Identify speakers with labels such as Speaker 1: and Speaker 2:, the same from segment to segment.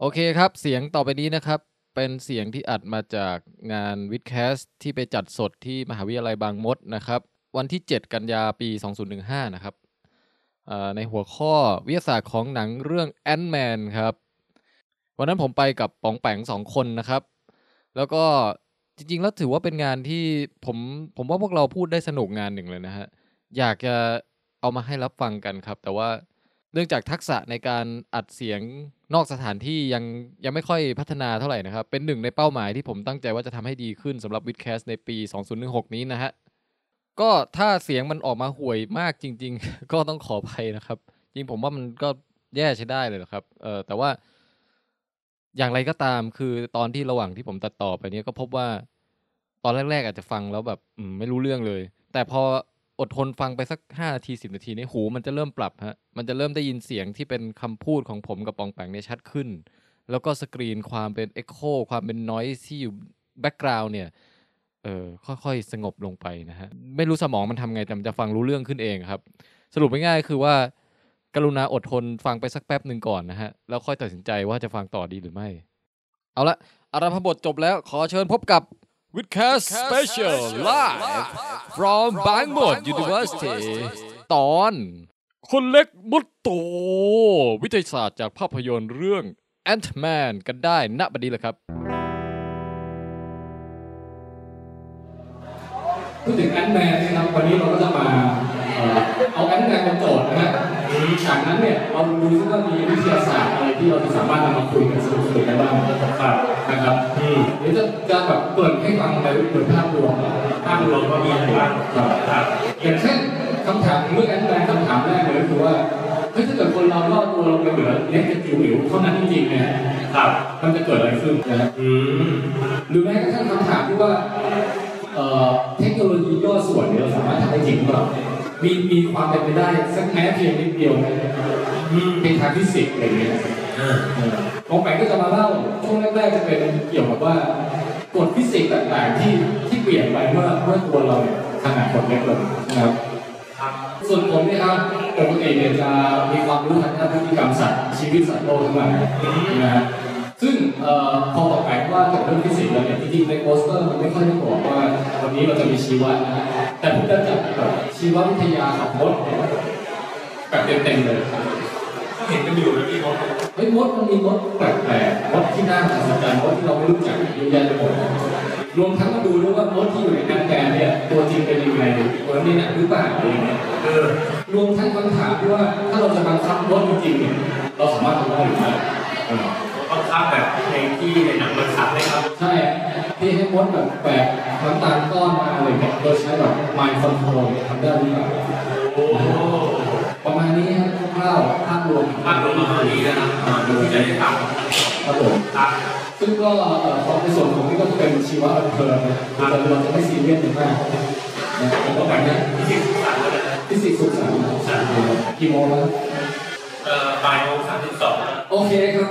Speaker 1: โอเคครับ เสียงต่อไปนี้นะครับ เป็นเสียงที่อัดมาจากงานวิดแคสที่ไปจัดสดที่มหาวิทยาลัยบางมดนะครับ วันที่ 7 กันยาปี 2015 นะครับเอ่อในหัวข้อวิทยาศาสตร์ของหนังเรื่องแอนด์แมนครับ วันนั้นผมไปกับปองแปงสองคนนะครับ แล้วก็จริงๆ แล้วถือว่าเป็นงานที่ผมผมว่าพวกเราพูดได้สนุกงานหนึ่งเลยนะฮะ อยากจะเอามาให้รับฟังกันครับ แต่ว่าเนื่องจากทักษะในการอัดเสียงนอกสถานที่ยังยังไม่ค่อยพัฒนาเท่าไหร่นะครับ เป็นหนึ่งในเป้าหมายที่ผมตั้งใจว่าจะทำให้ดีขึ้นสำหรับวิดแคสในปี 2016 นี้นะฮะ ก็ถ้าเสียงมันออกมาห่วยมากจริง ๆ ก็ต้องขออภัยนะครับ จริงผมว่ามันก็แย่ใช้ได้เลยแหละครับเออแต่ว่า อย่างไรก็ตามคือตอนที่ระหว่างที่ผมตัดต่อไปเนี้ยก็พบว่า ตอนแรก ๆ อาจจะฟังแล้วแบบอืมไม่รู้เรื่องเลย แต่พออดทนฟังไปสักห้านาทีสิบนาทีเนี่ยหูมันจะเริ่มปรับฮะมันจะเริ่มได้ยินเสียงที่เป็นคำพูดของผมกับปองแปงเนี่ยชัดขึ้น แล้วก็สกรีนความเป็นเอ็กโคความเป็นนอยที่อยู่แบ็กกราวน์เนี่ยเออค่อยๆ สงบลงไปนะฮะ ไม่รู้สมองมันทำไง แต่มันจะฟังรู้เรื่องขึ้นเองครับ สรุปง่ายๆคือว่า กรุณาอดทนฟังไปสักแป๊บหนึ่งก่อนนะฮะ แล้วค่อยตัดสินใจว่าจะฟังต่อดีหรือไม่ เอาละอารัมพบทจบแล้วขอเชิญพบกับ w i t h c a s t Special Live from Bangmod University ตอน คนเล็กมุดโต วิทยาศาสตร์จากภาพยนตร์เรื่อง Ant-Man กันได้ณบัดนี้แหละครับ
Speaker 2: พูดถึงแอนด์แมนนะครับวันนี้เราก็จะมาเอ่อเอาแอนด์แมนมาโจทย์นะฮะจากนั้นเนี่ยเราดูซิว่ามีวิทยาศาสตร์อะไรที่เราจะสามารถนำมาคุยกันสนุกสนุกกันบ้างครับนะครับเดี๋ยวจะจะแบบเปิดให้ฟังไปเปิดภาพรวมภาพรวมว่ามีอะไรบ้างครับอย่างเช่นคำถามเมื่อแอนด์แมนคำถามแรกเลยก็คือว่าเฮ้ยถ้าเกิดคนเราลอดตัวลงไปเหลือเล็กจิ๋วหลิวเท่านั้นจริงๆเนี่ยครับมันจะเกิดอะไรขึ้นนะฮะ หรือแม้กระทั่งคำถามที่ว่าเอ่อเทคโนโลยีย่อส่วนเนี่ยเราสามารถทำได้จริงหรือเปล่ามีมีความเป็นไปได้สักแม้เพียงนิดเดียวไหมในทางฟิสิกส์อะไรเงี้ยเออของแปงก็จะมาเล่าช่วงแรกๆจะเป็นเกี่ยวกับว่ากฎฟิสิกส์ต่างๆที่ที่เปลี่ยนไปเมื่อเมื่อตัวเราเนี่ยขนาดคนเล็กลงนะครับ ส่วนผมเนี่ยครับปกติเนี่ยจะมีความรู้ทางด้านพฤติกรรมสัตว์ชีวิตสัตว์โลกทั้งหลายนะฮะซึ่งเอ่อพอบอกไปว่าเกี่ยวกับเรื่องฟิสิกส์แล้วเนี่ยจริงๆในโปสเตอร์มันไม่ค่อยได้บอกว่าวันนี้เราจะมีชีวะนะฮะแต่ผมจะจับแบบชีววิทยาของมดเนี่ยแบบเต็มๆเลย
Speaker 3: ก็เห็นกันอยู่นะพี่เขา
Speaker 2: เฮ้ยมดมันมีมดแปลกๆมดที่น่าอัศจรรย์มดที่เราไม่รู้จักเยอะแยะไปหมดรวมทั้งมาดูด้วยว่ามดที่อยู่ในน้ำแกงเนี่ยตัวจริงเป็นยังไงตัวนี้หนักหรือเปล่าอะไรอย่างเงี้ย
Speaker 3: เออ
Speaker 2: รวมทั้งคำถามที่ว่าถ้าเราจะบังคับรถจริงๆเนี่ยเราสามารถทำได้หรือไม่เออ
Speaker 3: บังคับแบบในที่ในหนังมันขับเลยครับ
Speaker 2: ใช่ที่ให้มดแบบแปะน้ำตาลก้อนมาอะไรเนี่ยโดยใช้แบบ mind control เนี่ยทำได้หรือเปล่า
Speaker 3: โอ้
Speaker 2: ประมาณนี้ฮะคร่าวๆภาพรวม
Speaker 3: ภาพรวมมาขนาดนี้นะครับอ่าดูจะได้ตาม
Speaker 2: ครับผม
Speaker 3: ตาม
Speaker 2: ซึ่งก็เอ่อของในส่วนของนี่ก็จะเป็นชีวะบันเทิงนะแต่เราจะไม่ซีเรียสอย่างมากนะผมก็แบบนี้
Speaker 3: ที่สิบสามแล้วนะ
Speaker 2: ที่สี่สุขสันต์กี่โมงแล้ว
Speaker 3: เอ่อบ่ายโมงสามสิบสอง
Speaker 2: โอเคครับ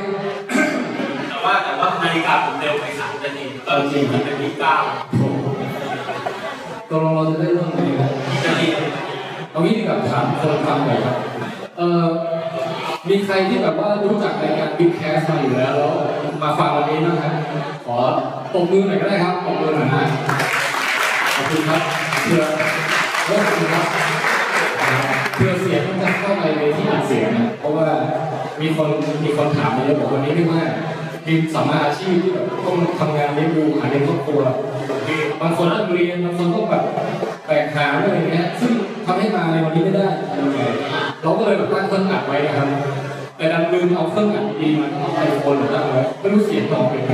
Speaker 3: แต่ว่าแต่ว่านาฬิกาผมเร็วไปสามนาทีเออจริงมันเป็นยี่สิบเก้า
Speaker 2: ตกลงเราจะได้เรื่องอะไรนะ
Speaker 3: ที่นาที
Speaker 2: เอางี้ดีกว่าถามคนฟังหน่อยครับ เอ่อ มีใครที่แบบว่ารู้จักรายการบิ๊กแคสมาอยู่แล้วแล้วมาฟังวันนี้บ้างครับ ขอปมมือหน่อยก็ได้ครับปมมือหน่อยนะขอบคุณครับเพื่อเพื่อคุณครับเพื่อเสียงมันจะเข้าไปในที่อัดเสียงนะเพราะว่ามีคนมีคนถามมาเยอะบอกวันนี้ไม่ว่ามีสัมมาอาชีพที่แบบต้องทำงานเลี้ยงดูหาเลี้ยงครอบครัว บางคนต้องเรียนบางคนต้องแบบแบกหามอะไรอย่างเงี้ยซึ่งทำให้มาในวันนี้ไม่ได้เราก็เลยแบบตั้งเครื่องอัดไว้นะครับ แต่ดันลืมเอาเครื่องอัดดีมาเอาไอโฟนมาตั้งไว้ไม่รู้เสียงตอบเป็นไง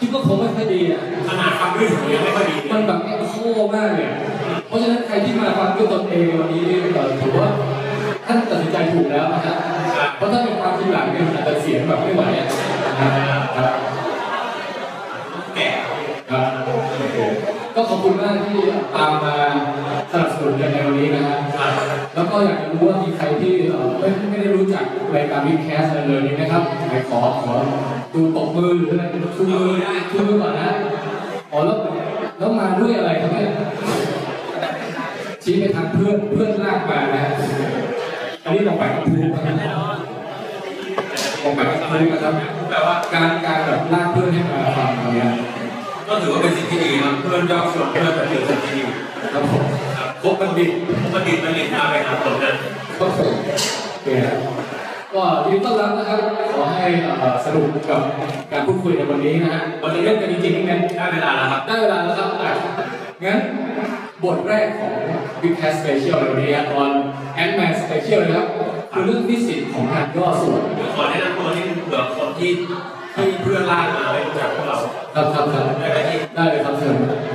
Speaker 2: คิดว่าคงไม่ค่อยดีอ่ะ
Speaker 3: ขนาดฟังด้วยหูยังไม่ค่อยดีเล
Speaker 2: มั
Speaker 3: ย
Speaker 2: นแบบโค้มากเลยเพราะฉะนั้นใครที่มาฟังด้วยตนเองวันนี้เนี่ยเอ่อถือว่าท่านตัดสินใจถูกแล้วนะฮะเพราะถ้าเป็นความทีหลังเนี่ยมันอาจจะเสียงแบบไม่ไหวอ่ะนะครับ
Speaker 3: แก่
Speaker 2: ครับโอเคก็ขอบคุณมากที่ตามมาสนับสนุนกันในวันนี้นะฮะแล้วก็อยากจะรู้ว่ามีใครที่เอ่อไม่ไม่ได้รู้จักรายการวิดแคสอะไรเลยนี่ไหมครับไหนขอขอดูตบมือหรืออะไรชูมือนะชูมือก่อนนะอ๋อแล้วแล้วมาด้วยอะไรครับเนี่ยชี้ไปทางเพื่อนเพื่อนลากมานะฮะอันนี้ลงไปกับพูด ป ของแบบ
Speaker 3: ส
Speaker 2: ส
Speaker 3: มั
Speaker 2: มั
Speaker 3: ย
Speaker 2: ย
Speaker 3: นะ
Speaker 2: นะ
Speaker 3: ค
Speaker 2: ค
Speaker 3: รั
Speaker 2: รั
Speaker 3: บบ แปลว่า
Speaker 2: การการแบบลากเพื่อนให้มาฟังอะไรเงี้ย
Speaker 3: ก็ถือว่าเป็นสิ่งที่ดีครับเพื่อนยอมชวนเพื่อนไปเจอสิ่งที่ดี
Speaker 2: ครับผมครบบัณฑิต
Speaker 3: ปกติมันเรียนมาไปหาผลนะ
Speaker 2: ก็สวยนะครับก็ยินดีต้อนรับนะครับ ขอให้เอ่อสนุกกับการพูดคุยในวันนี้นะฮะเราจะเริ่มกันจริงๆนี่นะ
Speaker 3: ได้เวลาแล้วครับ
Speaker 2: ได้เวลาแล้วครับอ่ะงั้นบทแรกของ b i g c a s t Special ในวันนี้ตอน Ant-Man Special นะครับคือเรื่องฟิสิกส์ของการย่อส่วน
Speaker 3: ผมขอแนะนำตัวนิดนึงเผื่อคนที่ที่เพื่อนลากมาไม่รู้จักพวกเรา
Speaker 2: ครับครับครับ
Speaker 3: ได้ไหมที่
Speaker 2: ได้เลยครับเชิญ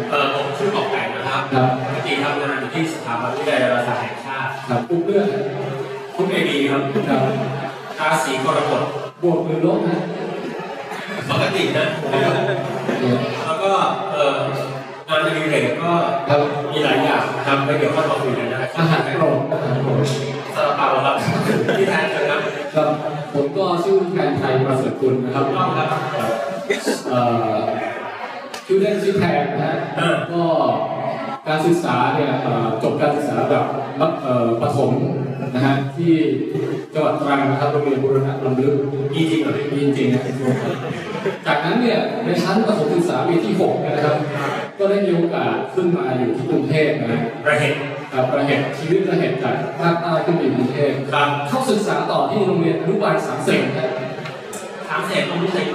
Speaker 3: เอ่อผมชื่อบอกไก่นะครับ
Speaker 2: ครับ
Speaker 3: ปกติทำงานอยู่ที่สถาบันวิทยาศาสตร์แห่งชาติ
Speaker 2: ครับปุ๊บเลือก
Speaker 3: คุณเอดีครับ
Speaker 2: ครับ
Speaker 3: ราศีกรกฎ
Speaker 2: บวกหรือลบนะ
Speaker 3: ปกตินะ แล้วก็เอ่องานอดิเรกก็
Speaker 2: ครับ
Speaker 3: มีหลายอย่างทำไม่เกี่ยวข้องกับคุยกันนะ
Speaker 2: อาหารโปรดอาหารโปรด
Speaker 3: ซาลาเปาครับที่แทนนะครับ
Speaker 2: ครับผมก็ชื่อแทนไทยประเสริฐคุณนะครับ
Speaker 3: ต้องครับ
Speaker 2: เอ่อชื่อเล่นชื่อแทนนะฮะ
Speaker 3: เออ
Speaker 2: ก็การศึกษาเนี่ยเอ่อจบการศึกษาแบบมัธเอ่อประถมนะฮะที่จังหวัดตรังนะครับโรงเรียนบูรณะลำลึก
Speaker 3: มีจริงเหรอ
Speaker 2: มีจริงๆนะจากนั้นเนี่ยในชั้นประถมศึกษาปีที่6เนี่ยนะครับ ก็ได้มีโอกาสขึ้นมาอยู่ที่กรุงเทพนะฮะ
Speaker 3: ประเหตุ
Speaker 2: เอ่อประเหตุชีวิตประเหตุจากภาคใต้ขึ้นไปอยู่กรุงเทพ
Speaker 3: ครับ
Speaker 2: เข้าศึกษาต่อที่โรงเรียนอนุบาลสามเสนนะฮะ
Speaker 3: สามเศษต้องรู้สึก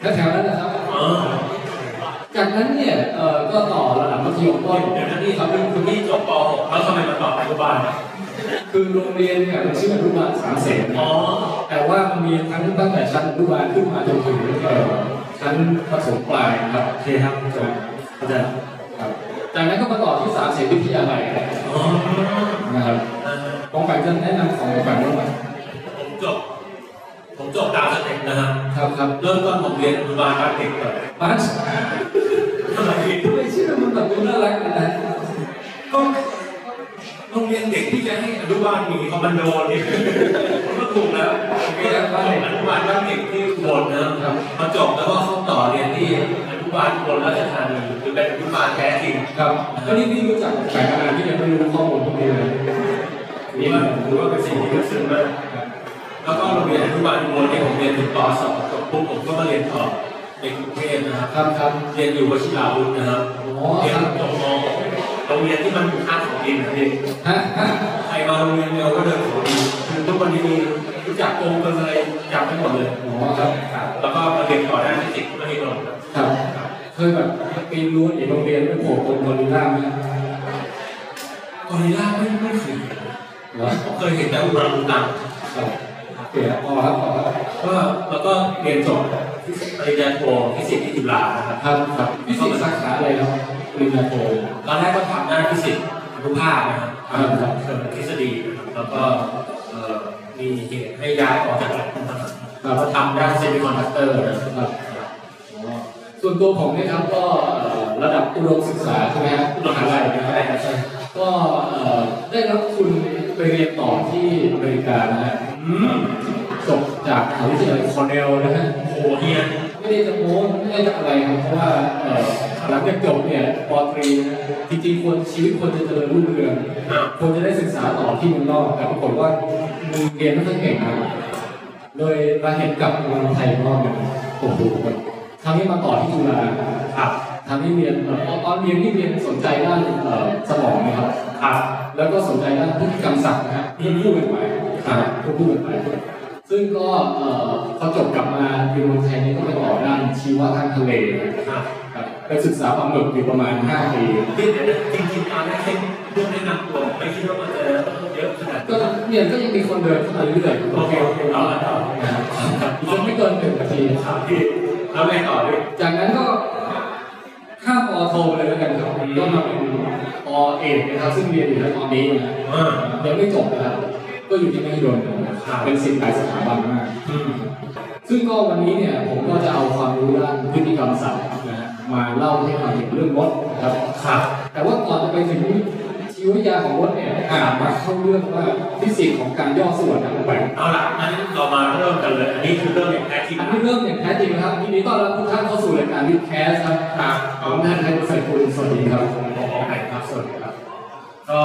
Speaker 2: แถวๆนั้นนะครับ
Speaker 3: เออ
Speaker 2: จากนั้นเนี่ยเอ่อก็ต่อระดับมัธยมต้น
Speaker 3: เดี๋ยวนะนี่ครับคุณนี่จบป .6 แล้วทำไมมาต่ออนุบาลอะ
Speaker 2: คือโรงเรียนเนี่ยมันชื่ออนุบาลสามเสน
Speaker 3: อ๋อ
Speaker 2: แต่ว่ามันมีทั้งตั้งแต่ชั้นอนุบาลขึ้นมาจนถึงเอ่อชั้นประถมปลายนะครับ
Speaker 3: โอเคครับจบเข้าใจ
Speaker 2: ครับจากนั้นก็มาต่อที่สามเสนวิทยาลัย
Speaker 3: อ๋อ
Speaker 2: นะครับ
Speaker 3: เออ
Speaker 2: ของฝ่ายจะแนะนำของฝ่ายนู้นไหม
Speaker 3: ผมจบ ผมจบตามสเต็ปนะฮะ
Speaker 2: ครับครับ
Speaker 3: เริ่มต้นผมเรียนอนุบาลบ้านเด็กก่อน
Speaker 2: บัส
Speaker 3: ทำไมพี่
Speaker 2: ทำไมชื่อมันแบบดูน่ารักนะ
Speaker 3: ก็โรงเรียนเด็กที่จะให้อนุบาลหนีคอมมานโดนี่ก็ถูกแล้วก็จะไปอนุบาลบ้านเด็กที่อุบลนะครับมาจบแล้วก็เข้าต่อเรียนที่อนุบาลอุบลราชธานีคือเป็นอนุบาลแท้จริง
Speaker 2: ครับก็นี่พี่รู้จักฝ่ายขนาดที่ยังไม่รู้ข้อมูลพวกนี้เลย
Speaker 3: นี่มันถือว่าเป็นสิ่งที่ลึกซึ้งมาก
Speaker 2: ครับ
Speaker 3: แล้วก็โรงเรียนอนุบาลอุบลที่ยผมเรียนถึงป .2 จบปุ๊บผมก็มาเรียนต่อในกรุงเทพนะครับ
Speaker 2: ครับครับ
Speaker 3: เรียนอยู่วชิราวุธนะครับ
Speaker 2: อ๋อ
Speaker 3: เรียน
Speaker 2: ครับ
Speaker 3: จบม .6 โรงเรียนที่มันอยู่ข้างของดินนะพี่
Speaker 2: ฮะฮะ
Speaker 3: ใครมาโรงเรียนเร็วก็เดินของดีคือทุกวันนี้มีรู้จักโกงกันอะไรจับไปหมดเลย
Speaker 2: อ๋อครับ
Speaker 3: แล้วก็มาเรียนต่อด้านฟิสิกส์ก็ไม่ตรง
Speaker 2: ครับเคยแบบปีนรั้วอีกโรงเรียนไม่โผล่ตรงบริล่าไหม
Speaker 3: กอริลล่าไม่ไม่เคย
Speaker 2: เหรอ
Speaker 3: ผมเคยเห็นแต่อุรังอุตัง
Speaker 2: ครับเปลี่ยนพอครับพอครับ
Speaker 3: ก็แล้วก็เรียนจบปริญญาโทฟิสิกส์ที่จุฬานะครับ
Speaker 2: ครับครับพี่สิสาขาอะไรครับปริญญาโท
Speaker 3: ตอนแรกก็ทำด้านฟิสิกส์อนุภาคนะครับ
Speaker 2: อ่าครับ
Speaker 3: เชิงทฤษฎีนะครับแล้วก็เอ่อมีเหตุให้ย้ายออกจากหลักนะครับแล้วก็ทำด้านเซมิคอนดักเตอร์นะครับ
Speaker 2: ครับอ๋อส่วนตัวผมเนี่ยครับก็เอ่อระดับอุดมศึกษาใช่ไหมครับมหาลัยนะครับก็เอ่อได้รับทุนไปเรียนต่อที่อเมริกานะฮะ
Speaker 3: อืม
Speaker 2: จบจากมหาวิทยาลัยคอร์เนลนะฮะ
Speaker 3: โหเฮีย
Speaker 2: ไม่ได้จะโม้ไม่ได้จะอะไรครับเพราะว่าเอ่อหลังจากจบเนี่ยปอตรีนะจริงๆควรชีวิตควรจะเจริญรุ่งเรือง
Speaker 3: ครับ
Speaker 2: ควรจะได้ศึกษาต่อที่เมืองนอกแต่ปรากฏว่ามึงเรียนไม่ค่อยเก่งครับเลยมาเห็นกลับมาไทยรอบหนึงโอ้โหครั้งนี้มาต่อที่จุฬา
Speaker 3: ครับ
Speaker 2: ครั้งนี้เรียนเอ่อตอนเรียนที่เรียนสนใจด้านเอ่อสมองนะครับ
Speaker 3: ครับ
Speaker 2: แล้วก็สนใจด้านพฤติกรรมสัตว์นะฮะเพื่อคู่กันไปครับเพื่อคู่กันไปซึ่งก็เอ่อพอจบกลับมาอยู่เมืองไทยนี่ก็ไปต่อด้านชีวะทางทะเลนะครับ
Speaker 3: ครับ
Speaker 2: ไปศึกษาปลาหมึกอยู่ประมาณ 5 ปี
Speaker 3: เดี๋ยวนะจริงๆตอนแรกเรื่องแนะนำตัวไม่คิดว่ามันจะเยอะขนาด
Speaker 2: ก็
Speaker 3: นี้
Speaker 2: เนี่ยก็ยังมีคนเดินเข้ามาเรื่อยๆ
Speaker 3: โอเคโอเคเอาละต่อ
Speaker 2: นะครับอีกคนไม่เกินหนึ่งนาที
Speaker 3: ถามพี่แล้วไงต่อด้วย
Speaker 2: จากนั้นก็ข้ามปอโทไปเลยแล้วกันครับก็มาเป็นปอเอกนะครับ ซึ่งเรียนอยู่ในตอนนี้นะ
Speaker 3: อ่า
Speaker 2: ยังไม่จบนะครับ ก็อยู่ที่มหิดลนะครับ
Speaker 3: ครับ
Speaker 2: เป็นสิทธิ์หลายสถาบันมาก
Speaker 3: อืม
Speaker 2: ซึ่งก็วันนี้เนี่ยผมก็จะเอาความรู้ด้านพฤติกรรมสัตว์นะฮะมาเล่าให้ฟังถึงเรื่องมดนะครับ
Speaker 3: ครับ
Speaker 2: แต่ว่าก่อนจะไปถึงชีววิทยาของมดเนี่ยอ่ามาเข้าเรื่องว่าฟิสิกส์ของการย่อส่วนนะผมไป
Speaker 3: เอาละงั้นเรามาเริ่มกันเลย อันนี้คือเริ่มอย่างแท้จริง
Speaker 2: อันนี้เริ่มอย่างแท้จริงนะครับทีนี้ต้อนรับทุกท่านเข้าสู่รายการวิดแคสครับครับผมท่านไทยประเสริฐคุณสวัสดีครับ
Speaker 3: ของไหนครับ
Speaker 2: สวัสดีครับ
Speaker 3: ก็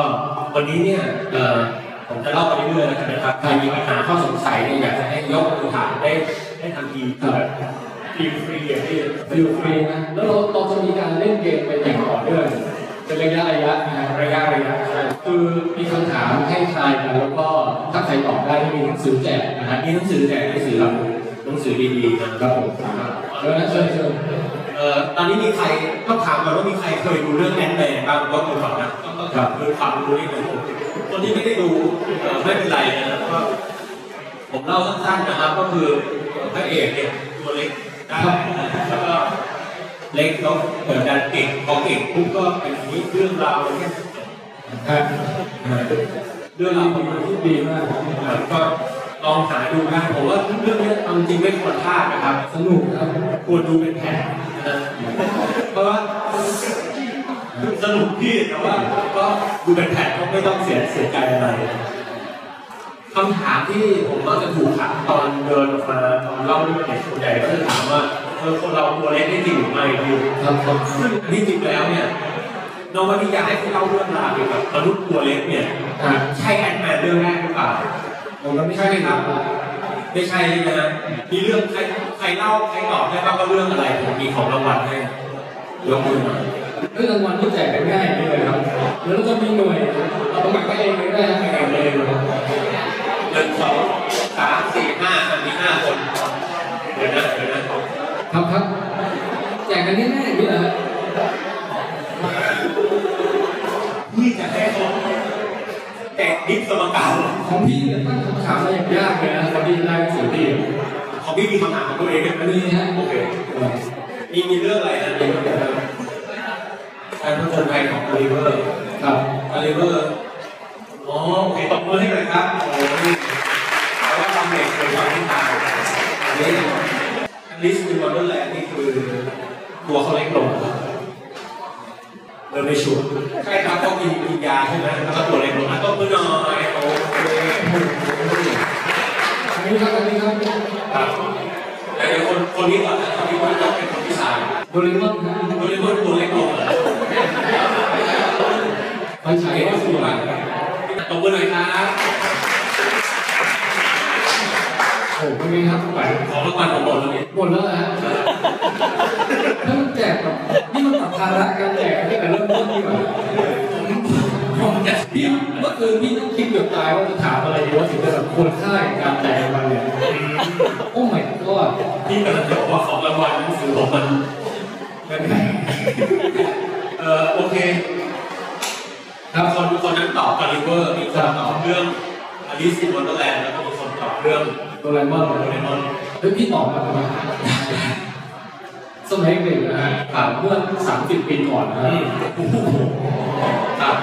Speaker 3: วันนี้เนี่ยเอ่อ ผมจะเล่าไปเรื่อยๆแล้วกันนะครับ ใครมีปัญหาข้อสงสัยเนี่ยอยากจะให้ยกตัวถามได้ได้ทันทีแบบฟรีฟรีๆอย่างที่
Speaker 2: ฟิลฟรีนะ แล้วเราเราจะมีการเล่นเกมไปอย่างต่อเนื่องเป็นระยะระยะนะฮะ
Speaker 3: ระยะระยะ
Speaker 2: คือมีคำถามให้ทายกันแล้วก็ถ้าใครตอบได้จะมีหนังสือแจกนะ
Speaker 3: นะฮะ
Speaker 2: ฮะ
Speaker 3: มีหนังสือแจกหนังสือแบบหนังสือดีๆนะค
Speaker 2: ค
Speaker 3: รั
Speaker 2: รั
Speaker 3: บบ
Speaker 2: ผ
Speaker 3: ผ
Speaker 2: ม ม
Speaker 3: ครับ
Speaker 2: เดี๋ยวนะเชิญเชิญ
Speaker 3: เอ่อตอนนี้มีใครต้องถามก่อนว่ามีใครเคยดูเรื่องแอนด์แมนบ้างยกมือก่อนนะต้องต้องถามคือความรู้นี่ผมคนที่ไม่ได้ดูเอ่อไม่เป็นไรนะครับก็ผมเล่าสั้นๆนะครับ ก็คือพระเอกเนี่ยตัวเล็กได้แล้วก็เล็กแล้วเกิดการเก่งพอเก่งปุ๊บก็เป็นอย่างนี้เรื่องราวเนี่ย
Speaker 2: ฮะ
Speaker 3: เรื่อง
Speaker 2: มี
Speaker 3: ราว
Speaker 2: ค
Speaker 3: ประ
Speaker 2: น
Speaker 3: มาณ
Speaker 2: ที่ดีมาก
Speaker 3: ก็ลองหาดูนะผมว่าเรื่องนี้เอาจริงไม่ควรพลาดนะครับ
Speaker 2: สนุกครับ
Speaker 3: ควรดูเป็นแผนนะเพราะว่าสนุกพี่แต่ว่าก็ดูเป็นแผนก็ไม่ต้องเสียเสียใจอะไรคำถามที่ผมก็จะถูกถามตอนเดินออกมาตอนเล่าเรื่องเนี่ยส่วนใหญ่ก็จะถามว่าเออคนเราตัวเล็กได้จริงหรือไม่พี่
Speaker 2: ครับครับ
Speaker 3: ซึ่งอันที่จริงแล้วเนี่ยนวนิยายที่เล่าเรื่องราวเกี่ยวกับมนุษย์ตัวเล็กเนี่ยอ่าใช่แอนด์แมนเรื่องแรกหรือเปล่า
Speaker 2: ผมก็ไม่ใช่ครับ
Speaker 3: ไม่ใช่ใช่ไหมฮะมีเรื่องใครใครเล่าใครตอบได้บ้างว่าเรื่องอะไรผมมีของรางวัลให้ยกมือมา
Speaker 2: เรื่องรางวัลที่แจกกันง่ายนี่เลยครับแล้วเราจะมีหน่วยเราต้องหมักไว้เองเลยได้ไหม
Speaker 3: ให้กันเลยนะครับหนึ่งสองสามสี่ห้ามันมีห้าคนเดี๋ยวนะเดี๋ยวนะครับ
Speaker 2: ครับแจกกันง่ายๆนี่แหละ
Speaker 3: นี่จะให้เขาแตกดิบสมการ
Speaker 2: ของพี่เนี่ยตั้งคำถามมาอย่างยากเลยนะพอดีได้หนังสือดี
Speaker 3: ของพี่มีคำถามของตัวเองไหม
Speaker 2: อันนี้ฮะ
Speaker 3: โอเค มีมีเรื่องอะไรนะมีการผจญภัยของโอลิเวอร์
Speaker 2: ครับ
Speaker 3: อลิเวอร์อ๋อโอเคตบมือให้หน่อยครับ โอ้โหนี่แปลว่าทำเด็กเป็นความที่ตายอันนี้อันนี้คือวันแรกนี่คือตัวเขาเล็กลงเดินไม่ชัวร์ใช่ครับเขากินกินยาใช่ไหมแล้วก็ตัวเล็กลงอ่ะตบมือหน่อยโอ้ย
Speaker 2: อันนี้ครับอันนี้ครับ
Speaker 3: ครับแต่เดี๋ยวคนคนนี้ก่อนนะคนนี้คนต้องเป็นคนที่สาม
Speaker 2: โดเรมอนครับ
Speaker 3: โดยเฉพาะตัวเล็กลงอะ
Speaker 2: ไฟฉายก็สวยมาก
Speaker 3: ตบมือหน่อยครับ
Speaker 2: โอ้โหเป็นไงครับไหว
Speaker 3: ของรางวัลของหมดแล้ว
Speaker 2: หมดแล้วนะ
Speaker 3: เนี่ย
Speaker 2: ฮะถ้ามันแจกแบบนี่มันตัดภาระการแจกตั้งแต่เริ่มต้นดีกว่าผมจะพี่เมื่อคืนพี่ต้องคิดเกือบตายว่าจะถามอะไรดีว่าถึงจะแบบควรค่ากับการแจกรางวัลเนี่ยโอ้ my god
Speaker 3: พี่กำลังจะบอกว่าของรางวัลหนังสือผมมันนั่นไงเออโอเคครับคนคนนั้นตอบกาลิเวอร์มีคนตอบเรื่องอลิซในวันเดอร์แลนด์แล้วก็มีคนตอบเรื่อง
Speaker 2: โดเรมอน
Speaker 3: โด
Speaker 2: เลย
Speaker 3: เรมอน
Speaker 2: เฮ้ยพี่ตอบมาทำไมสมัยเด็กนะฮะ
Speaker 3: ครับ
Speaker 2: เมื่อสามสิบปีก่อนนะ
Speaker 3: อื
Speaker 2: ฮะ
Speaker 3: มโอ้โหครับ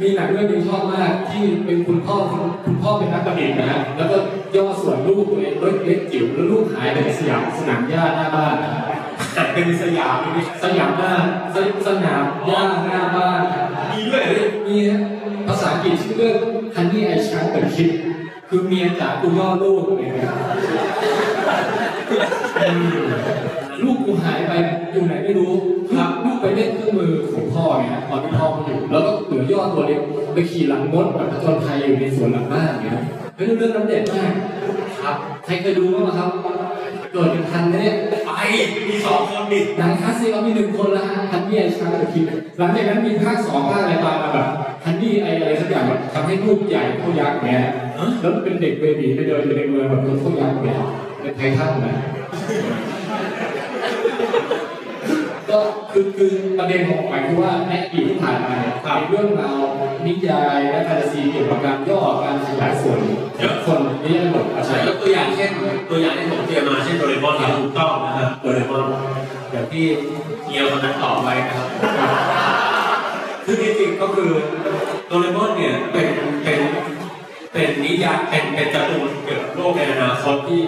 Speaker 2: มีหนังเรื่องหนึงชอบมากที่เป็นคุณพ่อคุณพ่อเป็นนักประดิษฐ์นะฮะแล้วก็ย่อส่วนลูกตัวเองเล็กเล็กจิ๋วแล้วลูกหายไปในสยามสนามหญ้าหน้าบ้านนะฮะ
Speaker 3: แต่เป็นสยามนี่ไม่ใช่
Speaker 2: สยามหน้าสยสนามหญ้าหน้าบ้าน
Speaker 3: มีด้วยเหรอเนี่ย
Speaker 2: มีฮะภาษาอังกฤษชื่อเรื่อง Honey I Shrunk the Kid คือเมียจ๋ากูย่อลูกอะไรเงี้ยอืมลูกกูหายไปอยู่ไหนไม่รู้ครับลูกไปเล่นเครื่องมือของพ่อเนี่ยนะตอนที่พ่อเขาอยู่แล้วก็เหลือย่อตัวเล็กไปขี่หลังมดแบบผจนภัยอยู่ในสวนหลังบ้านเนี่ยนะเฮ้ยเรื่องน้ำเด็ดมากครับใครเคยดูบ้างไหมครับเกิดกันทันไหมเนี่ย
Speaker 3: ไปมีสองคนดิ
Speaker 2: หนังคลาสสิกเรามีหนึ่งคนละฮะฮันนี่ไอชาร์ลคิมหลังจากนั้นมีภาคสองภาคอะไรตามมาแบบฮันนี่ไออะไรสักอย่างแบบทำให้ลูกใหญ่เท่ายักษ์เนี่ยแล้วเป็นเด็กเบบีไปเดินอยู่ในเมืองแบบจนเท่ายักษ์เนี่ยเป็นไททันนะ ก็คือคือประเด็นของหมายคือว่าในอดีตที่ผ่านมาเนี่ยมีเรื่องราวนิยายและแฟนตาซีเกี่ยวกับการย่อการขยายส่วนคนนี่ยังหมดอาชั
Speaker 3: ใช่
Speaker 2: ย
Speaker 3: ยกตัวอย่างเช่นตัวอย่างที่ผมเตรียมมาเช่นโดเรมอนเนี่ยถูกต้องนะครับโดเรมอนอย่างที่เมียคนนั้นตอบไว้นะครับ ซึ่งจริงๆก็คือโดเรมอนเนี่ยเป็นเป็นเป็นนิยายเป็นเป็นการ์ตูนเกี่ยวกับโลกในอนาคตที่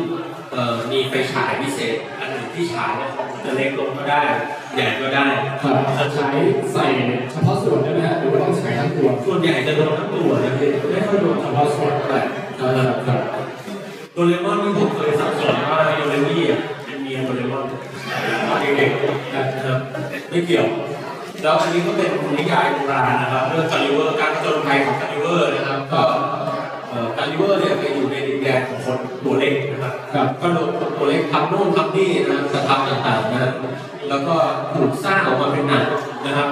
Speaker 3: เอ่อมีไฟฉายพิเศษ อันหนึ่งที่ฉายเนี่ยจะเล็กลงก็ได้ ใหญ่ก็ได้
Speaker 2: ครับใช้ใส่เฉพาะส่วนได้ไหมฮะหรือว่าต้องใช้ทั้งตัว
Speaker 3: ส่วนใหญ่จะโดนทั้งตัวนะพี่ไม่ค่อยโดนเฉพาะส่วนแต่
Speaker 2: เออครับ
Speaker 3: โดเรมอนนี่ผมเคยสับสนว่าโดเรมี่อ่ะเป็นเมียโดเรมอนตอนเด็กๆนะครับไม่เกี่ยว แล้วอันนี้ก็เป็นนิยายโบราณนะครับเรื่องกาลิเวอร์การผจญภัยของกาลิเวอร์นะครับก็ การลิเวอร์เนี่ยไปอยู่ในดินแดนของคนตัวเล็กนะครับ
Speaker 2: ครับ
Speaker 3: ก็โดนคนตัวเล็กทำโน่นทำนี่นะสถาบันต่างๆนะแล้วก็ถูกสร้างออกมาเป็นหนังนะครับ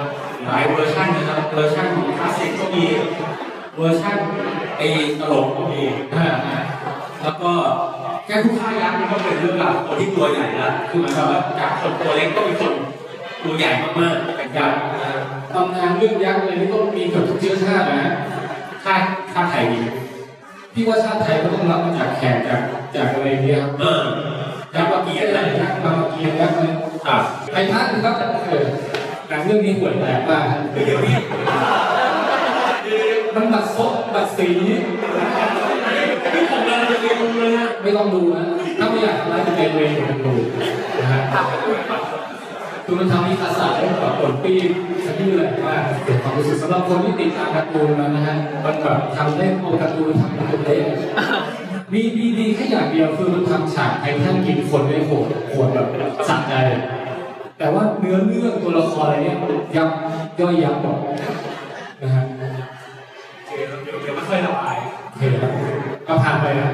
Speaker 3: หลายเวอร์ชันนะครับเวอร์ชันคลาสสิกก็มีเวอร์ชันไอ้ตลกก็มี นะฮะแล้วก็แก้ผู้ฆ่ายักษ์นี่ก็เป็นเรื่องราวของคนที่ตัวใหญ่ละคือหมายความว่าจากคนตัวเล็กก็มีคนตัวใหญ่มากๆเป็นยักษ์นะฮะ
Speaker 2: ตำนานเรื่องยักษ์เลยนี่ก็มีเกือบทุกเชื้อชาตินะฮะชาติชาติไทยมีไหมพี่ว่าชาติไทยก็ต้องรับมาจากแขกจากจากอะไรเงี้ยครับ
Speaker 3: เออ
Speaker 2: ยั
Speaker 3: ยั
Speaker 2: ก
Speaker 3: ก
Speaker 2: ษ์
Speaker 3: ษ์
Speaker 2: มา
Speaker 3: มา
Speaker 2: เกี
Speaker 3: เกี
Speaker 2: ย
Speaker 3: ย
Speaker 2: รติ
Speaker 3: รติ
Speaker 2: อะไร
Speaker 3: นะ
Speaker 2: ยักษ์มาเกียรติยักษ์เลย
Speaker 3: ครับ
Speaker 2: ไทยท่านครับเออหนังเรื่องนี้ห่วยแตกมาก
Speaker 3: เดี๋ยวนี้
Speaker 2: มันบัดซบบัดสี
Speaker 3: ที่ผมกำลังจะเรียนรู้เลยนะ
Speaker 2: ไม่ต้องดูนะถ้าไม่อยากทำร้ายตัวเองเลยอย่าไปดูนะฮะคือมันทำให้ภาษาได้แบบปนปีบสักที่เลยมากเกิดความรู้สึกสำหรับคนที่ติดตามการ์ตูนมานะฮะมันแบบทำได้เอาการ์ตูนทำเป็นตัวเอง มีมีดีแค่อย่างเดียวคือมันทำฉากไอ้ท่านกินคนได้โหดโหดแบบสะใจ แต่ว่าเนื้อเรื่องตัวละครอะไรเนี่ยยับย่อยยับหมดนะฮะ
Speaker 3: เดี๋ยวเดี๋ยวไม่ค่อยละอาย
Speaker 2: โอเคครับก็ผ่านไปนะ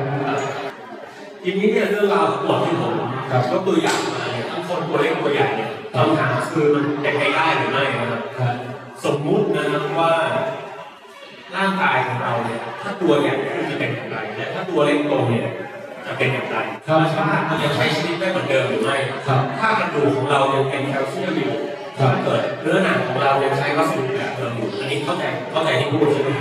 Speaker 3: ทีนี้เนี่ยเรื่องราวทั้งหมดที่ผม
Speaker 2: ครับ
Speaker 3: ยกตัวอย่างมาเนี่ยทั้งคนตัวเล็กตัวใหญ่เนี่ย
Speaker 2: ครับ
Speaker 3: คำถามคือมันเป็นไปได้หรือไม่นะครับ
Speaker 2: ครับ
Speaker 3: สมมุตินะครับว่า ร่างกายของเราเนี่ย ถ้าตัวใหญ่จะเป็นอย่างไรและถ้าตัวเล็กลงเนี่ยจะเป็นอย่างไร
Speaker 2: ค
Speaker 3: ธ
Speaker 2: รั
Speaker 3: ร
Speaker 2: บ
Speaker 3: รมชาติมันจะใช้ชีวิตได้เหมือนเดิมหรือไม่
Speaker 2: ครับ
Speaker 3: ถ้ากระดูกของเรายังเป็นแคลเซียมอยู่
Speaker 2: ครั
Speaker 3: ถ้า
Speaker 2: บ
Speaker 3: เกิดเนื้อหนังของเรายังใช้วัสดุแบบเดิมอยู่อันนี้เข้าใจเข้าใจที่พูดใช่ไหมค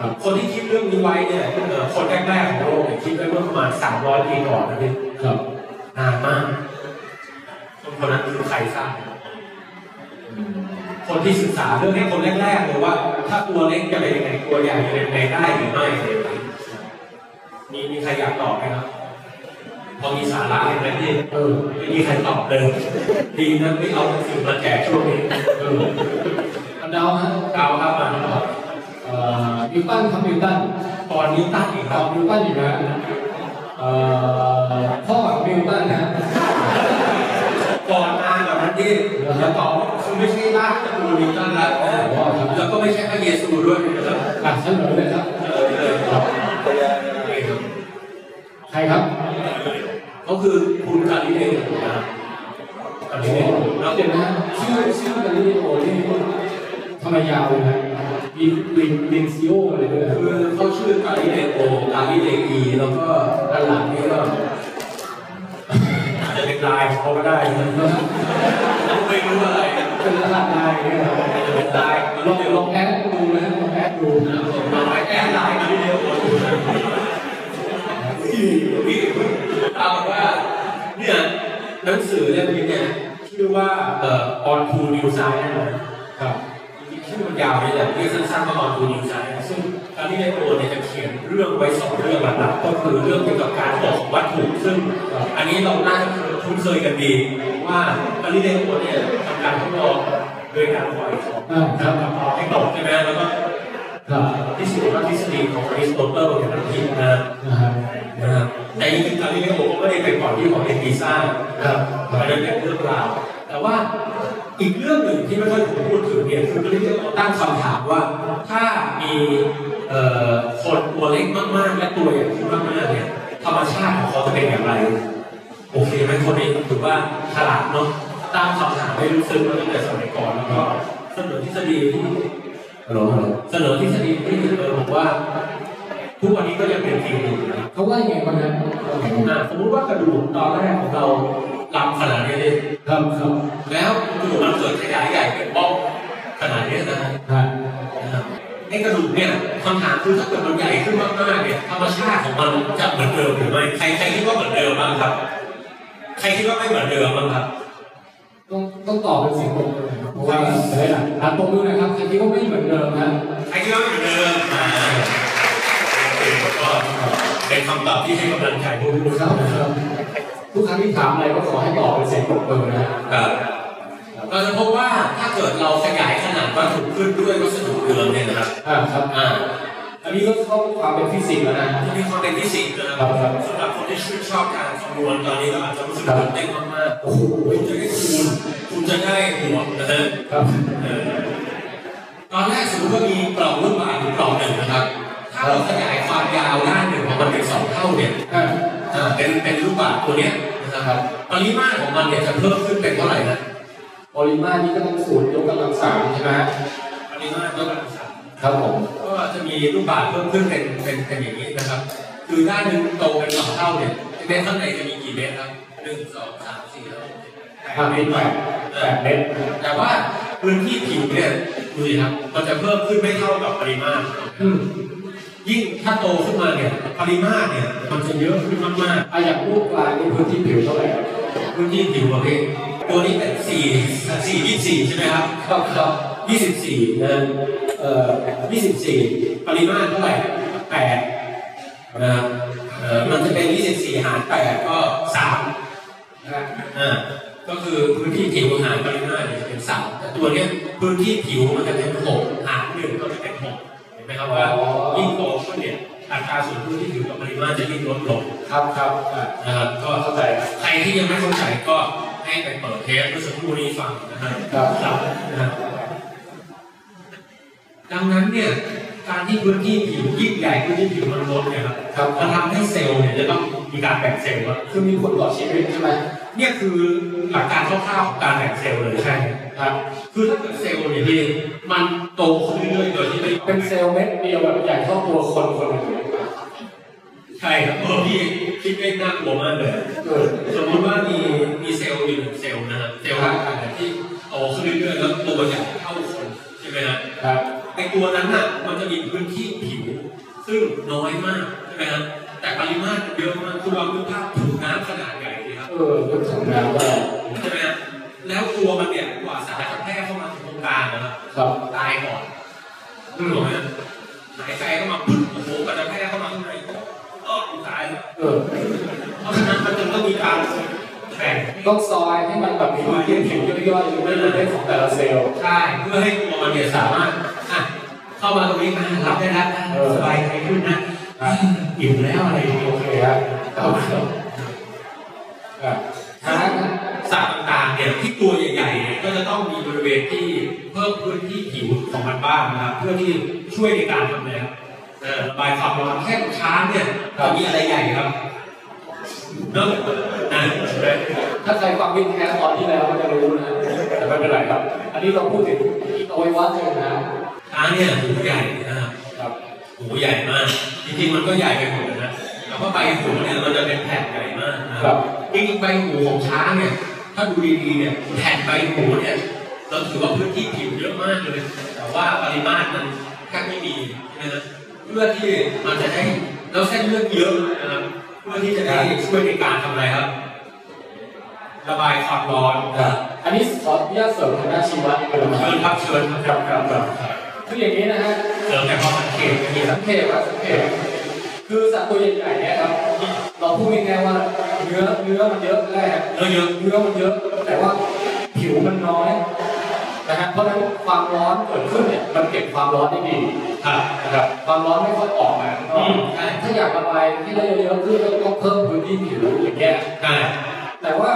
Speaker 3: รับ คนที่คิดเรื่องนี้ไว้เนี่ยเอ่อคนแรกๆของโลกเนี่ยคิดไว้เมื่อประมาณ 300 ปีก่อนนะพี่
Speaker 2: ครับ
Speaker 3: นานมาก คนคนนั้นคือใครทราบคนที่ศึกษาเรื่องนี้คนแรกๆเลยว่า ถ้าตัวเล็กจะเป็นยังไงตัวใหญ่จะเป็นยังไงได้หรือไม่เนี่ยมีมีใครอยากตอบไหมครับ พอมีสาระเห็นไหมพี่
Speaker 2: เออ
Speaker 3: ไม่มีใครตอบ เลยดีนะไม่เอาหนังสือมาแจกช่วงนี้เออ
Speaker 2: อันเดาวฮะ
Speaker 3: เก่าครับมาครับ
Speaker 2: เอ่อนิวตันครับนิวตัน
Speaker 3: ตอนนี้ตั้งอีกค
Speaker 2: ตอ
Speaker 3: รั
Speaker 2: บบ นิวตันอยู่นะเอ่อพ่อของนิวตันนะ
Speaker 3: ก่อนมาแบบนั้นที่จะตอบคือไม่ใช่ร่างตระกูลนิวตันแล้วแล้วก็ไม่ใช่พระเยซูด้วยนะครับ
Speaker 2: อ่ะเฉลยเลยครับ
Speaker 3: เออเลยครับ
Speaker 2: ใครครับ
Speaker 3: เขาคือคุณกาลิเลโอนะครับกาลิเลโอแล้
Speaker 2: เรา
Speaker 3: ว
Speaker 2: เดี๋ยวนะชื่อชื่อกันนี่โอ้นี่ทำไมยาวเลยนะลินลินลินซิโออะไรด้วยนะ
Speaker 3: คือเขาชื่อกาลิเลโอกาลิเลอีแล้วก็ด้านหลังนี่ก็ อาจจะเป็นลายของเขาก็ได้นะ ไม่รู้อะไร
Speaker 2: เป็นระดับนายเนี่ยนะ
Speaker 3: อาจจะเป็นลายมัน
Speaker 2: ล
Speaker 3: ต้
Speaker 2: อ
Speaker 3: อง
Speaker 2: ง
Speaker 3: เป็นล
Speaker 2: ล
Speaker 3: อ
Speaker 2: องงแอดดูนะลองแอดดูนะ
Speaker 3: มาไว้แก้ลายกาลิเลโอดูนะ พี่เอาว่าเนี่ยหนังสือเล่มนี้เนี่ยชื่อว่าเอ่อ On to New Science นะครับ จริงๆชื่อมันยาวเลยแต่เรียกสั้นๆว่า On to New Science ซึ่งตอนนี้ในโอเนี่ยจะเขียนเรื่องไว้สองเรื่องหลักๆก็คือเรื่องเกี่ยวกับการออกวัตถุซึ่งอันนี้เราน่าจะคุ้นเคยกันดี ว่าตอนนี้ในโอเนี่ยทำการทดลองโดยการปล่อยของ
Speaker 2: อ่าค
Speaker 3: แล้
Speaker 2: รับ
Speaker 3: วก็เอาให้ตกใช่ไหมแล้วก็
Speaker 2: ครับ
Speaker 3: ที่สุดว่าทฤษฎีของอริสโตเติลเนี่ยมันผิดนะ
Speaker 2: นะฮะ
Speaker 3: นะครับแต่จริงๆตอนนี้ผมก็ไม่ได้ไปก่อนที่ของเอ็นดีซ่านะครับมันเป็นเรื่องราว แต่ว่าอีกเรื่องหนึ่งที่ไม่ค่อยถูกพูดถึงเนี่ยคือเรื่องตั้งคำถามว่า ถ้ามีเอ่อคนตัวเล็กมากๆ และตัวใหญ่ขึ้นมากๆเนี่ยธรรมชาติของเขาจะเป็นอย่างไร โอเคไหมคนนี้ถือว่าฉลาดเนาะตั้งคำถามให้รู้ซึ้งมาตั้งแต่สมัยก่อนแล้วก็เสนอทฤษฎีที่
Speaker 2: ฮัลโหลฮัลโหล
Speaker 3: เสนอทฤษฎีที่เออบอกว่า ทุกวันนี้ก็ยังเป็นจริงอยู่นะ
Speaker 2: เขาว่ายังไงบ้างนะ
Speaker 3: อ่ะสมมุติว่ากระดูกตอนแรกของเราลำขนาดนี้ดิ
Speaker 2: ครับครับ
Speaker 3: แล้วกระดูกมันเกิดขยายใหญ่เป็นบ้องขนาดนี้นะฮะ
Speaker 2: ฮะ
Speaker 3: นะครับไอ้กระดูกเนี่ยคำถามคือถ้าเกิดมันใหญ่ขึ้นมากๆเนี่ยธรรมชาติของมันจะเหมือนเดิมหรือไม่ใครใครคิดว่าเหมือนเดิมบ้างครับ ใครคิดว่าไม่เหมือนเดิมบ้างครับ
Speaker 2: ต้องต้องตอบเป็นเสียงปรบมือนะครับเพราะว่าจะได้หลักฐานตรงด้วยนะครับใครคิดว่าไม่เหมือนเดิมนะ
Speaker 3: ไอ้เรื่องเดิมมาก็เป็นคำตอบที่ให้กำลังใจพวกผู้
Speaker 2: ค
Speaker 3: ช
Speaker 2: รั
Speaker 3: ม
Speaker 2: บครับทุกครั้งที่ถามอะไรก็ขอให้ตอบเป็นเสียงปรบมือนะฮะ
Speaker 3: ครับเราจะพบว่าถ้าเกิดเราขยายขนาดวัตถุขึ้นด้วยวัสดุเดิมเนี่ยนะครับ
Speaker 2: อ่าครับ
Speaker 3: อ่า
Speaker 2: อันนี้ก็เข้าความเป็นฟิสิกส์แล้วนะ
Speaker 3: ที่มีความเป็นพิเศษนะครับ
Speaker 2: ครับครับ
Speaker 3: สำหรับคนที่ชื่นชอบการคำนวณตอนนี้ก็อาจจะรู้สึก
Speaker 2: ครับ
Speaker 3: ตื่นเต้นมาก
Speaker 2: โอ้โห
Speaker 3: ๆคุณจะได้คูณคุณจะได้บวกนะฮะ
Speaker 2: ครับ
Speaker 3: เออตอนแรกสมมติว่ามีกล่องลูกบาศก์อยู่กล่องหนึ่งนะครับ ถ้า เราขยายความยาวด้านหนึ่งของมันเป็นสองเท่าเนี่ย
Speaker 2: อ่า
Speaker 3: อ่าเป็นเป็นลูกบาศก์ตัวเนี้ยนะครับปริมาตรของมันเนี่ยจะเพิ่มขึ้นเป็นเท่าไหร่นะ
Speaker 2: ปริมาตรนี้ก็ต้องสูตรยกกำลังสามใช่ไหมฮะ
Speaker 3: ปริมาตรก็เป็นสาม
Speaker 2: ครับผม
Speaker 3: ก็จะมีลูกบาศก์เพิ่มขึ้นเป็นเป็นเป็นอย่างนี้นะครับ คือด้านหนึ่งโตเป็นสองเท่าเนี่ยเมตรข้างในจะมีกี่เมตรครับหนึ่งสองสามสี่ห้าหกเจ็ดแปด
Speaker 2: ห้าเมตรแปดแปด
Speaker 3: เออ
Speaker 2: เมตร
Speaker 3: แต่ว่าพื้นที่ผิวเนี่ยดูสิครับมันจะเพิ่มขึ้นไม่เท่ากับปริมาตร
Speaker 2: อืม
Speaker 3: ยิ่งถ้าโตขึ้นมาเนี่ยปริมาตรเนี่ยมันจะเยอะขึ้นมาก
Speaker 2: อ่ะอย่างรูปปลายนี่พื้นที่ผิวเท่าไหร่ครับ
Speaker 3: ๆพื้นที่ผิวประเภทตัวนี้เป็นสี่สี่ยี่สี่ใช่ไหมครับ
Speaker 2: ครับครับ
Speaker 3: ยี่สิบสี่เอ่อเอ่อยี่สิบสี่ปริมาตรเท่าไหร่แปดนะครับเอ่อมันจะเป็นยี่สิบสี่หารแปดก็สามอ่าก็คือพื้นที่ผิวหารปริมาตรเนี่ยจะเป็นสามแต่ตัวเนี้ยพื้นที่ผิวมันจะเป็นหกหารหนึ่งก็จะเป็นหกเห็นไหมครับว่า
Speaker 2: อ๋อ
Speaker 3: ยิ่งโตขึ้นเนี่ยอัตราส่วนพื้นที่ผิวกับปริมาตรจะยิ่งลดลง
Speaker 2: ครับครับอ่ะ
Speaker 3: นะครับก็
Speaker 2: เข้าใจครับ
Speaker 3: ใครที่ยังไม่เข้าใจก็ให้ไปเปิดเทปเมื่อสักครู่นี้ฟังนะฮะ
Speaker 2: ครับ
Speaker 3: ครับนะครับ ดังนั้นเนี่ยการที่พื้นที่ผิวยิ่งใหญ่พื้นที่ผิวมันลดเนี่ยครับ
Speaker 2: ครับ
Speaker 3: มันทำให้เซลล์เนี่ยจะต้องมีการแบ่งเซลล์อะ
Speaker 2: คือมีผลต่อชีวิตใช่ไหม
Speaker 3: เนี่ยคือหลักการคร่าวๆของการแบ่งเซลล์เลยใช่ไหม
Speaker 2: ครับ
Speaker 3: คือถ้าเกิดเซลล์เนี่ยพี่มันโตขึ้นเรื่อยๆโดยที่ไม่
Speaker 2: เป็นเซลล์เม็ดเดียวแบบใหญ่เท่าตัวคนคนหนึ่ง
Speaker 3: ใช่ครับเออพี่คิดได้น่ากลัวมากเลย
Speaker 2: เออ
Speaker 3: สมมติว่ามีมีเซลล์อยู่หนึ่งเซลล์นะครับเซลล์ร่างกายเนี่ยที่โตขึ้นเรื่อยๆแล้วตัวใหญ่เท่าคนใช่ไหมฮะ
Speaker 2: ครับ
Speaker 3: ในตัวนั้นน่ะมันจะมีพื้นที่ผิว ซึ่งน้อยมากใช่ไหมครับแต่ปริมาตรเยอะมากคุณลองดูภาพถุงน้ำขนาดใหญ่เลยครับ
Speaker 2: เออเป็นสองน้ำได้
Speaker 3: ใช่ไหมครับแล้วตัวมันเนี่ยกว่าสารจะแพร่เข้ามาถึงตรงกลางนะครับ
Speaker 2: ครับ
Speaker 3: ตายก่อนนึกออกไหมหายใจเข้ามาปุ๊บโอ้โหกว่าจะแพร่เข้ามาข้างในก็ตายแล้ว
Speaker 2: เออ
Speaker 3: เพราะฉะนั้นมันจึงต้องมีการแบ่ง
Speaker 2: ต้องซอยให้มันแบบมีพื้นที่ผิวย่อยๆอยู่ในเรื่องของแต่ละเซลล์
Speaker 3: ใช่เพื่อให้ตัวมันเนี่ยสามารถอ่ะเข้ามาตรงนี้มารับได้แล้วอ่ะสบายใจขึ้นนะครับ อิ่มแล้วอะไรอย่างเงี้ย
Speaker 2: โอเคครับครับครับอ่ะช้างนะ
Speaker 3: สัตว์ต่างๆเนี่ยที่ตัวใหญ่ๆเนี่ยก็จะต้องมีบริเวณที่เพิ่มพื้นที่ผิวของมันบ้างนะครับเพื่อที่ช่วยในการทำอะไรครับเอ่อระบายความร้อนแค่ช้างเนี่ยจะมีอะไรใหญ่ครับเนอะนะ
Speaker 2: ถ้าใครฟังวินแคสตอนที่แล้วก็จะรู้นะ แต่ไม่เป็นไรครับ อันนี้เราพูดถึงอวัยวะเชิงน้
Speaker 3: ช้างเนี่ยหูใหญ่นะครับ
Speaker 2: ำครับ
Speaker 3: หูใหญ่มากจริงๆมันก็ใหญ่ไปหมดเลยนะแต่ว่าใบหูเนี่ยมันจะเป็นแผ่นใหญ่มากนะค
Speaker 2: ครั
Speaker 3: รับบ จริงๆใบหูของช้างเนี่ยถ้าดูดีๆเนี่ยแผ่นใบหูเนี่ยเราถือว่าพื้นที่ผิวเยอะมากเลย แต่ว่าปริมาตรมันแทบไม่มีนะฮะเพื่อที่มันจะได้เราเส้นเลือดเยอะนะครับเพื่อที่จะได้ช่วยในการทำอะไรครับ ระบายความร้อน
Speaker 2: ครับ อันนี้ขออนุญาตเสริมทางด้านชีวะเป็นหลักค
Speaker 3: เชิ
Speaker 2: รับ
Speaker 3: ญครับเชิญครับ
Speaker 2: ครับครับครับคืออย่างนี้นะฮะ
Speaker 3: เสริมแต่ความสังเกตอย่างนี้ค
Speaker 2: สั
Speaker 3: รับ
Speaker 2: งเกตว่าสังเกตคือสัตว์ตัวใหญ่ๆเนี่ยครับเราพูดง่ายๆว่าเนื้อเนื้อมันเยอะแรก
Speaker 3: เยอะ
Speaker 2: เนื้อมันเยอะ แต่ว่าผิวมันน้อยนะฮะเพราะฉะนั้นความร้อนเกิดขึ้นเนี่ยมันเก็บความร้อนได้ดี
Speaker 3: ๆครับ
Speaker 2: นะครับความร้อนไม่ค่อยออกมาข้างนอก
Speaker 3: อืมใช่
Speaker 2: ถ้าอยากระบายให้ได้เยอะๆขึ้นก็ต้องเพิ่มพื้นที่ผิวอย่างเงี้ย
Speaker 3: ได้
Speaker 2: แต่ว่า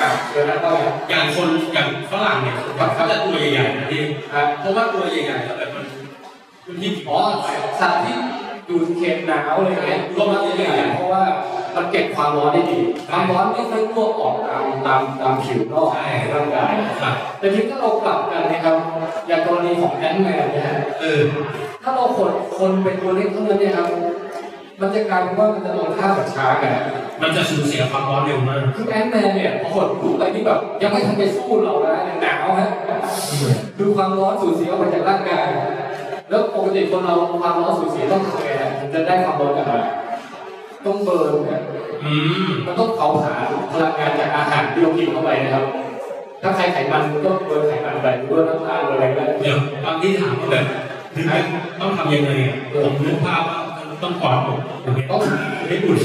Speaker 2: อ่ะเดี๋ยวนะก็เลย
Speaker 3: อย่างคนอย่างฝรั่งเนี่ยเขาจะตัวใหญ่ๆนะพี่
Speaker 2: ฮะ
Speaker 3: เพราะว่าตัวใหญ่ๆแล้วแบบมันมันยิ่ง
Speaker 2: อ๋อสัตว์ที่อยู่เขตหนาวเลยเนี่ยก็มักจะใหญ่เพราะว่ามันเก็บความร้อนได้ดีความร้อนไม่ค่อยรั่วออกตามตามตามผิวนอกของร่างกาย
Speaker 3: ครับ
Speaker 2: แต่ทีนี้ถ้าเรากลับกันนะครับ อย่างกรณีของแอนแมนเนี่ยฮะ
Speaker 3: เออ
Speaker 2: ถ้าเราขนคนเป็นตัวเล็กเท่านั้นเนี่ยครับ มันจะกลายเป็นว่ามันจะโดนฆ่าแบบช้าไง
Speaker 3: มันจะสูญเสียความร้อนเร็วมาก
Speaker 2: คือแอนแมนเนี่ยพอขนลูกไปนี่แบบยังไม่ทันไปสู้เรานะยังหนาวฮะคือความร้อนสูญเสียออกมาจากร่างกาย แล้วปกติคนเราความร้อนสูญเสียต้องทำไงฮะถึงจะได้ความร้อนกลับมาต้องเบิร์นเนี่ย
Speaker 3: อืม
Speaker 2: มันต้องเผาผลาญพลังงานจากอาหารที่เรากินเข้าไปนะครับ ถ้าใครไขมันก็เบิร์นไขมันไปเบิร์นน้ำตาลอะไรก็ได้
Speaker 3: เดี๋ยวตอนที่ถามว่าแบบถึงไหมต้องทำยังไงอ่ะผมนึกภาพว่าต้องกอดผมอย่างเงี้ย
Speaker 2: ต้อง
Speaker 3: ไม่บุญ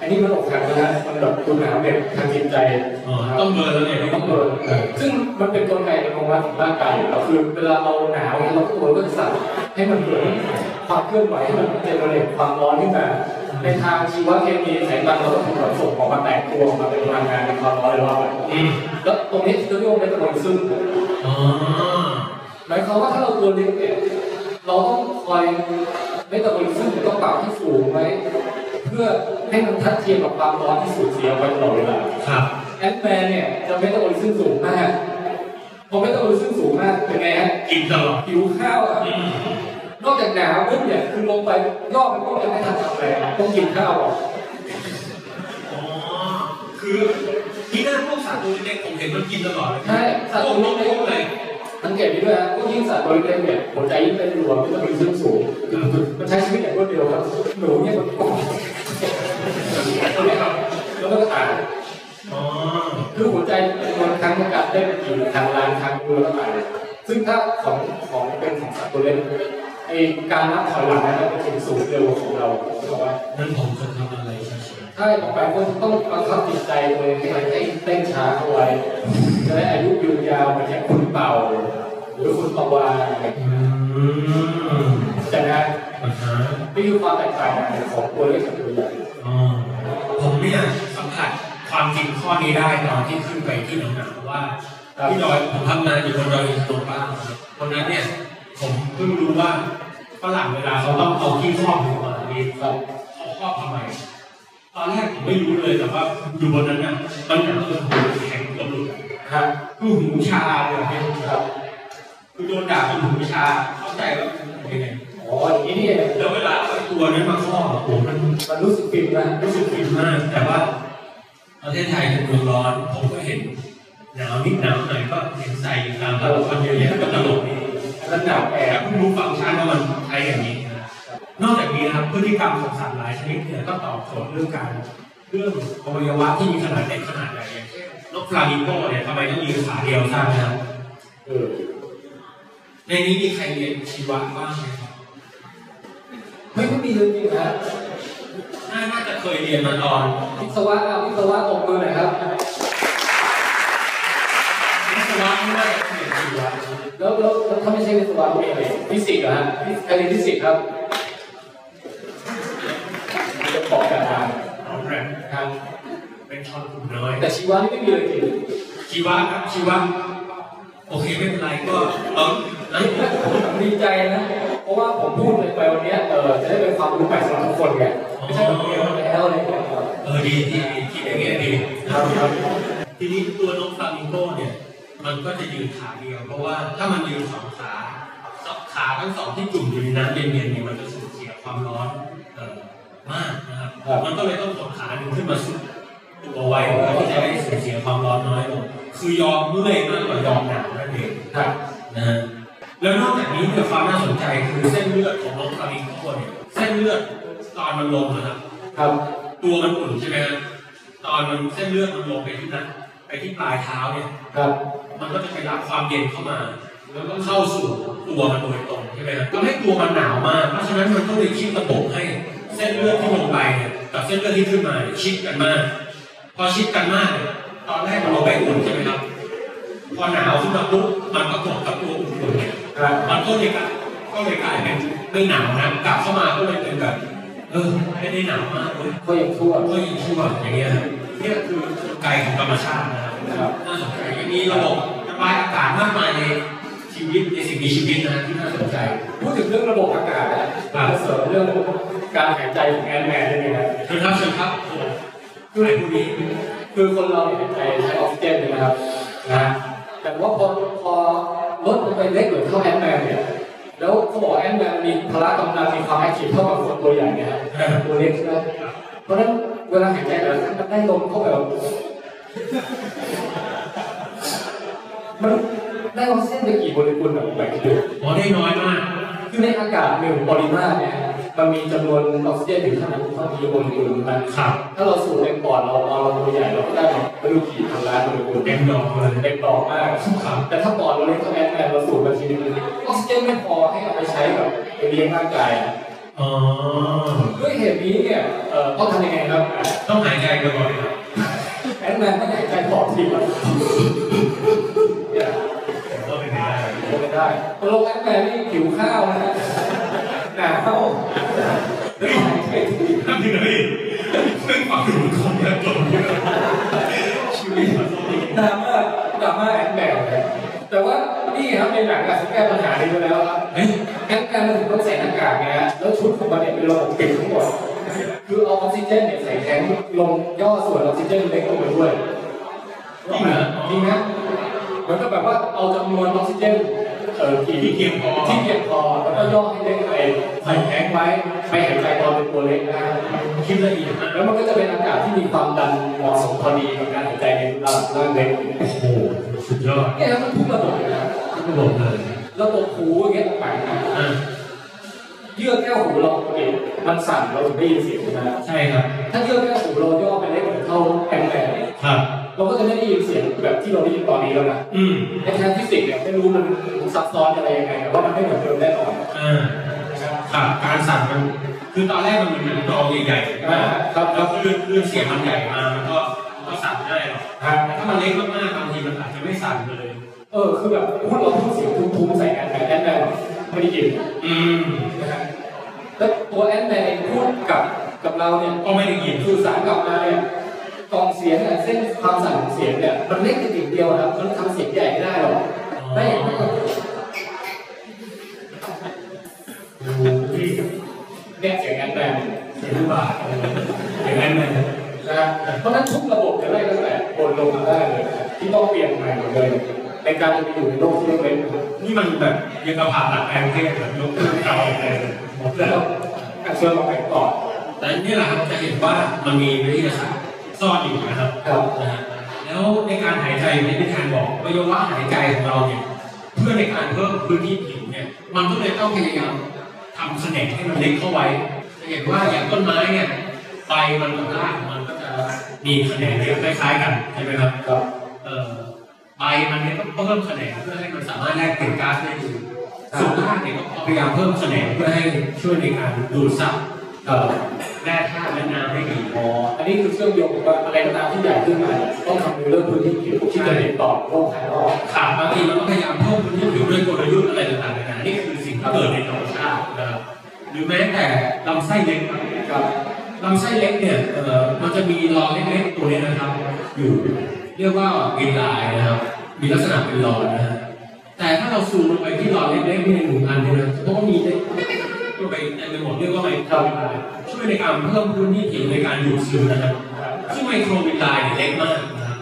Speaker 2: อันนี้มันอกหักนะฮะมันแบบคุณหาเด็กทางจิตใจ
Speaker 3: อ๋อ
Speaker 2: นะครับ
Speaker 3: ต้องเบิร์นแล้วเนี่ย
Speaker 2: ต้อ
Speaker 3: ต้อง ง
Speaker 2: เบิ
Speaker 3: เบิ
Speaker 2: ร์
Speaker 3: ร์
Speaker 2: น
Speaker 3: น
Speaker 2: เออซึ่งมันเป็นกลไกในของว่าของร่างกายอยู่แล้วคือเวลาเราหนาวเนี่ยเราก็ตัวเราก็จะสั่นให้มันเหมือนความเคลื่อนไหวให้มันเจเนเรตความร้อนขึ้นมาในทางชีวเคมีไขมันเราก็ถูกแบบส่งออกมาแตกตัวออกมาเป็นพลังงานเป็นความร้อนในรอบไป
Speaker 3: อืม
Speaker 2: แล้วตรงนี้ที่เราเรียกว่าเมตาบอลิซึม
Speaker 3: อ๋อ
Speaker 2: หมายความว่าถ้าเราตัวเล็กเนี่ยเราต้องค วัยเมตาบอลิซึมต้องปรับให้สูงไว้เพื่อให้มันทัดเทียมกับความร้อนที่สูญเสียไปตลอดเวลา
Speaker 3: ครับ
Speaker 2: แอดแมนเนี่ยจะเมตาบอลิซึมสูงมากพอเมตาบอลิซึมสูงมากเป็นไงฮะ
Speaker 3: กินตลอด
Speaker 2: หิวข้าวอะนอกจากหนาวปุ๊บเนี่ยคือลงไปยอดมันก็ยังไม่ทันทำอะไรต้องกินข้าวอ่ะ
Speaker 3: อ๋อ คือที่หน้าพวกสัตว์ตัวเล็กๆผมเห็นมันกินตลอดเลย
Speaker 2: ใช่สัต
Speaker 3: พ
Speaker 2: ว์
Speaker 3: วก
Speaker 2: ตัว
Speaker 3: ลกพ
Speaker 2: เล็ก
Speaker 3: วกอะไร
Speaker 2: สังเกตดีด้วยฮะพวกยิ่งสัตว์ตัวเล็กเนี่ยหัวใจยิ่งเต้นรัวเมตาบอลิซึมสูงมันใช้ชีวิตอย่างรวดเร็วครับหนูเนี่ยมันปุ๊บ แล้วมันก็ตาย
Speaker 3: อ๋อ
Speaker 2: คือหัวใจจำนวนครั้งในการเต้นกี่ทางลานทางเรือแล้วตายซึ่งถ้าของของเป็นของสัตว์ตัวเล็กไอการนับถอยหลังนั้นมันจะเป็นสูงเร็วกว่าของเราเขาบอกว่า
Speaker 3: นั่นผมจะทำอะไรใช่ไหม
Speaker 2: ใช่ของแปลคนต้องบังคับจิตใจตัวเองให้มันเต้นเต้นช้าเข้าไว้จะได้อายุยืนยาวเหมือนอย่างคุณเป่า หรือคุณปะวานอะไรอย่างเงี้ย
Speaker 3: อืม
Speaker 2: ใช่ไหม
Speaker 3: อ่าฮะ
Speaker 2: นี่คือความแตกต่างของตัวเล็กกับตัวใหญ่
Speaker 3: อ๋อผมเนี่ยสัมผัสความจริงข้อนี้ได้ตอนที่ขึ้นไปที่หนาวๆว่าที่ดอยผมทำงานอยู่บนดอยอินทนนท์บ้างวันนั้นเนี่ย ผมเพิ่งรู้ว่าฝรั่งเวลาเขาต้องเอาที่ครอบหัวนี่
Speaker 2: ครับ
Speaker 3: เขาครอบทำไมตอนแรกผมไม่รู้เลยแต่ว่าอยู่บนนั้นน่ะมันหนาวจนหูแข็งกระลุก
Speaker 2: ฮะ
Speaker 3: คือหูชาเลยอะพี่
Speaker 2: ครับ
Speaker 3: คือโดนด่าจนหูชา เข้าใจว่าเป็นยังไง
Speaker 2: อ๋ออย่างนี้นี่เอง
Speaker 3: แล้วเวลาเอาตัวนั้นมาครอบอะผมมัน
Speaker 2: มันรู้สึกฟินนะ
Speaker 3: รู้สึกผิดมาก แต่ว่าประเทศไทยเป็นเมืองร้อน ผมก็เห็นหนาวนิดหนาวหน่อยก็เห็นใส่อยู่ตามตลาดคนเยอะแยะก็ตลกดี
Speaker 2: ระดับแอ
Speaker 3: แต่
Speaker 2: บ
Speaker 3: เพิ่งรู้ฟังก์ชันว่ามันใช้อย่างนี้นะครับนอกจากนี้นะครับพฤติกรรมของสัตว์หลายชนิดเนี่ยก็ตอบโจทย์เรื่องการเรื่องอวัยวะที่มีขนาดเล็กขนาดใหญ่อย่างเช่นนกฟลามิงโกเนี่ยทำไมต้องยืนขาเดียวทราบไหมครับ
Speaker 2: เออ
Speaker 3: ในนี้มีใครเรียนชีวะบ้างไหมครับ
Speaker 2: ไม่ไม่มีเลยจริงๆนะ
Speaker 3: น่าน่าจะเคยเรียนมาตอน
Speaker 2: วิศวะอ่ะวิศวะตบมือหน่อยครับ
Speaker 3: วิศวะด้วยเรียนชีวะ
Speaker 2: แล้วแล้วแล้วถ้าไม่ใช่วิศวะเป็นอะไรฟิสิกส์เหรอฮะใครเรียนฟิสิกส์ครับจะบอกกันทาง
Speaker 3: เอาแหละ
Speaker 2: ทาง
Speaker 3: เป็นชนกลุ่มน้อย
Speaker 2: แต่ชีวะนี่ไม่มีเลยจริง
Speaker 3: ชีวะครับชีวะโอเคไม่เป็นไรก็เออเอ้ย
Speaker 2: ผมดีใจนะ เพราะว่าผมพูดไปวันเนี้ยเออจะได้เป็นความรู้ใหม่สำหรับทุกคนไงไม่ใช่แบบเดียวแล้วอะไรอย่างเงี้ยครับ
Speaker 3: เออดีดีดีคิดอย่างเงี้ยดี
Speaker 2: ครับครับ
Speaker 3: ทีนี้ตัวนกฟลามิงโกเนี่ย มันก็จะยืนขาเดียว เพราะว่าถ้ามันยืนสองขาสองขาทั้งสองที่จุ่มอยู่ในน้ำเย็นๆเนี่ยมันจะสูญเสียความร้อนเอ่อมากนะครับ มันก็เลยต้องถอดขาหนึ่งขึ้นมาสุดตัวไว้เพื่อที่จะได้สูญเสียความร้อนน้อยลงคือยอมเมื่อยมากกว่ายอมหนาวนั่นเอง
Speaker 2: ครับ
Speaker 3: นะฮะแล้วนอกจากนี้เนี่ยความน่าสนใจคือเส้นเลือดของนกฟลามิงโกเนี่ยเส้นเลือดตอนมันลงนะครับ
Speaker 2: ครับ
Speaker 3: ตัวมันอุ่นใช่ไหมฮะตอนมันเส้นเลือดมันลงไปที่นั้นไปที่ปลายเท้าเนี่ย
Speaker 2: ครับ
Speaker 3: มันก็จะไปรับความเย็นเข้ามา แล้วก็เข้าสู่ตัวมันโดยตรงใช่ไหมครับทำให้ตัวมันหนาวมาก เพราะฉะนั้นมันก็เลยคิดระบบให้เส้นเลือดที่ลงไปเนี่ยกับเส้นเลือดที่ขึ้นมาเนี่ยชิดกันมาก พอชิดกันมากเนี่ยตอนแรกมันลงไปอุ่นใช่ไหมครับ พอหนาวขึ้นมาปุ๊บมันก็กดกับตัวอุ่นๆเนี่ย
Speaker 2: ครับ
Speaker 3: มันก็เลยกลายก็เลยกลายเป็นไม่หนาวนะกลับเข้ามาก็เลยเป็นแบบเออไม่ได้หนาวมากเลย
Speaker 2: ก็ยังทั่ว
Speaker 3: ก็ยิ่งชั่วอย่างเงี้ยครับเนี่ยคือกลไกของธรรมชาตินะค
Speaker 2: ครั
Speaker 3: รับ
Speaker 2: บ
Speaker 3: น่าสนใจยังมีระบบระบายอากาศมากมายในชีวิตในสิ่งมีชีวิตนะที่น่าสนใจ
Speaker 2: พูดถึงเรื่องระบบอากาศนะมาเสริมเรื่องการหายใจของแอนแมนได้ไหมครับ
Speaker 3: เชิญครับเชิญครับโอ้โหไหนผู้นี้
Speaker 2: คือคนเราเนี่ยหายใจใช้ออกซิเจนใช่ไหมครับนะ แต่ว่าพอพอลดลงไปเล็กเหมือนเท่าแอนแมนเนี่ย แล้วเขาบอกว่าแอนแมนมีพละกำลังมีความแอคทีฟเท่ากับคนตัวใหญ่เนี่ยครับแต่ตัวเล็กใช่ไหมเพราะฉะนั้นเวลาหายใจแต่ละครั้งมันได้ลมเข้าไปแบบ มันได้ออกซิเจนไปกี่โมเลกุลแบบแบบคิดดู
Speaker 3: หมอได้น้อยมาก
Speaker 2: คือในอากาศหนึ่งปริมาตรเนี่ยมันมีจำนวนออกซิเจนอยู่เท่านั้นเท่าที่โมเลกุลมัน
Speaker 3: ครับ
Speaker 2: ถ้าเราสูดในปอดเราเอาเราตัวใหญ่เราก็ได้ไม่รู้กี่พันล้านโมเลกุล
Speaker 3: เต็มดอกเลย
Speaker 2: เต็มปอดมาก
Speaker 3: ครับ
Speaker 2: แต่ถ้าปอดเราเล็กเท่าแอนแอนเราสูดมาทีนึงออกซิเจนไม่พอให้เอาไปใช้แบบไปเลี้ยงร่างกายอะ
Speaker 3: อ๋อ
Speaker 2: ด้วยเหตุนี้เนี่ยเอ่อต้องทำยังไงครับ
Speaker 3: ต้องหายใจบ่อยๆครับ
Speaker 2: แอนแมนไม่ได้หายใจปอดทีละ เนี่ย
Speaker 3: ผมก็เป็น
Speaker 2: เป็น
Speaker 3: ไปได้
Speaker 2: ไปได้ตลกแอนแมนนี่ผิวข้าวนะฮ ะหนาว แล้วหายใจที
Speaker 3: นั่นคืออะไรเรื่องความรู้คนเนี่ยจบชีวิตมันต้องมี
Speaker 2: ดราม่าดราม่าแอนแมวแต่ว่านี่ฮะ ครับในหนังอะเขาแก้ปัญหานี้ไปแล้วครับ
Speaker 3: เฮ้ย
Speaker 2: แอนแอนมันถึงต้องใส่หน้ากากไงฮะแล้วชุดของมันเนี่ยเป็นระบบปิดทั้งหมด คือเอาออกซิเจนเนี่ยใส่แทงค์ลงย่อส่วนออกซิเจนเล็กลงไปด้วยจริงเหรอจริงนะเหมันก็แบบว่าเอาจำนวนออกซิเจนเอ่อกี่
Speaker 3: ที่เพียงพอ
Speaker 2: ที่เพียงพอแล้วก็ย่อให้เล็กไปใส่แทงค์ไว้ไม่หายใจตอนเป็นตัวเล็กนะ
Speaker 3: คิดละเอียดมาก
Speaker 2: แล้วมันก็จะเป็นอากาศที่มีความดันเหมาะสมพอดีกับการหายใจในร่างร่างเล็ก
Speaker 3: โอ้โหสุดยอด
Speaker 2: เนี่ยมันทุกระบบเลยนะ
Speaker 3: ทุกระบบเลย
Speaker 2: ระบบหูอย่างเงี้ยต่างๆนะ
Speaker 3: อ่ะ
Speaker 2: เยื่อแก้วหูเราปกติมันสั่นเราถึงได้ยินเสียงใช่ไหมฮะ
Speaker 3: ใช่ครับ
Speaker 2: ถ้าเยื่อแก้วหูเราย่อไปเล็กเหมือนเท่าแผ่นแผ่น
Speaker 3: ครับ
Speaker 2: เราก็จะไม่ได้ยินเสียงแบบที่เราได้ยินตอนนี้แล้วนะ
Speaker 3: อืม
Speaker 2: ในทางฟิสิกส์เนี่ยไม่รู้มันซับซ้อนอะไรยังไงแต่ว่ามันไม่เหมือนเดิมแน่นอน
Speaker 3: อ่าครับการสั่งมันคือตอนแรกมันเหมือนตองใหญ่ๆใช่ไหมครับแล้วก็เลื่อนเลื่อนเสียงมันใหญ่มามันก็มันก็สั่นได้หรอก
Speaker 2: นะครับ
Speaker 3: แต่ถ้ามันเล็กมากๆบางทีมันอาจจะไม่สั่นเลย
Speaker 2: เออคือแบบพูดเราพูดเสียงทุ้มๆใส่กันแต่แอนแมนไม่ได้ยิน
Speaker 3: อืม
Speaker 2: แล้วตัวแอนแมนเองพูดกับกับเราเนี่ย
Speaker 3: ก็ไม่ได้ยิน
Speaker 2: สื่อสารกลับมาเนี่ยกองเสียงเนี่ยเส้นความสั่นของเสียงเนี่ยมันเล็กแต่ติ่งเดียวนะครับมันทำเสียงใหญ่ไม่ได้หรอกได้อย่างนั้นก็เนี่ยเสียงแอนแมน
Speaker 3: เสียงบาทอย่างนั้นเลย
Speaker 2: นะครับเพราะฉะนั้นทุกระบบจะไล่ตั้งแต่บนลงมาได้เลยที่ต้องเปลี่ยนใหม่หมดเลยในการจะไปอยู่ในโลกที่เล็กๆ
Speaker 3: นี่มันแบบยังกระผ่าตัดแปลงเพศแบบยกขึ้นเก่าเลยหมดแล้ว
Speaker 2: การเชื่อมต่อไปก่อน
Speaker 3: แต่นี่แหละครับจะเห็นว่ามันมีวิทยาศาสตร์ซ่อนอยู่นะครับ
Speaker 2: ครับ
Speaker 3: นะฮะแล้วในการหายใจในที่ทานบอกอวัยวะหายใจของเราเนี่ยเพื่อในการเพิ่มพื้นที่ผิวเนี่ยมันก็เลยต้องพยายามทำแขนงให้มันเล็กเข้าไว้จะเห็นว่าอย่างต้นไม้เนี่ยใบมันกับรากมันก็จะมีแขนงเล็กคล้ายๆกันใช่ไหมครับ
Speaker 2: ครับ
Speaker 3: เอ่อใบมันเนี่ยต้องเพิ่มแขนงเพื่อให้มันสามารถแลกเปลี่ยนก๊าซได้ดีส่วนล่างเนี่ยก็พยายามเพิ่มแขนงเพื่อให้ช่วยในการดูดซับเอ่อแร่ธาตุและน้ำให้ดีพอ
Speaker 2: อันนี้คือเครื่องยนต์ว่าอะไรก็ตามที่ใหญ่ขึ้นมาเนี่ยต้องคำนึงเรื่องพื้นที่ผิวที่จะติดต่อโลกภายนอก
Speaker 3: ขาดบางทีเราก็พยายามเพิ่มพื้นที่ผิวด้วยกลยุทธ์อะไรต่างๆนานานี่คือสิ่งที่เกิดในธรรมชาตินะครับหรือแม้แต่ลำไส้เล็ก
Speaker 2: ครับ
Speaker 3: ลำไส้เล็กเนี่ยเอ่อมันจะมีรอยเล็กๆตัวเนี้นะครับ อยู่ เรียกว่าวินไลน์นะครับ มีลักษณะเป็นรอยนะฮะ แต่ถ้าเราซูมลงไปที่หลอดเล็กๆที่ในหนึ่งอันเนี่ยนะเพราะว่ามีได้ลงไปเต็มไปหมดเรียกว่าไมโครวิลไลน์ช่วยในการเพิ่มพื้นที่ผิวในการดูดซึมนะครับซึ่งไมโครวิลไลน์เนี่ยเล็กมากนะครับ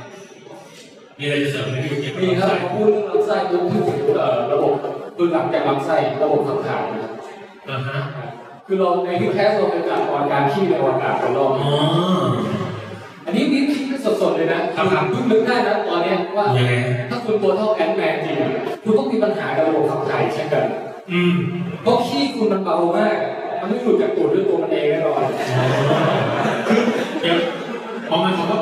Speaker 3: มีอะไรจะเสริมไหมพี่เกี่ยวกับ
Speaker 2: มีครับพอพูดเรื่องลำไส้พูดถึงเอ่อระบบตัวหลังจากลำไส้ระบบขับถ่ายนะครับ
Speaker 3: อ่าฮะ
Speaker 2: คือเราในที่แคสเราเป็นจากออนการขี้ในอวกาศของเรา
Speaker 3: อ๋อ
Speaker 2: อันนี้นี่คิดกันสดๆเลยนะครับ
Speaker 3: ครับ
Speaker 2: เพิ่งนึกได้นะตอนเนี้ยว่า
Speaker 3: ยังไง
Speaker 2: ถ้าคุณตัวเท่าแอนแมนจริงอะคุณต้องมีปัญหากับระบบขับถ่ายเช่นกัน
Speaker 3: อืม
Speaker 2: เพราะขี้คุณมันเบามาก มันไม่หลุดจากตูดด้วยตัวมันเองแน่นอน
Speaker 3: เดี๋ยวพอมันบอกว่า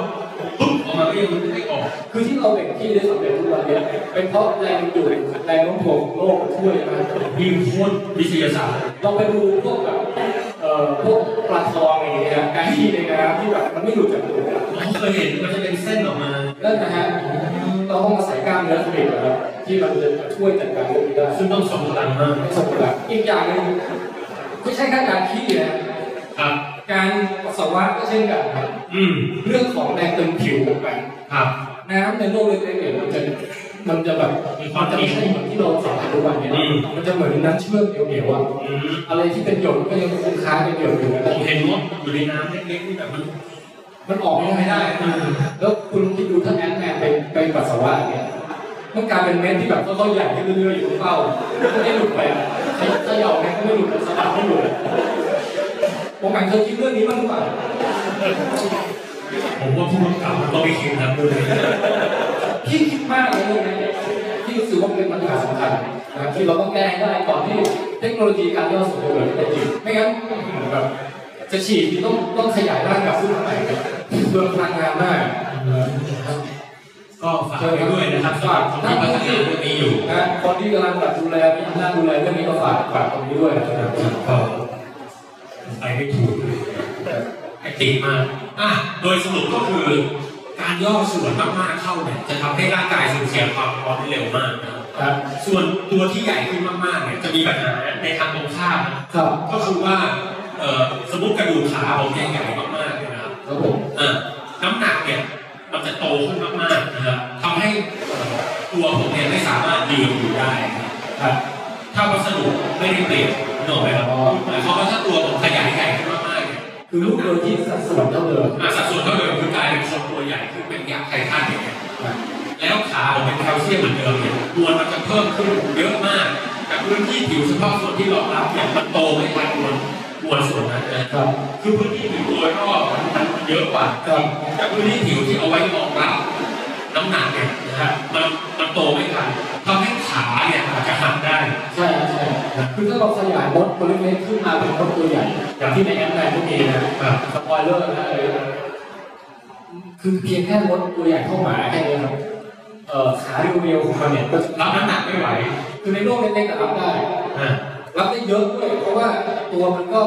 Speaker 3: ปุ๊บออกมาก็ยังไม่ออก
Speaker 2: คือที่เราแบ่งขี้ได้สำเร็จทุกวันเนี้ยเป็นเพราะแรงดูดแรงโน้มถ่วงของโลกมันช่วยมา
Speaker 3: ยิ่งโคตรวิทยาศาสตร์
Speaker 2: ลองไปดูพวกแบบเอ่อพวกปลาทองอะไรอย่างเงี้ยนะการที่ในน้ำที่แบบมันไม่หลุดจากตัวนะ
Speaker 3: ผมเคยเห็นมันจะเป็นเส้นออกมา
Speaker 2: นั่นนะฮะเราต้องอาศัยกล้ามเนื้อสมิดนะครับที่มันจะช่วยจัดการเรื่องนี้ได้
Speaker 3: ซึ่งต้องสองพลังมาก
Speaker 2: สมบูรณ์อีกอย่างหนึงไม่ใช่แค่การขี้นะครับ การปัสสาวะก็เช่นกันครับ
Speaker 3: อืม
Speaker 2: เรื่องของแรงตึงผิวเหมือนกัน
Speaker 3: ครับ
Speaker 2: น้ำในโลกเล็กๆเนี่ยมันจะมันจะแบบมันจะไม่ใช่เหมือนที่เราสัมผัสทุกวันเนี่ยนะมันจะเหมือนน้ำเชื่อมเหนียวๆอะ
Speaker 3: อืม
Speaker 2: อะไรที่เป็นหยดก็ยังคงค้างเป็นหยดอยู่นะ
Speaker 3: ผมเห็นว่าอยู่ในน้ำเล็กๆนี่แบบมัน
Speaker 2: มันออกไม่ได้นะแล้วคุณคิดดูถ้าแอนแมนไปไปปัสสาวะเนี่ย มันกลายเป็นเม็ดที่แบบค่อยๆใหญ่ขึ้นเรื่อยๆอยู่ตรงเป้าไม่ได้หลุดไปอะใครถ้าหยอกแม่งก็ไม่หลุดสะบัดไม่หลุดอะผมหมายเคยคิดเรื่องนี้บ้างหรือเปล่า
Speaker 3: ผมว่าผู้กำกับมันต้องไปคิดนะพูดเลย
Speaker 2: พี่คิดมากเลยเรื่องนี้พี่รู้สึกว่าเป็นปัญหาสำคัญนะครับที่เราต้องแก้ให้ได้ก่อนที่เทคโนโลยีการย่อส่วนตัวจะจริงไม่งั้นแบบจะฉีดนี่ต้องต้องขยายร่างกลับขึ้นมาใหม่ครับเพื่อพลังงานมาก
Speaker 3: ก็ฝากไปด้วยนะครับสำหรับคนที่พัฒนาเรื่องนี้อยู่
Speaker 2: นะคนที่กำลังแบบดูแลมีอำนาจดูแลเรื่องนี้ก็ฝากฝากตรงนี้ด้วยนะครับ
Speaker 3: ก็ไปไม่ถูกเลยไอติดมากอ่ะโดยสรุปก็คือ การย่อส่วนมากๆเข้าเนี่ยจะทำให้ร่างกายสูญเสียความร้อนได้เร็วมากนะครับ
Speaker 2: ครับ
Speaker 3: ส่วนตัวที่ใหญ่ขึ้นมากๆเนี่ยจะมีปัญหาในทางตรงข้ามนะ
Speaker 2: ครับ
Speaker 3: ก็คือว่าเอ่อสมมติกระดูกขาผมเนี่ยใหญ่มากๆเลยนะครับ
Speaker 2: ครับผม
Speaker 3: เอ่อน้ำหนักเนี่ย มันจะโตขึ้นมากๆนะครับทำให้ตัวผมเนี่ยไม่สามารถยืนอยู่ได้นะค
Speaker 2: ครั
Speaker 3: รับ
Speaker 2: บ
Speaker 3: ถ้าวัสดุไม่ได้เปลี่ยนนึกออกไหมครับ
Speaker 2: อ๋อ
Speaker 3: หมายความว่าถ้าตัวผมขยายใหญ่ขึ้นมากๆเนี่ย
Speaker 2: คือลูกโดยที่สัดส่วนเท่าเดิม
Speaker 3: อาสัดส่วนเท่าเดิมคือกลายเป็นคนตัวใหญ่ขึ้นเป็นยักษ์ไททันอย่างเงี้ย
Speaker 2: นะ
Speaker 3: แล้วขาผมเป็นแคลเซียมเหมือนเดิมเนี่ยมวลมันจะเพิ่มขึ้นเยอะมากแต่พื้นที่ผิวเฉพาะส่วนที่รองรับเนี่ยมันโตไม่ทันมวลมวลส่วนนั้นนะครับ คือพื้นที่ผิวโดยรอบมันเยอะกว่า
Speaker 2: ครับ
Speaker 3: แต่พื้นที่ผิวที่เอาไว้รองรับน้ำหนักเนี่ยนะฮะมันมันโตไม่ทันทำให้ขาเนี่ยอาจจะหักได้
Speaker 2: ใช่ใช่ครับคือถ้าเราขยายมดตัวเล็กๆขึ้นมาเป็นมดตัวใหญ่ อย่างที่ในแอปไลน์ก็มีนะครับ สปอยเลอร์นะเออคือเพียงแค่มดตัวใหญ่เข้าหมาแค่นี้ครับเอ่อขาเรียวๆของมันเนี่ยก็จะ
Speaker 3: รับน้ำหนักไม่ไหว
Speaker 2: คือในโลกเล็กๆอะรับได้
Speaker 3: อ่า
Speaker 2: รับได้เยอะด้วยเพราะว่าตัวมันก็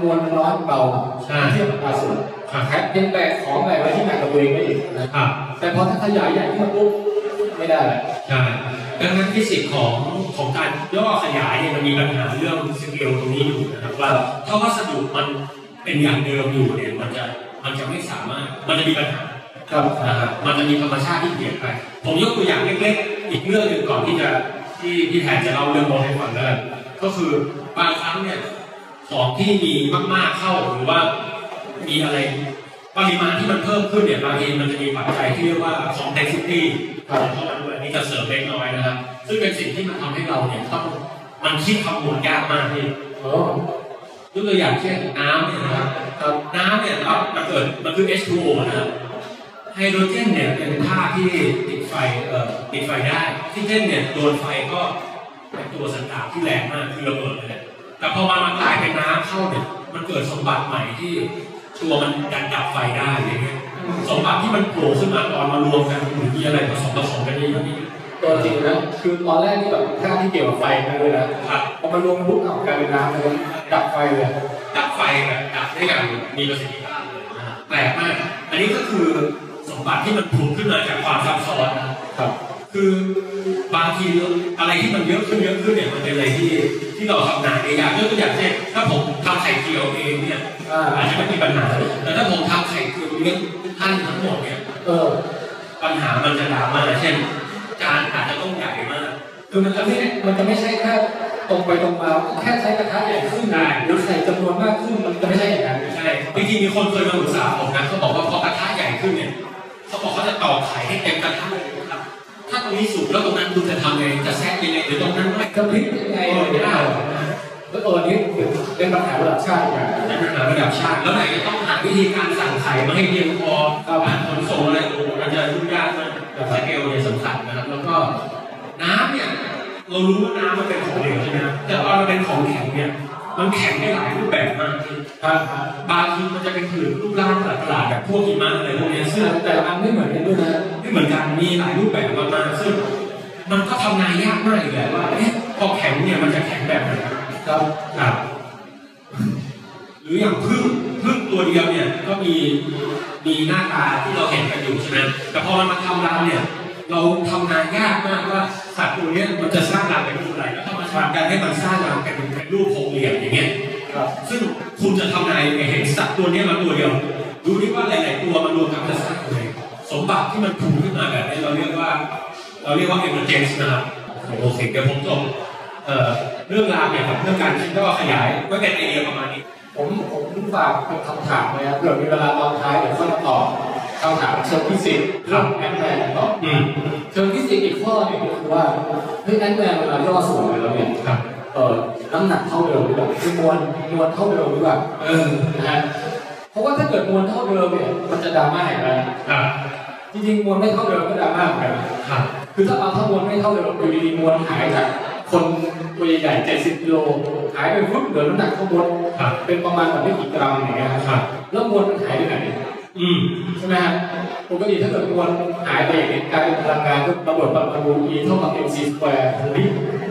Speaker 2: มวลมันน้อยเบา
Speaker 3: ใช่
Speaker 2: เทียบกับปลาสูตร
Speaker 3: ครับ
Speaker 2: แค่เพียงแบกของอะไรไว้ที่หนักกับตัวเองไม่อีกนะครับ แต่พอถ้าขยายใหญ่ขึ้นมาปุ๊บไม่ได้แล้ว
Speaker 3: ใช่ดังนั้นฟิสิกส์ของของการย่อขยายเนี่ยมันมีปัญหาเรื่องสเกลตรงนี้อยู่นะครับว่าถ้าวัสดุมันเป็นอย่างเดิมอยู่เนี่ยมันจะมันจะไม่สามารถมันจะมีปัญหา
Speaker 2: ครับ
Speaker 3: นะครับมันจะมีธรรมชาติที่เปลี่ยนไป ผมยกตัวอย่างเล็กๆ อีกเรื่องหนึ่งก่อนที่จะที่พี่แทนจะเล่าเรื่องมองให้ฟังแล้วกันก็คือบางครั้งเนี่ยของที่มีมากๆเข้าหรือว่ามีอะไรปริมาณที่มันเพิ่มขึ้นเนี่ยบางทีมันจะมีปัจจัยที่เรียกว่า complexity
Speaker 2: ครับ
Speaker 3: เข้ามาด้วยอันนี่จะเสริมเล็กน้อยนะครับ ซึ่งเป็นสิ่งที่มันทำให้เราเนี่ยต้องมันคิดคำนวณยากมากที่
Speaker 2: อ๋อย
Speaker 3: กตัวอย่างเช่นน้ำเนี่ยนะครับ
Speaker 2: ครับ
Speaker 3: น้ำเนี่ยครับมันเกิดมันคือ H2O นะครับไฮโดรเจนเนี่ยเป็นธาตุที่ติดไฟเอ่อติดไฟได้ออกซิเจนเนี่ยโดนไฟก็เป็นตัวสังกาที่แรงมากคือระเบิดเลยแหละแต่พอมันกลายเป็นน้ำเข้าเนี่ยมันเกิดสมบัติใหม่ที่ตัวมันดันดับไฟได้อย่างเงี้ยสมบัติที่มันโผล่ขึ้นมาตอนมารวมกันหรือมีอะไรผสมผสมกันเยอะๆนี่
Speaker 2: ตัวจริงนะคือตอนแรกที่แบบท่าที่เกี่ยวกับไฟนั่นเลยนะครับ พอมันรวมปุ๊บเอากลายเป็นน้ำเลยดับไฟเลย
Speaker 3: ดับไฟแบบดับได้อย่างมีประสิทธิภาพเลยนะฮะแปลกมาก อันนี้ก็คือสมบัติที่มันผุดขึ้นมาจากความซับซ้อนนะครับ คือบางทีอะไรที่มันเยอะขึ้นเยอะขึ้นเนี่ยมันเป็นอะไรที่ที่เราทำงานเองอย่างยกตัวอย่างเช่นถ้าผมทำไข่เจียวเองเนี่ย
Speaker 2: อ่า
Speaker 3: อาจจะไม่มีปัญหาแต่ถ้าผมทำไข่เจียวเลี้ยงทุกท่านทั้งหมดเนี่ย
Speaker 2: เออ
Speaker 3: ปัญหามันจะดราม่าเช่น จานอาจจะต้องใหญ่มากคือมัน
Speaker 2: มั
Speaker 3: จะ
Speaker 2: น
Speaker 3: ไม่
Speaker 2: ไม่มันจะไม่ใช่แค่ตรงไปตรงมาแค่ใช้กระทะใหญ่ขึ้นนะหรือใส่จำนวนมากขึ้นมันจะไม่ใช่อย่างนั้น
Speaker 3: ใช่จริงๆมีคนเคยมาปรึกษาผมนะเขาบอกว่าพอกระทะใหญ่ขึ้นเนี่ย เขาบอกเขาจะต่อไข่ให้เต็มกระทะเลยนะครับ ถ้าตรงนี้สุกแล้วตรงนั้นคุณจะทำไง จะแซะยังไงหรือตรงนั้นไม่
Speaker 2: จะพลิกยังไงไม่ได้แล้วเออนี่เป็นปัญหาระดับชาติอย่าง
Speaker 3: ใช่ปัญหาระดับชาติ แล้วไหนจะต้องหาวิธีการสั่งไข่มาให้เพียงพอการขนส่งอะไรโอ้โหมันจะยุ่งยากมากแต่สเกลเนี่ยสำคัญนะครับ แล้วก็น้ำเนี่ย เรารู้ว่าน้ำมันเป็นของเหลวใช่ไหมครับแต่พอมันเป็นของแข็งเนี่ย มันแข็งได้หลายรูปแบบมาก
Speaker 2: ครับ
Speaker 3: บางทีมันจะเป็นผืนรูปร่างประหลาดๆแบบพวกหิมะอะไรพวกเนี้ยซึ่ง
Speaker 2: แต่ละอันไม่เหมือนกันด้วยนะ
Speaker 3: ไม่เหมือนกันมีหลายรูปแบบมากๆซึ่งมันก็ทำงานยากมากอยู่แล้วว่าเอ๊ะพอแข็งเนี่ยมันจะแข็งแบบไหน
Speaker 2: ครับ
Speaker 3: ครับ หรืออย่างพึ่งพึ่งตัวเดียวเนี่ยก็มีมีหน้าตาที่เราเห็นกันอยู่ใช่ไหมแต่พอมันมาทำรังเนี่ย เราทำงานยากมากว่าสัตว์ตัวเนี้ยมันจะสร้างรังเป็นรูปอะไรแล้วธรรมชาติการให้มันสร้างรังเป็นเป็นรูปหกเหลี่ยมอย่างเงี้ย
Speaker 2: ครับ
Speaker 3: ซึ่งคุณจะทำนายเห็นสัตว์ตัวเนี้ยมาตัวเดียว ดูดิว่าหลาย ๆ ตัวมันรวมกันจะสร้างอะไรสมบัติที่มันถูกขึ้นมาแบบนี้เราเรียกว่า เราเรียกว่าเอเมอร์เจนซ์นะครับโอเคเดี๋ยวผมจบเอ่อเรื่องราวเกี่ยวกับเรื่องการคิดแล้วก็ขยายไว้เป็นไอเดียประมาณนี้
Speaker 2: ผมผมฝากเป็นคำถามนะครับเผื่อมีเวลาตอนท้ายเดี๋ยวค่อยมาตอบคำถามเชิงฟิสิกส์เรื่องแอนแมนต่อ
Speaker 3: อืม
Speaker 2: เชิงฟิสิกส์อีกข้อหนึ่งก็คือว่าเฮ้ยแอนแมนเวลาย่อส่วนไปแล้วเนี่ย
Speaker 3: ครับ
Speaker 2: เออน้ำหนักเท่าเดิมหรือเปล่าคือมวลมวลเท่าเดิมหรือเปล่า
Speaker 3: เออ
Speaker 2: นะฮะเพราะว่าถ้าเกิดมวลเท่าเดิมเนี่ยมันจะดราม่าอย่างไร
Speaker 3: ครับ
Speaker 2: จริงๆมวลไม่เท่าเดิมก็ดราม่าเหมือนกัน
Speaker 3: ครับ
Speaker 2: คือถ้าเอาถ้ามวลไม่เท่าเดิมอยู่ดีๆมวลหายจากคนตัวใหญ่ๆ70กิโลหายไปปุ๊บเหลือน้ำหนักข้างบน
Speaker 3: ครับ
Speaker 2: เป็นประมาณแบบไม่กี่กรัมอย่างเงี้ย
Speaker 3: ครับ
Speaker 2: แล้วมวลมันหายไปไหน
Speaker 3: อืม
Speaker 2: ใช่ไหมฮะปกติถ้าเกิดมวลหายไปอย่างนี้กลายเป็นพลังงานก็ระเบิดปรมาณู E เท่ากับ mc สแควร์หรือ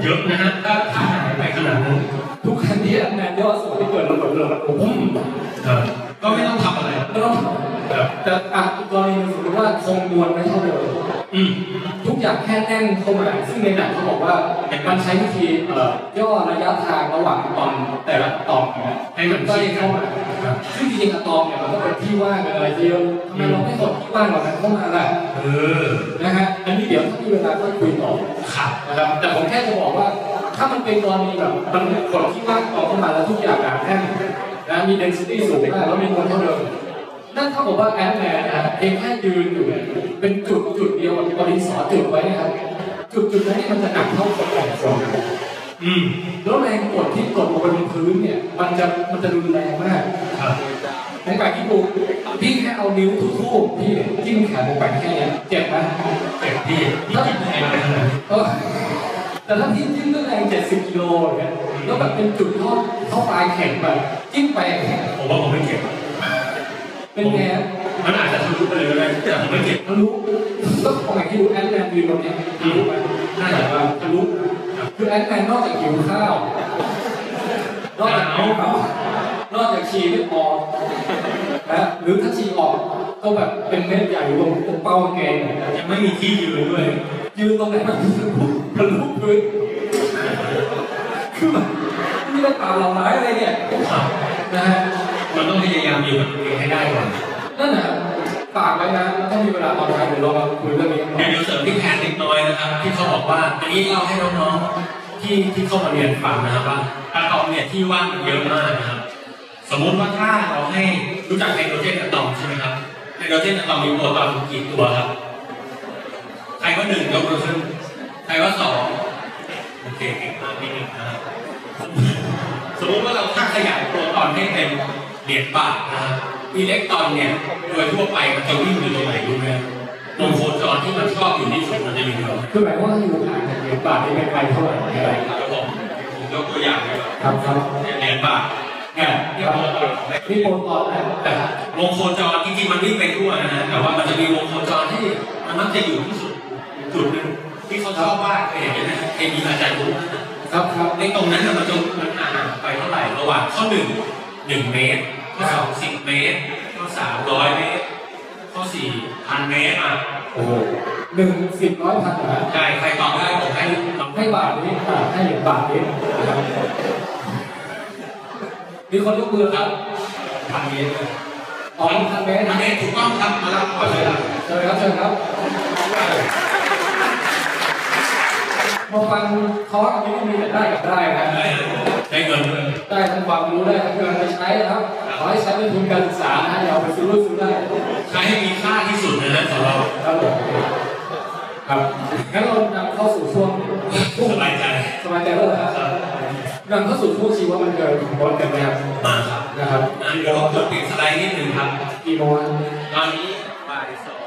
Speaker 3: เยอะนะฮะถ้าถ้าหายไปขนาดนั้น
Speaker 2: ทุกครั้งที่แอนแมนยอดส่วนที่เกิดระเบิดเรือมันปุ้ม
Speaker 3: เออก็ไม่ต้องทำอะไร
Speaker 2: ก็ต้อง
Speaker 3: ครับ
Speaker 2: แต่อ่ะอีกกรณีหนึ่งสมมติว่าคงมวลไม่เท่าเดิม
Speaker 3: อืม
Speaker 2: ทุกอย่างแค่แน่นเข้ามา ซึ่งในหนังเขาบอกว่ามันใช้วิธีเอ่อย่อระยะทางระหว่างอะตอมแต่ละอะตอมนะ
Speaker 3: ให้มัน
Speaker 2: ใกล้เข้ามา
Speaker 3: ครับ
Speaker 2: ซึ่งจริงๆอะตอมเนี่ยมันก็เป็นที่ว่างเป็นอะไรที่เยอะทำไมเราไม่สดที่ว่างเหล่านั้นเข้ามาล่ะ
Speaker 3: เออ
Speaker 2: นะฮะอันนี้เดี๋ยวถ้ามีเวลาก็คุยต่อ
Speaker 3: ขับ
Speaker 2: นะครับแต่ผมแค่จะบอกว่า ถ้ามันเป็นกรณีแบบมันกดที่ว่างออกเข้ามาแล้วทุกอย่างหนาแน่นนะมี density สูงมากแล้วมีคนเท่าเดิมนั่นเท่ากับว่าแอนแมนนะฮะเพียงแค่ยืนอยู่เนี่ยเป็นจุดจุดเดียวกับบริษัทจุดไว้นะครับจุดจุดนั้นนี่มันจะหนักเท่ากับของคน
Speaker 3: อืม
Speaker 2: แล้วแรงกดที่กดลงไปบนพื้นเนี่ย มันจะมันจะรุนแรงมาก
Speaker 3: ครับ
Speaker 2: ในปากที่ปูพี่แค่เอานิ้วทุบๆพี่เนี่ยจิ้มแขนลงไปแค่เนี้ยเจ็บไหม
Speaker 3: เจ็บที่ที่กินแรงไปเลย
Speaker 2: เออแต่ถ้าพี่จิ้มด้วยแรง70กิโลเนี่ยแล้วแบบเป็นจุดเท่าเท่าปลายแขนไปจิ้มไป
Speaker 3: ผมว่าผมไม่เก็บ
Speaker 2: เป็นไงฮะ
Speaker 3: มันอาจจะทะลุไปเลยก็ได้แต่ผมไม่เก็บ
Speaker 2: ทะลุแล้วของไหนที่รู้แอนแมนยืนตรงเนี้ยทะลุไหมน่าจะว่าทะลุคือแอนแมนนอกจากหิวข้าวนอกจากหิวข้าวนอกจากฉี่ไม่พอ นะหรือถ้าฉี่ออกก็แบบเป็นเม็ดใหญ่ลงตรงเป้ากางเกงเนี่ย
Speaker 3: ยังไม่มีที่ยืนด้วย
Speaker 2: ยืนตรงไหนมันทะลุทะลุพื้นคือแบบนี่เป็นป่าเหล่าร้ายอะไรเนี่ยนะฮะ
Speaker 3: มันต้องพยายามอยู่กับตัวเองให้ได้ก่อน
Speaker 2: นั่นน่ะฝากไว้นะถ้ามีเวลาตอนไหนเดี๋ยวเรามาคุยเรื่องนี้กันต่อ
Speaker 3: เดี๋ยวเดี๋ยวเสริมที่แพนเล็กน้อยนะครับ ที่เขาบอกว่า อันนี้เล่าให้น้องๆ ที่ที่เข้ามาเรียนฟังนะครับว่าอะตอมเนี่ยที่ว่างมันเยอะมากนะครับ สมมุติว่าถ้าเราให้รู้จักไฮโดรเจนอะตอมใช่ไหมครับ ไฮโดรเจนอะตอมมีโปรตอนกี่ตัวครับ ใครว่าหนึ่งยกมือขึ้น ใครว่าสองโอเคเก่งมากพี่หนึ่งนะครับ สมมติว่าเราถ้าขยายโปรตอนให้เป็นเหรียญบาทนะฮะอิเล็กตรอนเนี่ยโดยทั่วไปมันจะวิ่งอยู่ตรงไหนรู้ไหมตรงโคจรที่มันชอบอยู่ที่สุดมันจะอยู่ตรงไหน
Speaker 2: คือหมายความว่าอยู่ห่างจากเหรียญบาทได้ไม่ไกลเท่าไหร่ไม่ไกล
Speaker 3: เดี๋ยวผมผมยกตัวอย่างเลย
Speaker 2: ครับครับ
Speaker 3: เหรียญบาทเนี่ยเนี่ยโปรตอนเนี่ย
Speaker 2: นี่โปรตอนนะ
Speaker 3: แต่วงโคจรจริงๆมันวิ่งไปทั่วนะฮะแต่ว่ามันจะมีวงโคจรที่มันมักจะอยู่ที่สุดจุดหนึงที่เขาชอบมากเคยเห็นไหมเคยมีอาจารย์รู้
Speaker 2: ครับครับ
Speaker 3: ในตรงนั้นน่ะมันจะมันห่างไปเท่าไหร่ระหว่างข้อหนึ่งหนึ่งเมตร ข้อสองสิบเมตร ข้อสามร้อยเมตร ข้อสี่พันเมตรอ่ะ
Speaker 2: โอ้โหหนึ่งสิบร้อยพันนะ
Speaker 3: ใครใครตอบได้ผมให้ตอบ
Speaker 2: ให้บาทนี้อ่าให้เหรียญบาทนี้นะครับมีคนยกมือ
Speaker 3: ค
Speaker 2: ค
Speaker 3: รั
Speaker 2: รั
Speaker 3: บบ พันเมตรเลย
Speaker 2: ออกพันเมตร
Speaker 3: พันเมตรถูกต้องครับมารับก่อนเลยครับ
Speaker 2: เชิญครับเชิญครับมาฟังคอร์สอันนี้ก็มีแต่ได้กับได้นะ
Speaker 3: ได้เงินด้วย
Speaker 2: ได้ทั้งความรู้ได้ทั้งเงินไปใช้นะครับ ขอให้ใช้เป็นทุนการศึกษานะอย่าเอาไปซื้อรุ่นซื้อได้
Speaker 3: ใช้ให้มีค่าที่สุดนะฮะสำหรับเรา
Speaker 2: ครับผมครับงั้นเรานำเข้าสู่ช่วงช่วง
Speaker 3: สบายใจ
Speaker 2: สบายใจแล้วเหรอครับ
Speaker 3: ครับ
Speaker 2: นำเข้าสู่ช่วงชีวะมันเกินของบอลกันนะครับ
Speaker 3: มาครับ
Speaker 2: นะครับ
Speaker 3: อ่ะเดี๋ยวเราเปิดสไลด์นิดหนึ่งครับ
Speaker 2: กี่โมงครับ
Speaker 3: ตอนนี้บ่ายสอง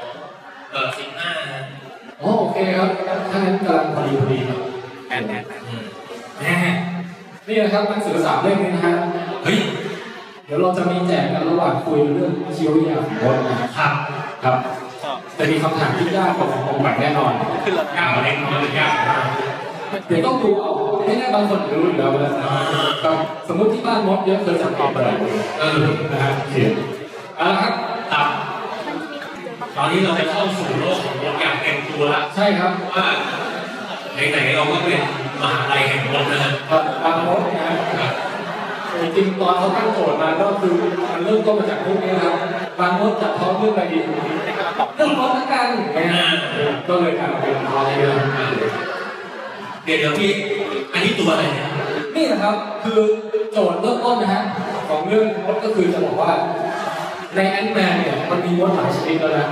Speaker 3: เออสิบห้านะ
Speaker 2: อ๋อโอเคครับ ถ้างั้นกำลังพอดีพอดีครับ
Speaker 3: แอนแอนแอนอืมแน่
Speaker 2: นี่นะครับหนังสือสามเล่มนี้นะฮะ
Speaker 3: เฮ้ย
Speaker 2: เดี๋ยวเราจะมีแจกกันระหว่างคุยเรื่องชีววิทยาของบอลนะครับครับ แต่มีคำถามที่ยากกว่าของผมใหม่แน่นอน
Speaker 3: ยากกว่าเล็กน้อยหรือยากกว่า
Speaker 2: เดี๋ยวต้องดูเอาไม่แน่บางคนรู้อยู่แล้วนะครับ สมมติที่บ้านมดเยอะเคยจะตอบอะไร
Speaker 3: เออ
Speaker 2: นะฮะโอเคเอาละครับ
Speaker 3: ตับตอนนี้เราจะเข้าสู่โลกของรถอย่างเต็มตัวละ
Speaker 2: ใช่ครับ
Speaker 3: เพราะว่าไหนๆเราก็เป็นมหาลัยแห่งรถนะฮะ
Speaker 2: ครับบางมดนะฮะ จริงๆตอนเขาตั้งโจทย์มาก็คือมันเริ่มต้นมาจากพวกนี้นะครับบางมดจับท้องเรื่องอะไรดีเรื่องรถละกันนะก็เลยกลายมาเป็นท้องเรื่อง
Speaker 3: เดี๋ยวเดี๋ยวพี่อันนี้ตัวอะไรเนี่ย
Speaker 2: นี่นะครับคือโจทย์เริ่มต้นนะฮะของเรื่องมดก็คือจะบอกว่าในแอนแมนเนี่ยมันมีมดหลายชนิดแล้วนะ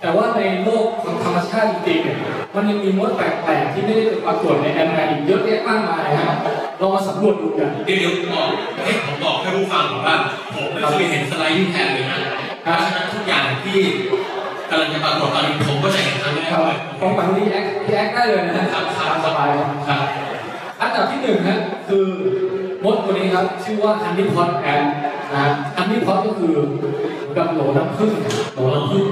Speaker 2: แต่ว่าในโลกของธรรมชาติจริงๆเนี่ยมันยังมีมดแปลกๆที่ไม่ได้เป็นปรากฏในแอนแมนอีกเยอะแยะมากมายฮะลองมาสำรวจดูกัน
Speaker 3: เดี๋ยวเดี๋ยวผมบอกเฮ้ยผมบอกให้ผู้ฟังก่อนว่า ผมไม่เคยเห็นสไลด์ที่แทนเลยนะเพราะฉะนั้นทุกอย่างที่กำลังจะปรากฏตอนนี้ผมก็จะเห็นครั้งแรก
Speaker 2: ครับ
Speaker 3: เลย
Speaker 2: ของฝังรีแอครีแอคได้เลยนะฮะ
Speaker 3: ครับครับ
Speaker 2: ตามสบายครับ
Speaker 3: ครับ
Speaker 2: อันดับที่หนึ่งนะคือมดตัวนี้ครับ ชื่อว่าฮันนี่พอตแอนนะฮะฮันนี่พอตก็คือกับโหลน้ำผึ้งโหลน้ำผึ้ง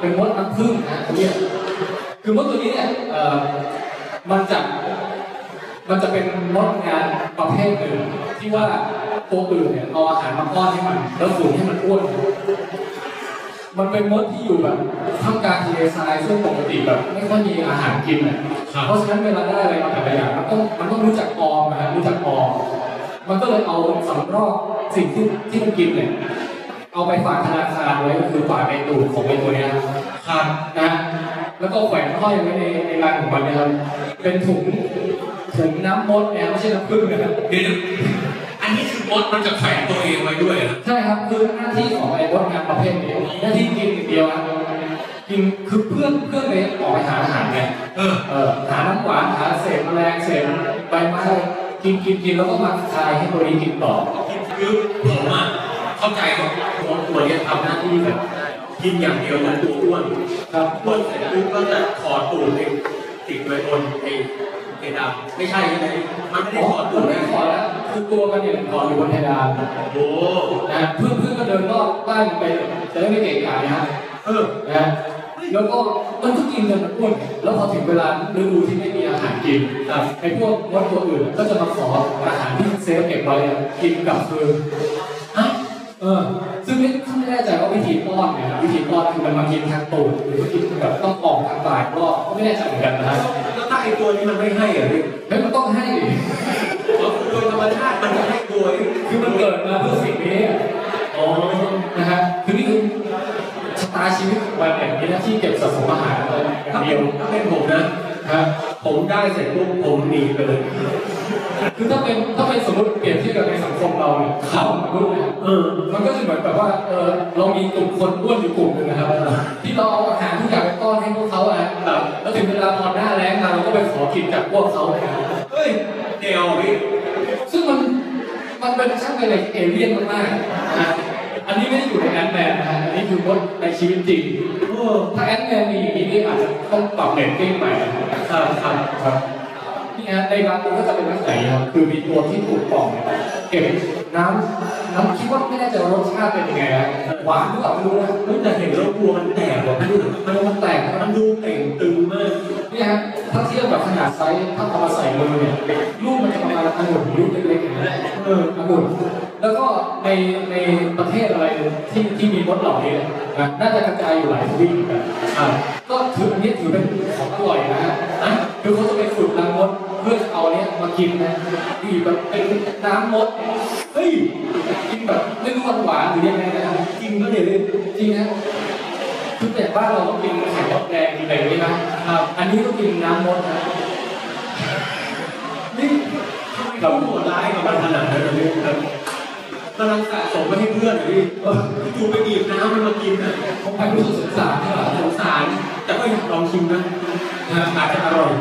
Speaker 2: เป็นมดน้ำผึ้งนะเขาเรียกคือมดตัวนี้เนี่ยเอ่อมันจะมันจะเป็นมดงานประเภทหนึ่งที่ว่าตัวอื่นเนี่ยเอาอาหารมาป้อนให้มัน แล้วฝูงให้มันอ้วน มันเป็นมดที่อยู่แบบท่ามกลางทะเลทรายซึ่งปกติแบบไม่ค่อยมีอาหารกินอ่ะ
Speaker 3: ครับ
Speaker 2: เพราะฉะนั้นเวลาได้อะไรมาแต่ละอย่างมันต้องมันต้องรู้จักออมนะฮะรู้จักออมมันก็เลยเอาสำรอกสิ่งที่ที่มันกินเนี่ยเอาไปฝากธนาคารไว้ก็คือฝากในตูดของไอ้ตัวเนี้ย
Speaker 3: ครับ
Speaker 2: นะแล้วก็แขวนห้อยไว้ในในรังของมันนะครับ เป็นถุงถุงน้ำมดนะไม่ใช่น้ำผึ้งนะครับ
Speaker 3: เดี๋ยวนะอันนี้คือมดมันจะแฝงตัวเองไว้ด้วยนะ
Speaker 2: ใช่ครับคือหน้าที่ของไอ้มดงานประเภทนี้หน้าที่กินอย่างเดียวครับกินคือเพื่อนเพื่อนไปออกไปหาอาหารไง
Speaker 3: เออ
Speaker 2: เออหาน้ำหวานหาเศษแมลงเศษใบไม้กินกินกินแล้วก็มาคายให้ตัวนี้กินต่อ
Speaker 3: คือผมอ่ะเข้าใจว่ามดตัวเนี้ยทำหน้าที่แบบกินอย่างเดียวเหมือนตัวอ้วน
Speaker 2: ครับ
Speaker 3: อ้วนเสร็จปุ๊บก็จะขอดตูดเองติดไว้บนไอ้ไอ้ดำไม่ใช่ใช่ไหมมันไม่ได้
Speaker 2: อ๋อ
Speaker 3: ขอดตู
Speaker 2: ตัว
Speaker 3: ด
Speaker 2: ไม่
Speaker 3: นะ
Speaker 2: ขอแล้วคือตัวมันเนี่ยขออยู่บนเพดาน
Speaker 3: โอ้โห
Speaker 2: นะเพื่อนเพื่อนก็เดินรอบบ้านไปจะได้ไม่เกะกะนะฮะ
Speaker 3: เออ
Speaker 2: นะแล้วก็มันก็กินกันอ้วนแล้วพอถึงเวลาฤดูที่ไม่มีอาหารกินอ่ะไอ้พวกมดตัวอื่นก็จะมาขออาหารที่เซฟเก็บไว้เนี่ยกินกลับคืนฮะเออ ซึ่งไม่ไม่แน่ใจว่าวิธีป้อนเนี่ยนะวิธีป้อนคือมันมากินทางตูดหรือว่ากินแบบต้องออกทางปากก็ก็ไม่แน่ใจเหมือนกันนะฮะ
Speaker 3: แล้วถ้าไอ้ตัวนี้มันไม่ให้อ่ะพี่
Speaker 2: เฮ้ยมันต้องให้ดิ
Speaker 3: ก็คือโดยธรรมชาติมันจะให้ตัวเอง
Speaker 2: คือมันเกิดมาเพื่อสิ่งนี้อ่ะ
Speaker 3: อ๋อ
Speaker 2: นะฮะคือนี่คือชะตาชีวิตของมันเนี่ยมีหน้าที่เก็บสะสมอาหารเลย
Speaker 3: ถ้า
Speaker 2: เดี
Speaker 3: เป็
Speaker 2: ย
Speaker 3: น
Speaker 2: ว
Speaker 3: ถ้าเป็นผมนะ
Speaker 2: ฮะ
Speaker 3: ผมได้เสร็จปุ๊บผมหนีไปเลย
Speaker 2: คือถ้าเป็นถ้าเป็นสมมติเปรียบเทียบกับในสังคมเราเนี่ยข่าวมนุษย์เนี่ย
Speaker 3: เออ
Speaker 2: มันก็จะเหมือนแบบว่าเออเรามีกลุ่มคนอ้วนอยู่กลุ่มหนึงนะครับ ที่เราเอาอาหารทุกอย่างไปป้อนให้พวกเขาอะฮะแล้วถึงเวลาพอหน้าแล้งมาเราก็ไปขอกินจากพวกเขานะฮะ
Speaker 3: เฮ้ยเดี๋ยวพี่
Speaker 2: ซึ่งมันมันเป็นช่างเป็นอะไรเอเลี่ยนมากๆนะฮะอันนี้ไม่ได้อยู่ในแอนด์แมนนะฮะอันนี้คือมดในชีวิตจริง
Speaker 3: เออ
Speaker 2: ถ้าแอดแมนมีอย่างนี้นี่อาจจะต้องปรับเรตติ้งใหม่
Speaker 3: ครับครับ
Speaker 2: ครับนี่ฮะในร้านมันก็จะเป็นลักษณะอย่างนี้ครับคือมีตัวที่ถูกกล่องเนี่ยเก็บน้ำน้ำคิดว่าไม่แน่ใจว่ารสชาติเป็นยังไงนะหวานหรือเปล่าไม่รู้นะ
Speaker 3: เฮ้ยแต่เห็นแล้วกลัวมันแตกว่ะมันดู
Speaker 2: มันมันแตกนะ
Speaker 3: มันดูเต่งตึงมาก
Speaker 2: นี่ฮะถ้าเทียบกับขนาดไซส์ถ้าเอามาใส่มือเนี่ยลูกมันจะประมาณองุ่นลูกเล็กๆอย่างนี้น
Speaker 3: เออ
Speaker 2: องุ่นแล้วก็ในในประเทศอะไรที่ที่มีมดเหล่านี้เนี่ยนะน่าจะกระจายอยู่หลายทวีปเหมือนกัน
Speaker 3: ครับ
Speaker 2: ก็ถืออันนี้ถือเป็นของอร่อยนะฮะนะคือเขาจะไปฝึกล้างมดเพื่อเอาเนี้ยมากินนะดีแบบเป็นน้ำมด เฮ้ย กินแบบไม่รู้หวานๆหรือยังไงนะกินก็เดี๋ยวเลยจริงนะคือแต่บ้านเราก็กินไข่มดแดงกินอะไรอย่างนี้นะครับ อันนี้ก็กินน้ำมดนะนี่
Speaker 3: ทำไมต้องโหดร้ายกับมันขนาดนั้นนะพี่ครับกำลังสะสมไว้ให้เพื่อนอยู่พี่เออจูไปบีบน้ำมันมากินอ่ะ
Speaker 2: ผมไปรู้สึกสงสารที่แบบ
Speaker 3: สงสาร แต่ก็อยากลองชิมนะนะอาจจะอร่อย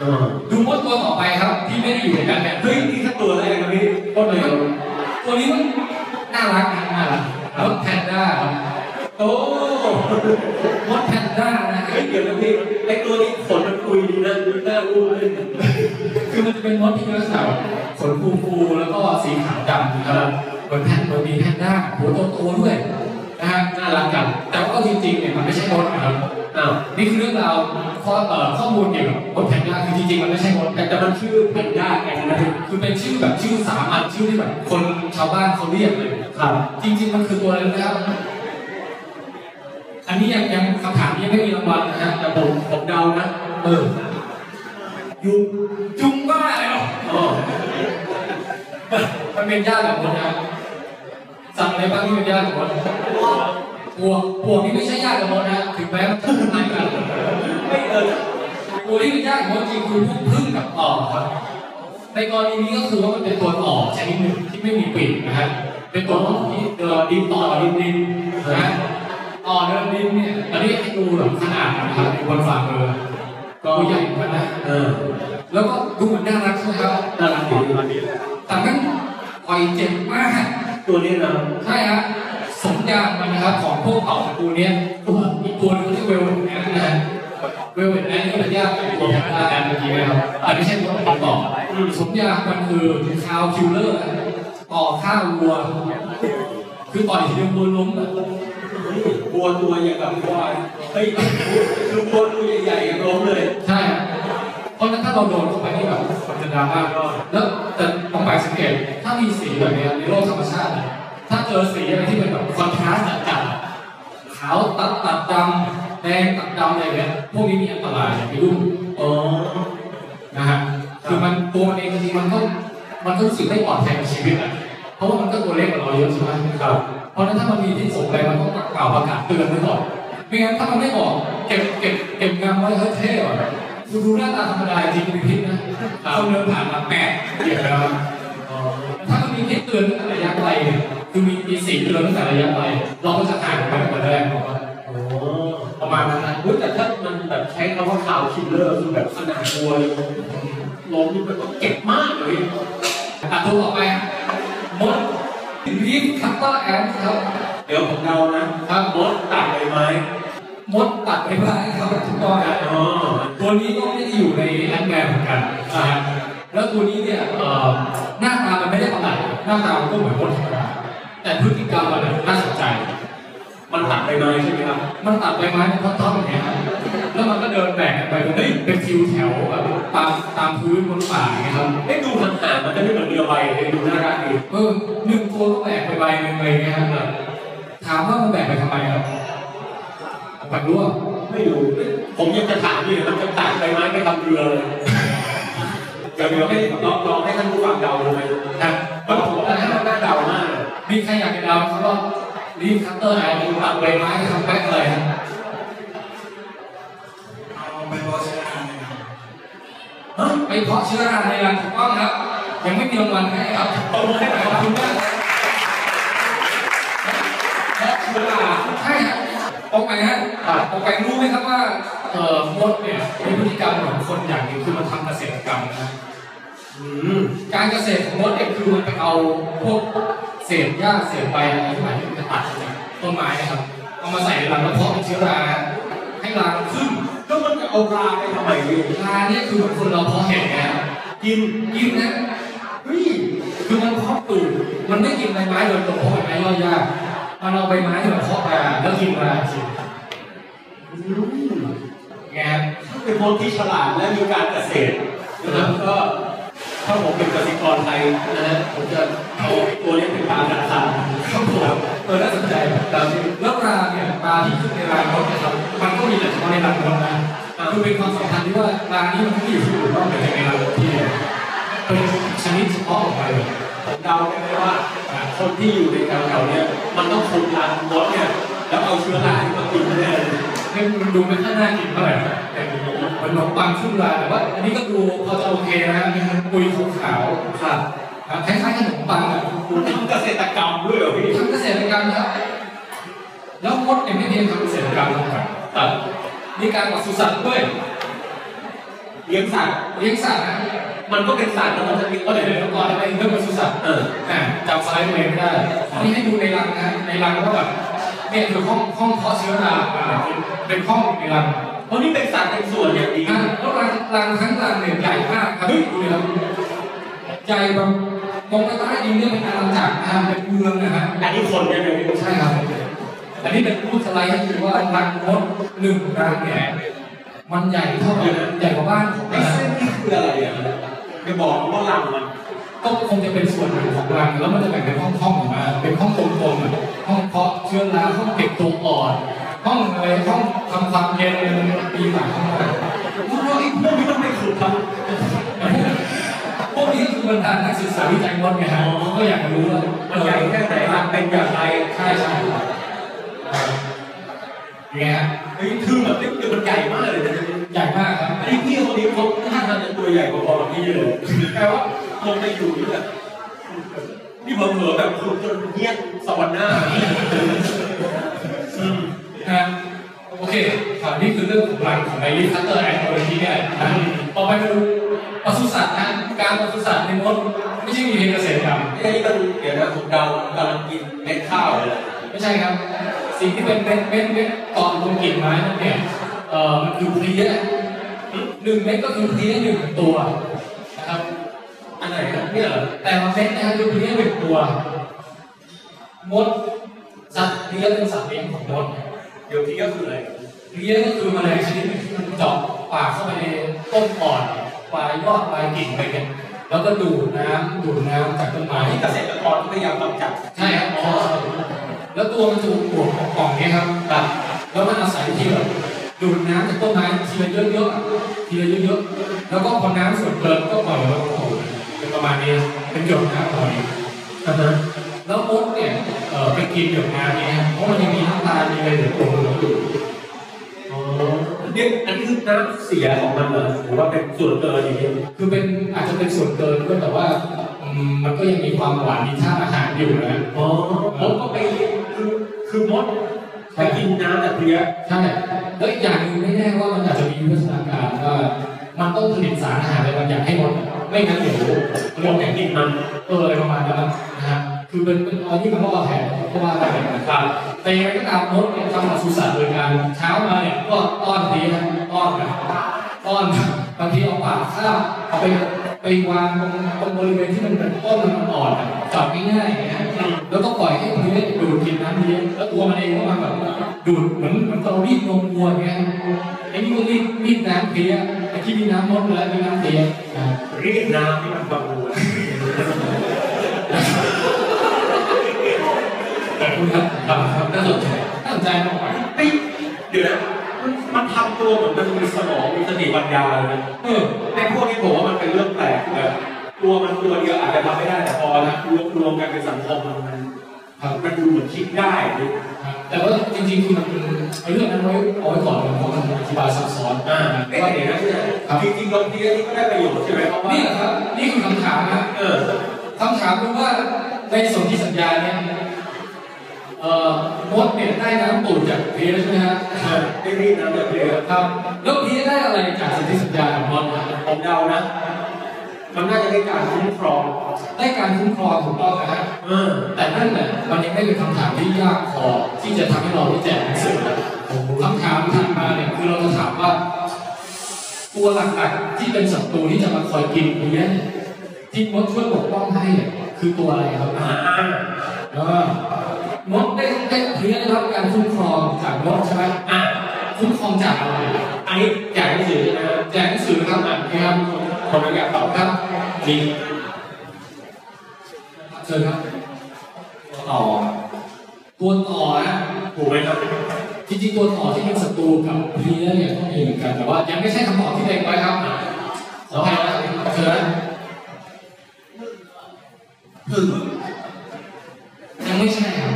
Speaker 3: เออ
Speaker 2: ดูมดตัวต่อไปครับ ที่ไม่ได้อยู่ในนั้นเนี่ย
Speaker 3: เฮ้ยนี่แค่ตัวแรกนะพี่
Speaker 2: ตัวไหนตัวนี้มันน่ารักนะน่ารักแล้วแพนด้า
Speaker 3: โอ้
Speaker 2: มดแพนด้านะ
Speaker 3: เฮ้ยเดี๋ยวนะพี่ไอตัวนี้ขนมันคุยดีนะหน้ารูปเลย
Speaker 2: คือมันจะเป็นมดที่มีลักษณะแบบขนฟูฟูๆแล้วก็สีขาวดำนะครับเหมือนแพนเหมือนมีแพนด้าหัวโตๆด้วยนะฮะน่ารักกัน แต่ว่าจริงๆเนี่ยมันไม่ใช่มดนะครับอ้าวนี่คือเรื่องราวข้อเอ่อข้อมูลเกี่ยวกับมดแพนด้าคือจริงๆมันไม่ใช่มดแต่แต่มันชื่อแพนด้าไงนะคือเป็นชื่อแบบชื่อสามัญชื่อที่แบบคนชาวบ้านเขาเรียกเลย
Speaker 3: ครับ
Speaker 2: จริง ๆมันคือตัวอะไรนะครับ อันนี้ยังยังคำถามนี้ยังไม่มีรางวัลนะฮะแต่ผมผมเดานะ เออ
Speaker 3: ยุง
Speaker 2: จุงบ้าแล้ว
Speaker 3: อ๋อ
Speaker 2: มันเป็นญาติแบบคนนะสั่งอะไรบ้างที่เป็นญาติแบบคนปวกปวกนี่ไม่ใช่ญาติกับมดนะถึงแม้มันจะทำลายกัน
Speaker 3: ไม่เออ
Speaker 2: ตัวที่เป็นญาติของมดจริงคือพวกพึ่งกับต่อครับ ในกรณีนี้ก็คือว่ามันเป็นตัวต่อชนิดหนึ่งที่ไม่มีปีกนะฮะ เป็นตัวต่อที่เดินดินต่อดินดินนะฮะต่อเดินดินเนี่ยอันนี้ให้ดูแบบขนาดนะครับบนฝ่ามือก็ใหญ่เหมือนกันนะ
Speaker 3: เออ
Speaker 2: แล้วก็ดูเหมือนน่ารักใช่ไหมครับ
Speaker 3: น่ารักดีตอนนี้
Speaker 2: แต่แมันต่อยเจ็บมาก
Speaker 3: ตัวนี้นะ
Speaker 2: ใช่ฮะสมญาณมันนะครับของพวกเผ่าตระกูลเนี้ยตัวอีกตัวหนึงที่เวลแอนนะฮะเวลแอนนี่ก็เป็นญาติของตัวแอนแอนเมื่อกี้นะครับอันนี้ใช่ตัวผมบอกสมญาณมันคือคาวคิลเลอร์ต่อข้าววัว คือต่อยทีเดียววัวล้มอะ
Speaker 3: บัวตัวใหญ่กับควายเฮ้ยลูกบัวตัวใหญ่ๆยังล้มเลย
Speaker 2: ใช่ฮะเพราะฉะนั้นถ้าเราโดนเข้าไปนี่แบบมันจะดราม่าก็แล้วแต่ผมไปสังเกตถ้ามีสีแบบเนี้ยในโลกธรรมชาติอะถ้าเจอสีอะไรที่เป็นแบบคอนทราสต์จัดๆอะ ขาวตัดตัดดำแดงตัดดำอะไรอย่างเงี้ยพวกนี้มีอันตรายอย่าไปยุ่ง
Speaker 3: อ๋อ
Speaker 2: นะฮะคือมันตัวมันเองจริงๆมันก็มันก็รู้สึกไม่ปลอดภัยกับชีวิตอ่ะเพราะว่ามันก็ตัวเล็กกว่าเราเยอะใช่ไหม
Speaker 3: ครับ
Speaker 2: เพราะฉะนั้นถ้ามันมีที่ส่งอะไรมันต้องกล่าวประกาศเตือนไว้ก่อนไม่งั้นถ้ามันไม่ออกเก็บเก็บเก็บงานไว้เฮ้ยเท่ว่ะดูดูหน้าตาธรรมดาจริงมีพิษนะคนเดินผ่านมาแปะเก็บแล้ว
Speaker 3: อ๋อ
Speaker 2: ถ้ามันมีที่เตือนตั้งแต่ระยะไกลเนี่ยคือมีมีสิ่งเตือนตั้งแต่ระยะไกลเราก็จะห่างไปกว่าแรกผมว่า
Speaker 3: อ๋อประมาณนั้นนะอุ๊ยแต่ถ้ามันแบบใช้คำว่าข่าวคิลเลอร์คือแบบสนามวัวเลยล้มนี่มันต้องเจ็บมากเลย
Speaker 2: อ่ะตัวต่อไปมดรีฟคัตเตอร์แอนครับ
Speaker 3: เดี๋ยวผมเดานะครับ มดตัดใบไม้
Speaker 2: มดตัดไปบ้างครับถูกต้องครับ
Speaker 3: อ๋อ
Speaker 2: ตัวนี้ก็ไม่ได้อยู่ในแอนด์แมนเหมือนกันนะฮะแล้วตัวนี้เนี่ยเอ่อหน้าตามันไม่ได้ประหลาดหน้าตามันก็เหมือนมดธรรมดาแต่พฤติกรรมมันน่ะน่าสนใจ
Speaker 3: มันตัดใบไม้ใช่ไหมครับ
Speaker 2: มันตัดใบไม้เป็นท่อนๆอย่างเงี้ยครับแล้วมันก็เดินแบกกันไปเฮ้ยเป็นคิวแถวแบบตามตามพื้นบนป่าอย่างเงี้ยครับ
Speaker 3: เอ๊ะดูห่างๆมันจะไม่เหมือนเรือใบเลยดูน่ารักดี
Speaker 2: เออหนึ่งตัวก็แบกไปใบหนึ่งอะไรเงี้ยครับถามว่ามันแบกไปทำไมครับแบกรู้อะ
Speaker 3: ไม่รู้ผมยังจะถามอยู่เลยมันจะตัดใบไม้ไปทำเรือเลยเดี๋ยวเดี๋ยวให้ลองลองให้ท่านผู้ฟังเดาดูไหม
Speaker 2: ครับ
Speaker 3: มันผมว่ามันน่าเดามากเลย
Speaker 2: มีใครอยากจะเดาไหมครับว่ารีบคัตเตอร์ไหนหรือว่าใบไม้ทำแป๊กเลยฮะ
Speaker 4: เอาไปโพสต์ในนั้น
Speaker 3: ฮะ
Speaker 2: ไปเพาะเชื้อราในรังถูกต้องครับ ยังไม่มีรางวัลให้ครับ
Speaker 3: เอาไม้ไหน
Speaker 2: ขอบ
Speaker 3: วะ
Speaker 2: คุณมากเพาะเชื้อราใช่ครับออกไปฮะออกไปรู้ไหมครับว่าเอ่อมดเนี่ยมีพฤติกรรมของคนอย่างหนึงคือมันทำเกษตรกรรมนะ
Speaker 3: อืม
Speaker 2: การเกษตรของมดเนี่ยคือมันไปเอาพวกเศษหญ้าเศษใบอะไรที่หมายถึงจะตัดจากต้นไม้นะครับ เอามาใส่ในรังแล้วเพาะเป็นเชื้อราให้รังขึ้น
Speaker 3: แล้วมันจะเอาปลาไปทำไมเนี่ย
Speaker 2: ราเนี่ยคือเหมือนคนเราเพาะเห็ดไงครับ
Speaker 3: กิน
Speaker 2: กินนะ
Speaker 3: เฮ้ย
Speaker 2: คือมันเพาะปลูกมันไม่กินใบไม้โดยตรงเพราะใบไม้ย่อยยากมันเอาใบไม้ที่มันเพาะมาแล้วกินมาจริง
Speaker 3: อืม
Speaker 2: ไงครับ
Speaker 3: ถ้าเป็นคนที่ฉลาดและมีการเกษตรนะครับก็ถ้าผมเป็นกสิกรไทยนะฮะผมจะเอาตัวนี้เป็นปลาธนาคาร
Speaker 2: ครับผมเออน่าสนใจ
Speaker 3: ครับ
Speaker 2: แล้วราเนี่ยราที่ขึ้นในรังมดนะครับมันก็มีแต่เฉพาะในรังมดนะคือเป็นความสำคัญที่ว่ารานี้มันไม่ได้อยู่ที่อื่นนอกจากในรังมดที่เดียวเป็นชนิดเฉพาะออกไปเลย
Speaker 3: ผมเดาได้ไหมว่าคนที่อยู่ในแถวๆเนี้ยมันต้องคุมร้านรถเนี่ยแล้วเอาเชื้อราที่มากินแน่เลย
Speaker 2: นี่มันดูไม่ค่อยน่ากินเท่าไหร่นะแต่ดูเหมันขนมปังขึ้นราแต่ว่า อันนี้ก็ดูพอจะโอเคนะอันนี้มันปุยขาวๆครับคล้ายๆขนมปังอ่ะ
Speaker 3: คุณทำเกษตรกรรมด้วยเหรอพี่
Speaker 2: ทำเกษตรกรรมนะครับ แล้วมดเนี่ยไม่เพียงทำเกษตรกรรมนะครับ
Speaker 3: ตัด
Speaker 2: มีการปศุสัตว์ด้วย
Speaker 3: เลี้ยงสัตว์
Speaker 2: เลี้ยงสัตว์นะ
Speaker 3: มันก็เป็นสัตว์แล้วมันจะมี
Speaker 2: ก็
Speaker 3: ก็
Speaker 2: เล
Speaker 3: เลย ย
Speaker 2: เดี๋ยวก่อนอะไรเรื่องปศุสัตว์
Speaker 3: เออ
Speaker 2: อ่ะจำสไลด์ตัวเองไม่ได้นี่ให้ดูในรังนะในรังก็แบบเนี่ยคือห้องห้องเพาะเชื้อราอ่ะเป็นห้องในรัง
Speaker 3: เพราะนี่เป็นสัตว์เป็นส่วนอย่างดี
Speaker 2: อ่ะแล้วรังรังทั้งรังเนี่ยใหญ่มากครับเฮ้ยดูเลยครับใหญ่แบบมองไปใต้ดินเนี่ยเป็นอาณาจักรนะครับเป็นเมืองนะฮะ
Speaker 3: อันนี้คนเนี่ยเนี่ย
Speaker 2: ใช่ครับอันนี้เป็นรูปสไลด์ให้ดูว่ารังมดหนึ่งรังเนี่ยมันใหญ่เท่ากับใหญ่กว่าบ้านผม
Speaker 3: ไอ้
Speaker 2: นะ
Speaker 3: เส้นนี่คืออะไรอ่ะไม่บอกว่าหลังมัน
Speaker 2: ก็คงจะเป็นส่วนหนึ่งของรังแล้วมันจะแบ่งเป็นห้องๆออกมาเป็นห้องกลมๆอ่ะห้องเพาะเชื้อราห้องเก็บตัวอ่อนห้องอะไรห้องทำความเย็นอะไรมันมีหลายห้องมาก
Speaker 3: พวกนี้พวกนี้ต้องไปขุดครับ
Speaker 2: พวกนี้คือบรรดานักศึกษาวิจัยมดไงฮะเขาก็อยากรู้ว่า
Speaker 3: มั
Speaker 2: มัน
Speaker 3: ใหญ่แค่ไหนมันเป็นอย่างไร
Speaker 2: ใช่ใช่อย่างเงี้ยฮะ
Speaker 3: เฮ้ยคือแบบนี่คือมันใหญ่มากเลยนะ
Speaker 2: ใหญ่มากครับ
Speaker 3: อันนี้พี่คนนี้เขาท่าทางจะตัวใหญ่กว่าพ่อกับพี่เลย
Speaker 2: แปลว่า
Speaker 3: คงไปอยู่นี่แหละนี่เผลอๆแบบขุดจนเงี้ยงสวรรค์หน้าอืม
Speaker 2: ฮะโอเคครับนี่คือเรื่องของรังของไอริสคัตเตอร์แอนโทโลจีเนี่ยนะต่อไปมาดูปศุสัตว์นะการปศุสัตว์ในมดไม่ใช่มีเพียงเกษตรกรรม
Speaker 3: ไอ้นี่มันเดี๋ยวนะผมเดากำลังกินเม็ดข้าวเลยนะ
Speaker 2: ไม่ใช่ครับ สิ่งที่เป็นเม็ดเม็ดเม็ดตอนตรงกิ่งไม้นั่นเนี่ยเอ่อมันคือเพลี้ยหนึ่งเม็ดก็คือเพลี้ยหนึ่งตัวนะครับ
Speaker 3: อันไหนครับเนี่ยเหรอ
Speaker 2: แต่ละเม็ดนะครับคือเพลี้ยหนึ่งตัว มดสัตว์เพลี้ยเป็นสัตว์เลี้ยงของมด
Speaker 3: เดี๋ยวพี่ก็คืออะไร
Speaker 2: เพลี้ยก็คือแมลงชนิดหนึ่งที่มันเจาะปากเข้าไปในต้นอ่อนปลายยอดปลายกิ่งไปเนี่ยแล้วก็ดูดน้ำดูดน้ำจากต้นไม้
Speaker 3: นี่เกษตรกรที่พยายามกำจัด
Speaker 2: ใช่ครับอ๋อ แล้วตัวมันจะปวดของกล่องเนี้ยครับแบบแล้วมันอาศัยที่แบบดูดน้ำจากต้นไม้ทีละเยอะๆอะทีละเยอะๆแล้วก็พอน้ำส่วนเกินก็ปล่อยลงสู่เป็นประมาณนี้เป็นหยดน้ำปล่อยอ่าฮะแล้วมดเนี่ยเอ่อไปกินหยดน้ำเนี้ยเพราะมันยังมีน้ำตาลมีอะไรเหลือตรงนั้นอยู่
Speaker 3: อ๋อเนี่ยอันนี้คือน้ำเสียของมันเหรอหรือว่าเป็นส่วนเกินอย่างเงี้ย
Speaker 2: คือเป็นอาจจะเป็นส่วนเกินด้วยแต่ว่าอืมมันก็ยังมีความหวานมีธาตุอาหารอยู่นะ
Speaker 3: อ๋อมดก็ไปคือคือมดไปกินน้ำแต่เพลี้ย
Speaker 2: ใช่แล้วอีกอย่างหนึงไม่แน่ว่ามันอาจจะมีวิวัฒนาการว่ามันต้องผลิตสารอาหารอะไรบางอย่างให้มดไม่งั้นเดี๋ยว
Speaker 3: ม
Speaker 2: ม
Speaker 3: ด
Speaker 2: ด
Speaker 3: แต่
Speaker 2: แข็ง
Speaker 3: กินมัน
Speaker 2: เอออะไรประมาณนั้นนะฮะคือเป็นเป็นอะไรที่มันก็วางแผนก็ว่าได้นะค
Speaker 3: ค
Speaker 2: รับ
Speaker 3: รับ
Speaker 2: แต่ยังไงก็ตามมดเนี่ยทำมาสุสัตว์โดยการเช้ามาเนี่ยก็ต้อนทีนะต้อนนะต้อนบางทีเอาปากคาบเอาไปไปวางตรงตรงบริเวณที่มันเป็นต้นมันอ่อนๆอะจับง่ายๆอย่างเงี้ย แล้วก็ปล่อยให้มันเลี้ยงดูดกินน้ำเลี้ยงแล้วตัวมันเองก็มาแบบดูดเหมือนเหมือนเรารีดนมวัวอย่างเงี้ยไอ้นี่มันรีดรีดน้ำเลี้ยงไอ้ที่มีน้ำมดแล้วมีน้ำเลี้ยงนะ
Speaker 3: รีดน้ำที่มันบำรุง
Speaker 2: แต่คุณครับครับน่าสนใจน่าสนใจมากกว่า
Speaker 3: เฮ้ยเดี๋ยวนะมันมันทำตัวเหมือนมันมีสมองมีสติปัญญาเลยนะ
Speaker 2: เออ
Speaker 3: ในพวกนี้ผมว่ามันเป็นเรื่องแปลกแบบตัวมันตัวเดียวอาจจะทำไม่ได้แต่พอนะรวมรวมกันเป็นสังคมมันมัน
Speaker 2: ครับ
Speaker 3: มันดูเหมือนคิดได้หรือ
Speaker 2: ครับแต่ว่าจริงๆคือมันเอาเรื่องนั้นไว้เอาไว้ก่อนเพราะมันอธิบายซับซ้อน
Speaker 3: อ่า
Speaker 2: แต่
Speaker 3: เอ๊ะ
Speaker 2: ว่า
Speaker 3: เดี๋ยวนะเดี๋ยวนะจริงๆโรงเรียนนี่ก็ได้ประโยชน์ใช่ไหมเพราะว่า
Speaker 2: นี่แหละครับนี่คือคำถามนะ
Speaker 3: เออ
Speaker 2: คำถามคือว่าในสนธิสัญญาเนี่ยเอ่อมดเนี่ยได้น้ำตูดจากเพลใช่ไหมฮะ
Speaker 3: ได้รีบนะแบบเดียว
Speaker 2: ครับแล้วเพลได้อะไรจากสนธิสัญญาของมดครับ
Speaker 3: ผมเดานะ มันน่าจะได้การคุ้มครอง
Speaker 2: ได้การคุ้มครองถูกต้องนะฮะ
Speaker 3: เออ
Speaker 2: แต่นั่นแหละมันยังไม่เป็นคำถามที่ยากพอที่จะทำให้เราได้แจกหนังสือคำถามถัดมาเนี่ยคือเราจะถามว่า ตัวหลักๆที่เป็นศัตรูที่จะมาคอยกินเนี้ยที่มดช่วยปกป้องให้เนี่ยคือตัวอะไรครับ
Speaker 3: อ่า
Speaker 2: เออนกได้ได้เพี้ยนรับการคุ้มครองจากนกใช่ไหม
Speaker 3: อ่ะ
Speaker 2: คุ้มครองจากอะไร
Speaker 3: อันนี้แจกหนังสือใช่ไหม
Speaker 2: แจกหนังสือครับอ่านครับ
Speaker 3: ผมไม่อยากตอบ
Speaker 2: ครับ
Speaker 3: จริง
Speaker 2: เชิญครับ
Speaker 3: ต่อ
Speaker 2: ตัวต่อนะ
Speaker 3: ถูกไหมครับ
Speaker 2: จริงๆตัวต่อที่เป็นศัตรูกับเพี้ยนเนี่ยก็มีเหมือนกันแต่ว่ายังไม่ใช่คำตอบที่เต็มไว้ครับขอให้นะครับเชิญนะ
Speaker 4: พึ่ง
Speaker 2: ยังไม่ใช่ครับ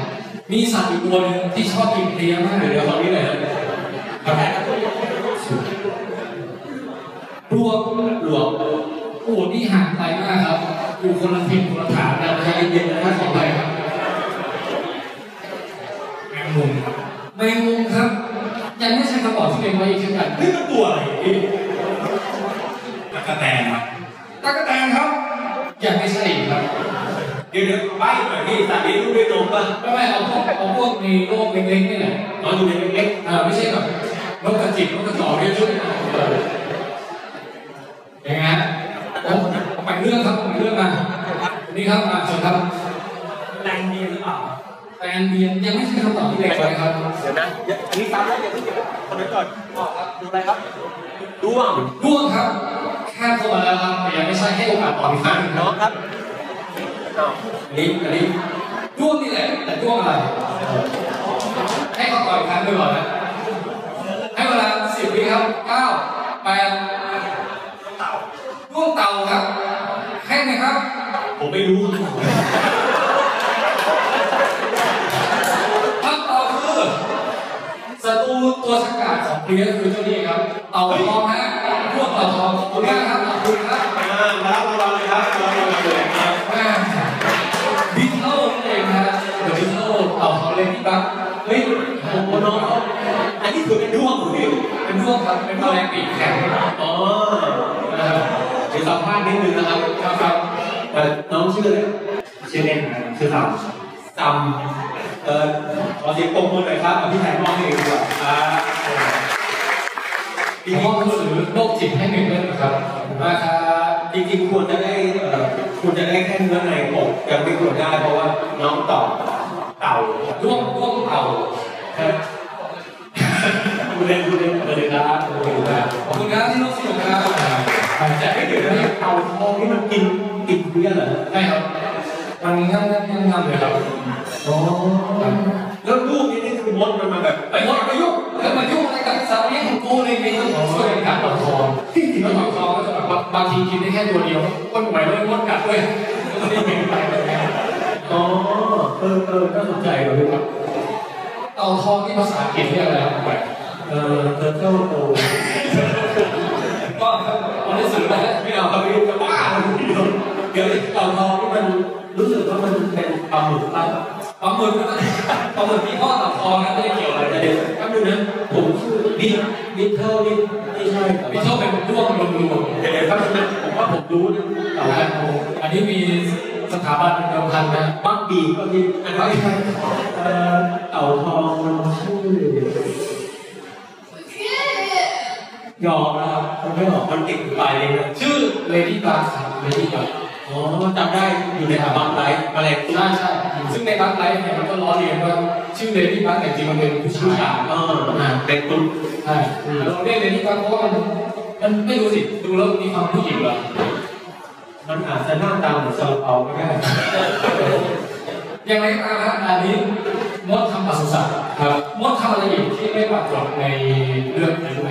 Speaker 2: มีสัตว์อีกตัวหนึงที่ชอบกินเพลี้ยมากเลย
Speaker 3: เดี๋ยวตอนนี้หน่อยนะ
Speaker 2: ปลวก
Speaker 3: หลวง
Speaker 2: โอ้นี่ห่างไกลมากครับอยู่คนละทิศคนละฐานนะใจเย็นๆนะครับขอไปครับ
Speaker 3: แมงมุม
Speaker 2: แมงมุมครับ ยังไม่ใช่คำตอบที่เป็นไว้อีกเช่นกัน
Speaker 3: นี่มันตัวอะไรนี่
Speaker 4: ตะกะแตนครับ
Speaker 2: ตั๊กแตนครับ ยังไม่ใช่อีกครับ
Speaker 3: เดี๋ยวเดี๋ยวใบหน่อยนี่สัตว์เลี้ยงลูกด้วยนมป่ะ
Speaker 2: ไม่ไม่เอาพวกเอาพวกในโลกเล็กๆนี่แหละ
Speaker 3: อ๋ออยู่ในเล็ก
Speaker 2: อ่าไม่ใช่แบบนกกระจิบนกกระจอกเรียกชุดนะเอออย่างนั้นผมผมไปเรื่องครับผมไปเรื่องมานี่ครับมาเชิญครับ
Speaker 3: ๆแรงดีหรือเปล่า
Speaker 2: แตนเบียนยังไม่ใช่คำตอบที่เป็นไว้ครับ
Speaker 3: เดี๋ยวนะอย่าอันนี้ตามแล้วอย่าเพิ่งเก็บคนนั้นก่อนอ๋อครับดูอะไรครับ ดูว่าง
Speaker 2: ด้วงครับแค่เข้ามาแล้วครับแต่ยังไม่ใช่ให้โอกาสตอบอีกครั้งหนึ่ง
Speaker 3: น้
Speaker 2: เนาะ
Speaker 3: องครับอ้าว
Speaker 2: นี่อันนี้ด้วงนี่แหละแต่ด้วงอะไร ให้เขาต่อยครั้งหนึ่งก่อนนะ ให้เวลาสิบวิครับเก้าแปดร่วงเต่าครับแค่ไหมครับ
Speaker 3: ผมไม่รู้
Speaker 2: คำตอบคือศัตรูตัวฉกาจของเพลียคือเจ้านี่ครับ เต่าทองฮะร่วงเต่าทองขอบคุณมากครับ ขอบคุณครับ
Speaker 3: อ่าแล้วเราเลยครับเราเลยครับ
Speaker 2: แม่บิทเทิลนั่นเองฮะเดี๋ยวบิทเทิลเต่าทองเล่นที่บักเฮ้ย
Speaker 3: โอ้โหน้องเขาอันนี้คือเป็นด้วงคุณ
Speaker 2: เป็นร่วงครับ เป็นแมลงปีกแข็งนะครับ
Speaker 3: อ๋อเดี๋ยวสัมภาษณ์นิดนึงนะครับ
Speaker 2: ครับ
Speaker 3: เอ่อน้องชื่ออะไร
Speaker 4: ชื่อเล่นชื่อสาว
Speaker 3: ซัมเอ่อขอเสียงปรบมือหน่อยครับกับพี่แทนมองให้ดีกว่าอ่าจ
Speaker 2: มี
Speaker 3: ริง
Speaker 2: ห้องหนังสือโรคจิตให้หนึ่งเล่มนะครับขอบคุณมากครับ
Speaker 3: ๆจริงๆควรจะได้เอ่อควรจะได้แค่เนื้อในปกยังไม่ควรได้เพราะว่าน้องตอบเต่า
Speaker 2: ร่วมร่วมเต่าครับ
Speaker 3: ดูเล่นดูเล่นมาเลยนะดูเล่นนะ
Speaker 2: ขอบคุณครับที่ร่วมสนุกครับ
Speaker 3: แต่ไม่เดี๋ยวนะเตาทองนี่มันกินกินเพื่อนเหรอ
Speaker 2: ใช่ครับ
Speaker 3: เอ
Speaker 2: มันงับงับงับงับเลยครับโอ้ครับ
Speaker 3: แล้วลูกนี่นี่คือมดมันมาแบบ
Speaker 2: ไปหมดไปยุ่งแล้วมายุ่งอะไรกับสามีของกูเลยไม่ต้องช่วยกันประคองที่จริงแล้วประคองก็จะแบบว่าบางทีกินได้แค่ตัวเดียวอ้วนไหวแล้วมดกัดด้วยก็ไม่ได้เป็นไปเลยนะ
Speaker 3: อ๋อเออเออน่าสนใจเลยครับ
Speaker 2: เต่าทองที่ภาษาอังกฤษเรียกอะไรครับไป
Speaker 3: เออเธอเจ้าโต
Speaker 2: ก็เอาหนังสือมา
Speaker 3: ไม่เอาครับพี่จะบ้าเลยทีเดียวเดี๋ยวไอ้เต่าทองนี่มันรู้สึกว่ามันเป็นปลาหมึกป่ะ
Speaker 2: ปลาหมึกนะปลาหมึกมีข้อเต่าทองนะไม่ได้เกี่ยวอะไร
Speaker 3: แต่
Speaker 2: เลย
Speaker 3: เดี๋ยวแป๊บนึงนะผมชื่อนิดนิดเท่านิดไม่ใช่
Speaker 2: พี่ชอบเป็นด้วงลมลม
Speaker 3: เดี๋ยวเดี๋ยวครับนะผมว่าผมรู้นะเต่าทอง
Speaker 2: อันนี้มีสถาบันเดิมพันนะ
Speaker 3: บักบีก็มีอันนี้ใช่เอ่อเต่าทองมันชื่อหยอกนะครับมันไม่หยอกมันติดไปเลยนะ
Speaker 2: ชื่อเลดี้บาร์ครับเลดี้บาร์
Speaker 3: อ๋อจำได้อยู่ในอัลบั้มไลฟ์มาเลย
Speaker 2: ใช่ใช่ซึ่งในบัคไลท์เนี่ยมันก็ล้อเลียนว่าชื่อเลดี้บาร์แต่จริงมันเป็นผู้
Speaker 3: ผู้
Speaker 2: ชาย
Speaker 3: ชายเอออ่าเป็นตุ๊ด
Speaker 2: ใช่เราเรียกเลดี้บาร์เพราะว่ามันมันไม่รู้สิ ดูแล้วมีความผู้หญิงเหรอ
Speaker 3: มันอาจจะหน้าตาเหมือนซาลาเปาก็ได้
Speaker 2: ยังไงก็ตามนะอันนี้มดทำปศุสัตว์ครับมดทำอะไรอีกที่ไม่ปรากฏในเรื่องนี้แม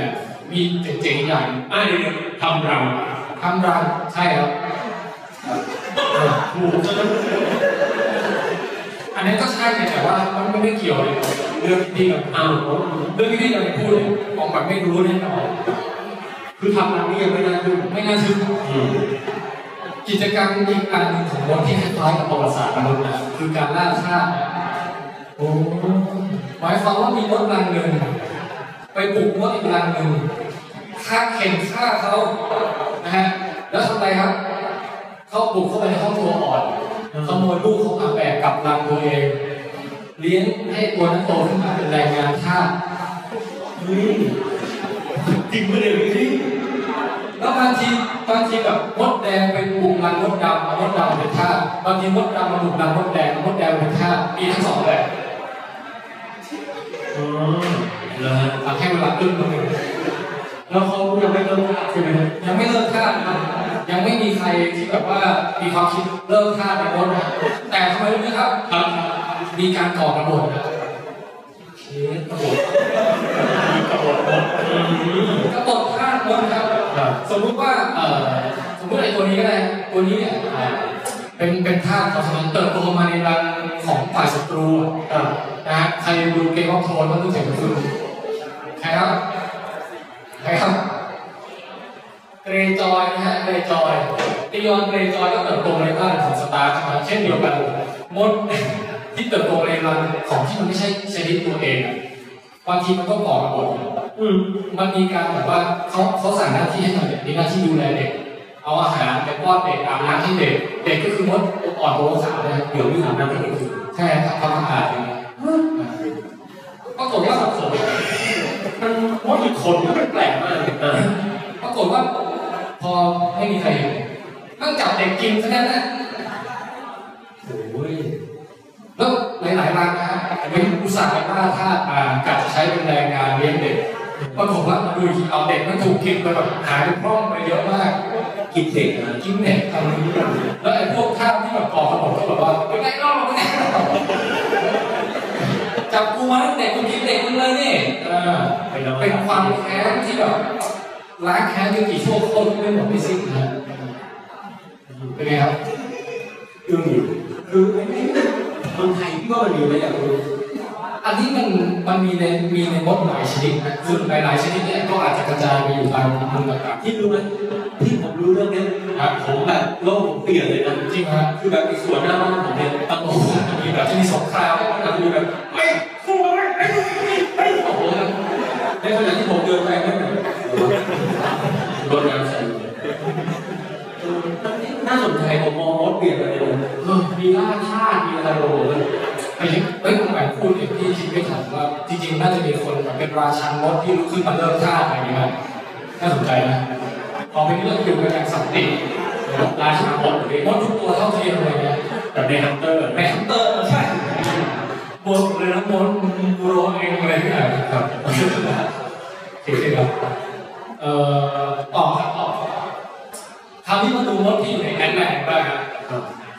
Speaker 2: มีเจ๋งๆอย่าง
Speaker 3: อ่าเดี๋ยวๆทำรัง
Speaker 2: ทำรังใช่ครับ
Speaker 3: หมูจะต้อง
Speaker 2: อันนี้ก็ใช่ไงแต่ว่ามันไม่ได้เกี่ยวเลยเรื่องที่กับ
Speaker 3: อ้าว
Speaker 2: เรื่องที่พี่กำลังพูดเนี่ยมองแบบไม่รู้แน่นอน
Speaker 3: คือทำรังนี่ยังไม่น่าขึ้น
Speaker 2: ไม่น่าเชื่อ
Speaker 3: อืม
Speaker 2: กิจกรรมอีกอันหนึ่งของมดที่คล้ายๆกับประวัติศาสตร์มนุษย์นะคือการล่าชาติโอ้หมายความว่ามีมดรังหนึ่งไปปลุกมดอีกรังหนึ่งฆ่าเข็นฆ่าเขานะฮะแล้วทำไมครับ เขาปลุกเข้าไปในห้องตัวอ่อนขโมยลูกเขามาแบกกลับรังตัวเอง เลี้ยงให้ตัวนั้นโตขึ้นมาเป็นแรงงานทาส
Speaker 3: เฮ้ยจริงปะเนี่ยพี่
Speaker 2: แล้วบางทีบางทีแบบมดแดงเป็นปลูกรังมดดำเอามดดำเป็นทาสบางทีมดดำมาปลูกรังมดแดงเอามดแดงเป็นทาสมีทั้งสองแบบ
Speaker 3: อ๋อเหรอฮะ
Speaker 2: ทำให้เวลาตึ้งตรงนึง
Speaker 3: แล้วเขายังไม่เริ่มรักใช่ไหมฮะ
Speaker 2: ยังไม่เลิกทาสนะยังไม่มีใครที่แบบว่ามีความคิดเลิกทาสในมดนะแต่ทำไมรู้ไหมครับครับมีการก่อกระบฏนะกระบฏทาสมดครับ
Speaker 3: ครับ
Speaker 2: สมมุติว่าเอ่อสมมุติไอ้ตัวนี้ก็ได้ตัวนี้เนี่ยเป็นเป็นทาสของมันเติบโตมาในรังของฝ่ายศัตรูอะ
Speaker 3: อ่า
Speaker 2: นะฮะใครดูเกมออฟโทนก็รู้สึกคุณใครครับ ใครครับเกรย์จอยนะฮะเกรย์จอยตีออนเกรย์จอยก็เติบโตในบ้านของสตาร์ใช่ไหมเช่นเดียวกันมด ที่เติบโตในรังของที่มันไม่ใช่ชนิดตัวเองอะบางทีมันก็ก่อกระบฏ
Speaker 3: อืม
Speaker 2: มันมีการแบบว่าเขาเขาสั่งหน้าที่ให้หน่อยมีหน้าที่ดูแลเด็ก เอาอาหารไปป้อนเด็กอาบน้ำให้เด็ก เด็กก็คือมดอ่อนโตสาวนะฮะ
Speaker 3: เดี๋ยวมีถามนะพี่
Speaker 2: ใช่ครับความสะอาดปรากฏว่าสับสน
Speaker 3: มันว่าอีกคนก็แปลกมากเลยอ่า
Speaker 2: ปรากฏว่า พอไม่มีใครอยู่ต้องจับเด็กกินซะงั้นนะ
Speaker 3: โอ้ย
Speaker 2: แล้วหลายๆร้านนะฮะเป็นอุตสาหกรรมล่าทาสอ่ากะจะใช้เป็นแรงงานเลี้ยงเด็กปรากฏว่ามาดูอีกทีเอาเด็กมันถูกกินไปแบบหายเป็นพร่องไปเยอะมาก
Speaker 3: กินเด็กนะ
Speaker 2: กินเด็กทำนี้แล้วไอ้พวกข้าวที่แบบก่อกระบอกก็แบบว่าไปไล่ล่อไปไล่ล่อจับกูมาตั้งแต่กูกินเด็กมึงเลยนี่เออ
Speaker 3: ไปแล้ว
Speaker 2: เป็นความแค้นที่แบบล้างแค้นจนกี่ชั่วโคตรไม่หมดไม่สิ้นนะเป็นไงครับ
Speaker 3: เรื่องอยู่คือไอ้นี่คนไทยพี่ว่ามันมีไหมอย่างคุณ
Speaker 2: อันนี้มันมันมีในมีในมดหลายชนิดนะซึ่งหลายๆชนิดเนี่ยก็อาจจะกระจายไปอยู่ตามมุมต่าง
Speaker 3: ที่รู้ไหมที่ผมรู้เรื่องเนี้ยครับผมแบบโลกผมเปลี่ยนเลยนะ
Speaker 2: ๆจริงฮะ
Speaker 3: คือแบบอีกส่วนหน้าบ้านผมเนี่ยตะโกนมีแบบ
Speaker 2: จะมีสงคราม
Speaker 3: ตะโกนแบบไม่สู้เลยไอ้ไอ้โอ้โหในขณะที่ผมเดินไปนั่นน่ะโดนน้ำใส่เลยเออน่าสนใจผมมองรถเปลี่ยนไปเลยนะ
Speaker 2: เออ
Speaker 3: มีล่าชาติมีอะไรโดนเลย
Speaker 2: ไอ้ยังเอ้ยคุณหมายพูดเนี่ยพี่คิดไม่ถึงว่าจริงๆน่าจะมีคนแบบเป็นราชันมดที่ลุกขึ้นมาเลิกท่าสอะไรอย่างเงี้ยนะน่าสนใจนะพอเป็นเรื่องอยู่กันอย่างสันติ
Speaker 3: ราชามด
Speaker 2: มดทุกตัวเท่าเทียมอะไรเงี้ย
Speaker 3: กับในฮันเตอร์
Speaker 2: แหมเติมใช่บนเลยนะบนบูโรเองอะไรที่ไหนครับเจ๋งๆครับเอ่อต่อครับต่อคราวนี้มาดูมดที่อยู่ในแอนแลนด์บ้างครับ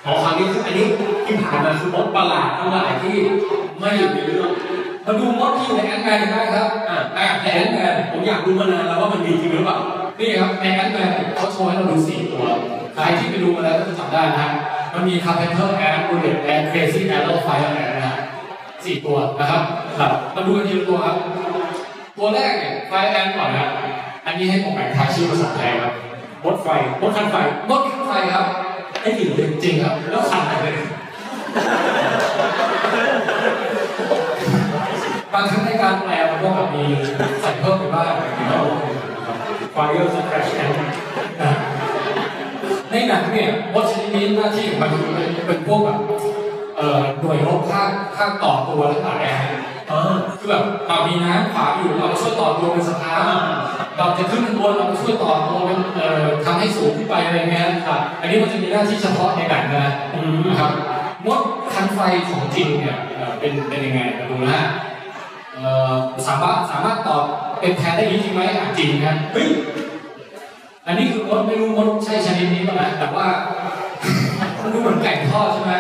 Speaker 2: ขอคราวนี้คืออันนี้ที่ผ่านมาคือมดประหลาดทั้งหลายที่ไม่อยู่ในเรื่องมาดูมดที่อยู่ในแอนด์แมนกันได้ครับอ่ะแต่แอนด์แมนผมอยากรู้มานานแล้วว่ามันมีจริงหรือเปล่านี่ครับในแอนด์แมนเขาโชว์ให้เราดูสี่ตัวใครที่ไปดูมาแล้วก็จะจำได้นะฮะมันมีคาร์เพนเตอร์แอนด์บูเลตแอนด์เครซี่แอนด์โลไฟแอนด์นะฮะสี่ตัวนะครับครับมาดูกันทีละตัวครับ ตัวแรกเนี่ยไฟแอนก่อนนะอันนี้ให้ผมแบ่งทายชื่อภาษาไทยครับรถไฟรถคันไฟรถคันไฟครับไอ้กลิ่นเป็นจริงครับ แล้วคันอะไรเลยบางครั้งในการแปลมันก็แบบมีใส่เพิ่มไปบ้างนะครับไฟเออร์สแครชแอนในหนังเนี่ยวัชนิดนี้หน้าที่ของมันคือเป็นพวกแบบเอ่อหน่วยรบข้างข้างต่อตัวและต่างแดน
Speaker 3: เออ
Speaker 2: คือแบบเรามีน้ำขวางอยู่เราก็ช่วยต่อตัวเป็นสะพานเราจะขึ้นข้างบนเราก็ช่วยต่อตัวเป็นเอ่อทำให้สูงขึ้นไปอะไรเงี้ยครับอันนี้มันจะมีหน้าที่เฉพาะในหนังนะนะครับมดคันไฟของจริงเนี่ยเอ่อเป็นเป็นยังไงมาดูนะฮะเอ่อสามารถสามารถต่อเป็นแพนได้อย่างนี้จริงไหมอ่ะจริงนะเฮ้ยอันนี้คือมดไม่รู้มดใช่ชนิดนี้ป่ะนะแต่ว่า มันดูเหมือนไก่ทอดใช่ไหม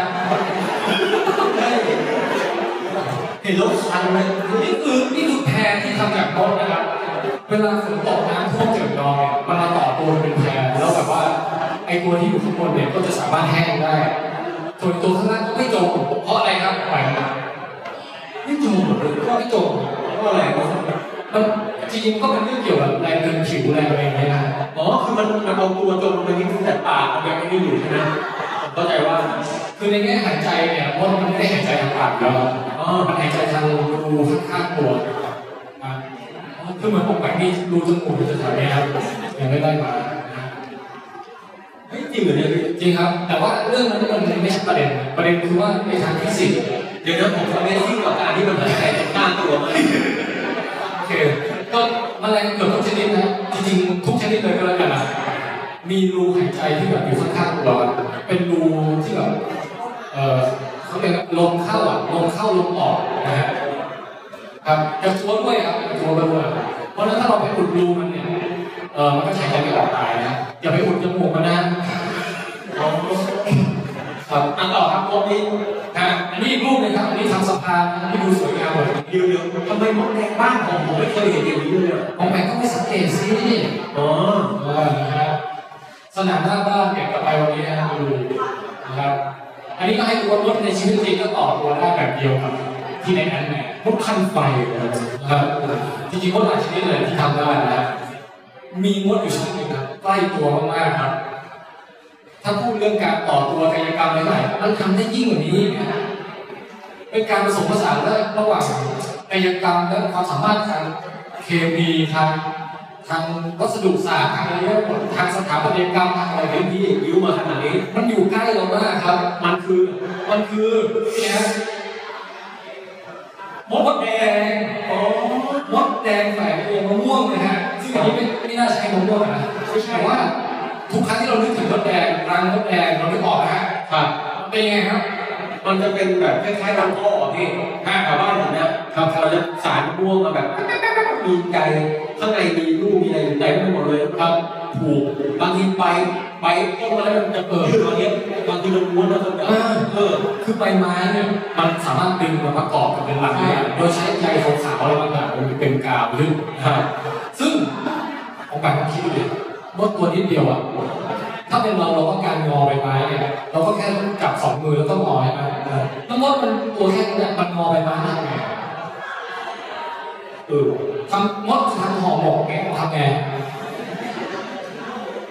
Speaker 3: เห็นรถคันไหม
Speaker 2: นี่คือนี่คือแพรที่ทำจากโต๊ะนะครับ เวลาฝนตกน้ำท่วมเจิ่งนองเนี่ยมันมาต่อตัวเป็นแพรแล้วแบบว่าไอ้ตัวที่อยู่ข้างบนเนี่ยก็จะสามารถแห้งได้ส่วนตัวข้างล่างก็ไม่จมเพราะอะไรครับไปครับไม่จมหรือว่าไม่จม
Speaker 3: เพราะอะไรเพราะอะไร
Speaker 2: มันจริงๆก็เป็นเรื่องเกี่ยวกับแรงดึงผิวแรงอะไรอย่างเงี้ยนะ
Speaker 3: อ๋อคือมันมันเอาตัวจมลงไปนี่ตั้งแต่ปากมันยังไม่ได้อยู่ใช่ไหมผมเข้าใจว่า
Speaker 2: คือในแง่หายใจเนี่ยมดมันไม่ได้หายใจทางปากแล้วอ๋อมันหายใจทางรูข้างๆตัวอ่ะอ๋อคือเหมือนผมแบบนี้รูจมูกอยู่แถวๆเนี้ยครับยังไม่ได้มา
Speaker 3: เฮ้ยจริงเหรอเนี่ยพี่
Speaker 2: จริงครับ แต่ว่าเรื่องนั้นมันไม่ใช่ประเด็น ประเด็นคือว่าในทางฟิสิกส์
Speaker 3: เดี๋ยวนะผมทำได้ยิ่งกว่าการที่มันหายใจต้านตัวมาก
Speaker 2: โอเค ก็แมลงเกือบทุกชนิดนะ จริงๆ ทุกชนิดเลยก็แล้วกันนะมีรูหายใจที่แบบอยู่ข้างๆตัวเราเป็นรูที่แบบ เออเขาเรียกว่าลมเข้าอ่ะ ลมเข้าลมออกนะฮะ ครับกระตัวด้วยครับกระตัวด้วยเพราะฉะนั้นถ้าเราไปอุดรูมันเนี่ย เออมันก็หายใจไม่ออกตายนะ อย่าไปอุดจมูกมันนะ
Speaker 3: อ๋อ
Speaker 2: ครับอันต่อครับพวกนี้นะ อันนี้อีกรูปหนึงครับ อันนี้ทำสะพานนะที่ดูสวยงามเลย
Speaker 3: เดี๋ยวเดี๋ยวทำไมมดแดงบ้านผมผมไม่เคยเห็นอย่างนี้เลยอะ
Speaker 2: มองไปก็ไม่สังเกตสิ
Speaker 3: อ๋อ
Speaker 2: เออนะฮะสนามหน้าบ้านเก็บกลับไปวันนี้นะดูนะครับ อันนี้ก็ให้ดูว่ารถในชีวิตจริงก็ต่อตัวได้แบบเดียวกับที่ในนั้นแหละรถคันไฟนะครับจริงๆรถหลายชนิดเลยที่ทำได้นะครับมีมดอยู่ชนิดหนึงครับใกล้ตัวมากๆครับ ถ้าพูดเรื่องการต่อตัวกายกรรมอะไรใหม่มันทำได้ยิ่งกว่านี้นะ เป็นการผสมผสานระหว่างกายกรรมและความสามารถทางเคมีทางทางวัสดุศาสตร์ทางอะไรเยอะหมดทางสถาปัตยกรรมทางอะไรเยอะ
Speaker 3: นี่ยิ้วมาขนาดนี้
Speaker 2: มันอยู่ใกล้เรามากครับ
Speaker 3: มันคือ
Speaker 2: มันคือเนี่ยฮะมดแดงโอ้มดแดงแฝงอยู่ในมะม่วงนะฮะซึ่งอันนี้ไม่ไม่น่าใช้มะม่วงนะไม่ใช่ว่า ทุกครั้งที่เรานึกถึงมดแดงรังมดแดงเรานึกออกนะฮะ
Speaker 3: ครับ
Speaker 2: มันเป็นยังไงครับ
Speaker 3: มันจะเป็นแบบคล้ายๆรังพ่ออะพี่ห้างแถวบ้านผมเนี่ยครับเราจะสารม่วงมาแบบ มีไก่ข้างในมีลูกมีอะไรอยู่เต็มไปหมดเลยครับผูกบางทีไปไปต้นไม้มันจะเปิดตอนนี้ยบางทีมันม้วนแล้วก็แบบเออ
Speaker 2: คือใบไม้เนี่ยมันสามารถดึงมาประกอบกับเป็นหลังได้โดยใช้ใยขาวๆอะไรบางอย่างมันเป็นกาวลึกนะครับซึ่งของแบบคิดดูดิมดตัวนิดเดียวอ่ะถ้าเป็นเราเราก็การงอใบไม้เนี่ยเราก็แค่จับสองมือแล้วก็งอใช่ไหมแล้วมดมันตัวแค่นี้มันงอใบไม้ได้ไง
Speaker 3: เออ
Speaker 2: ทำมดทำห่อหมกไงทำไง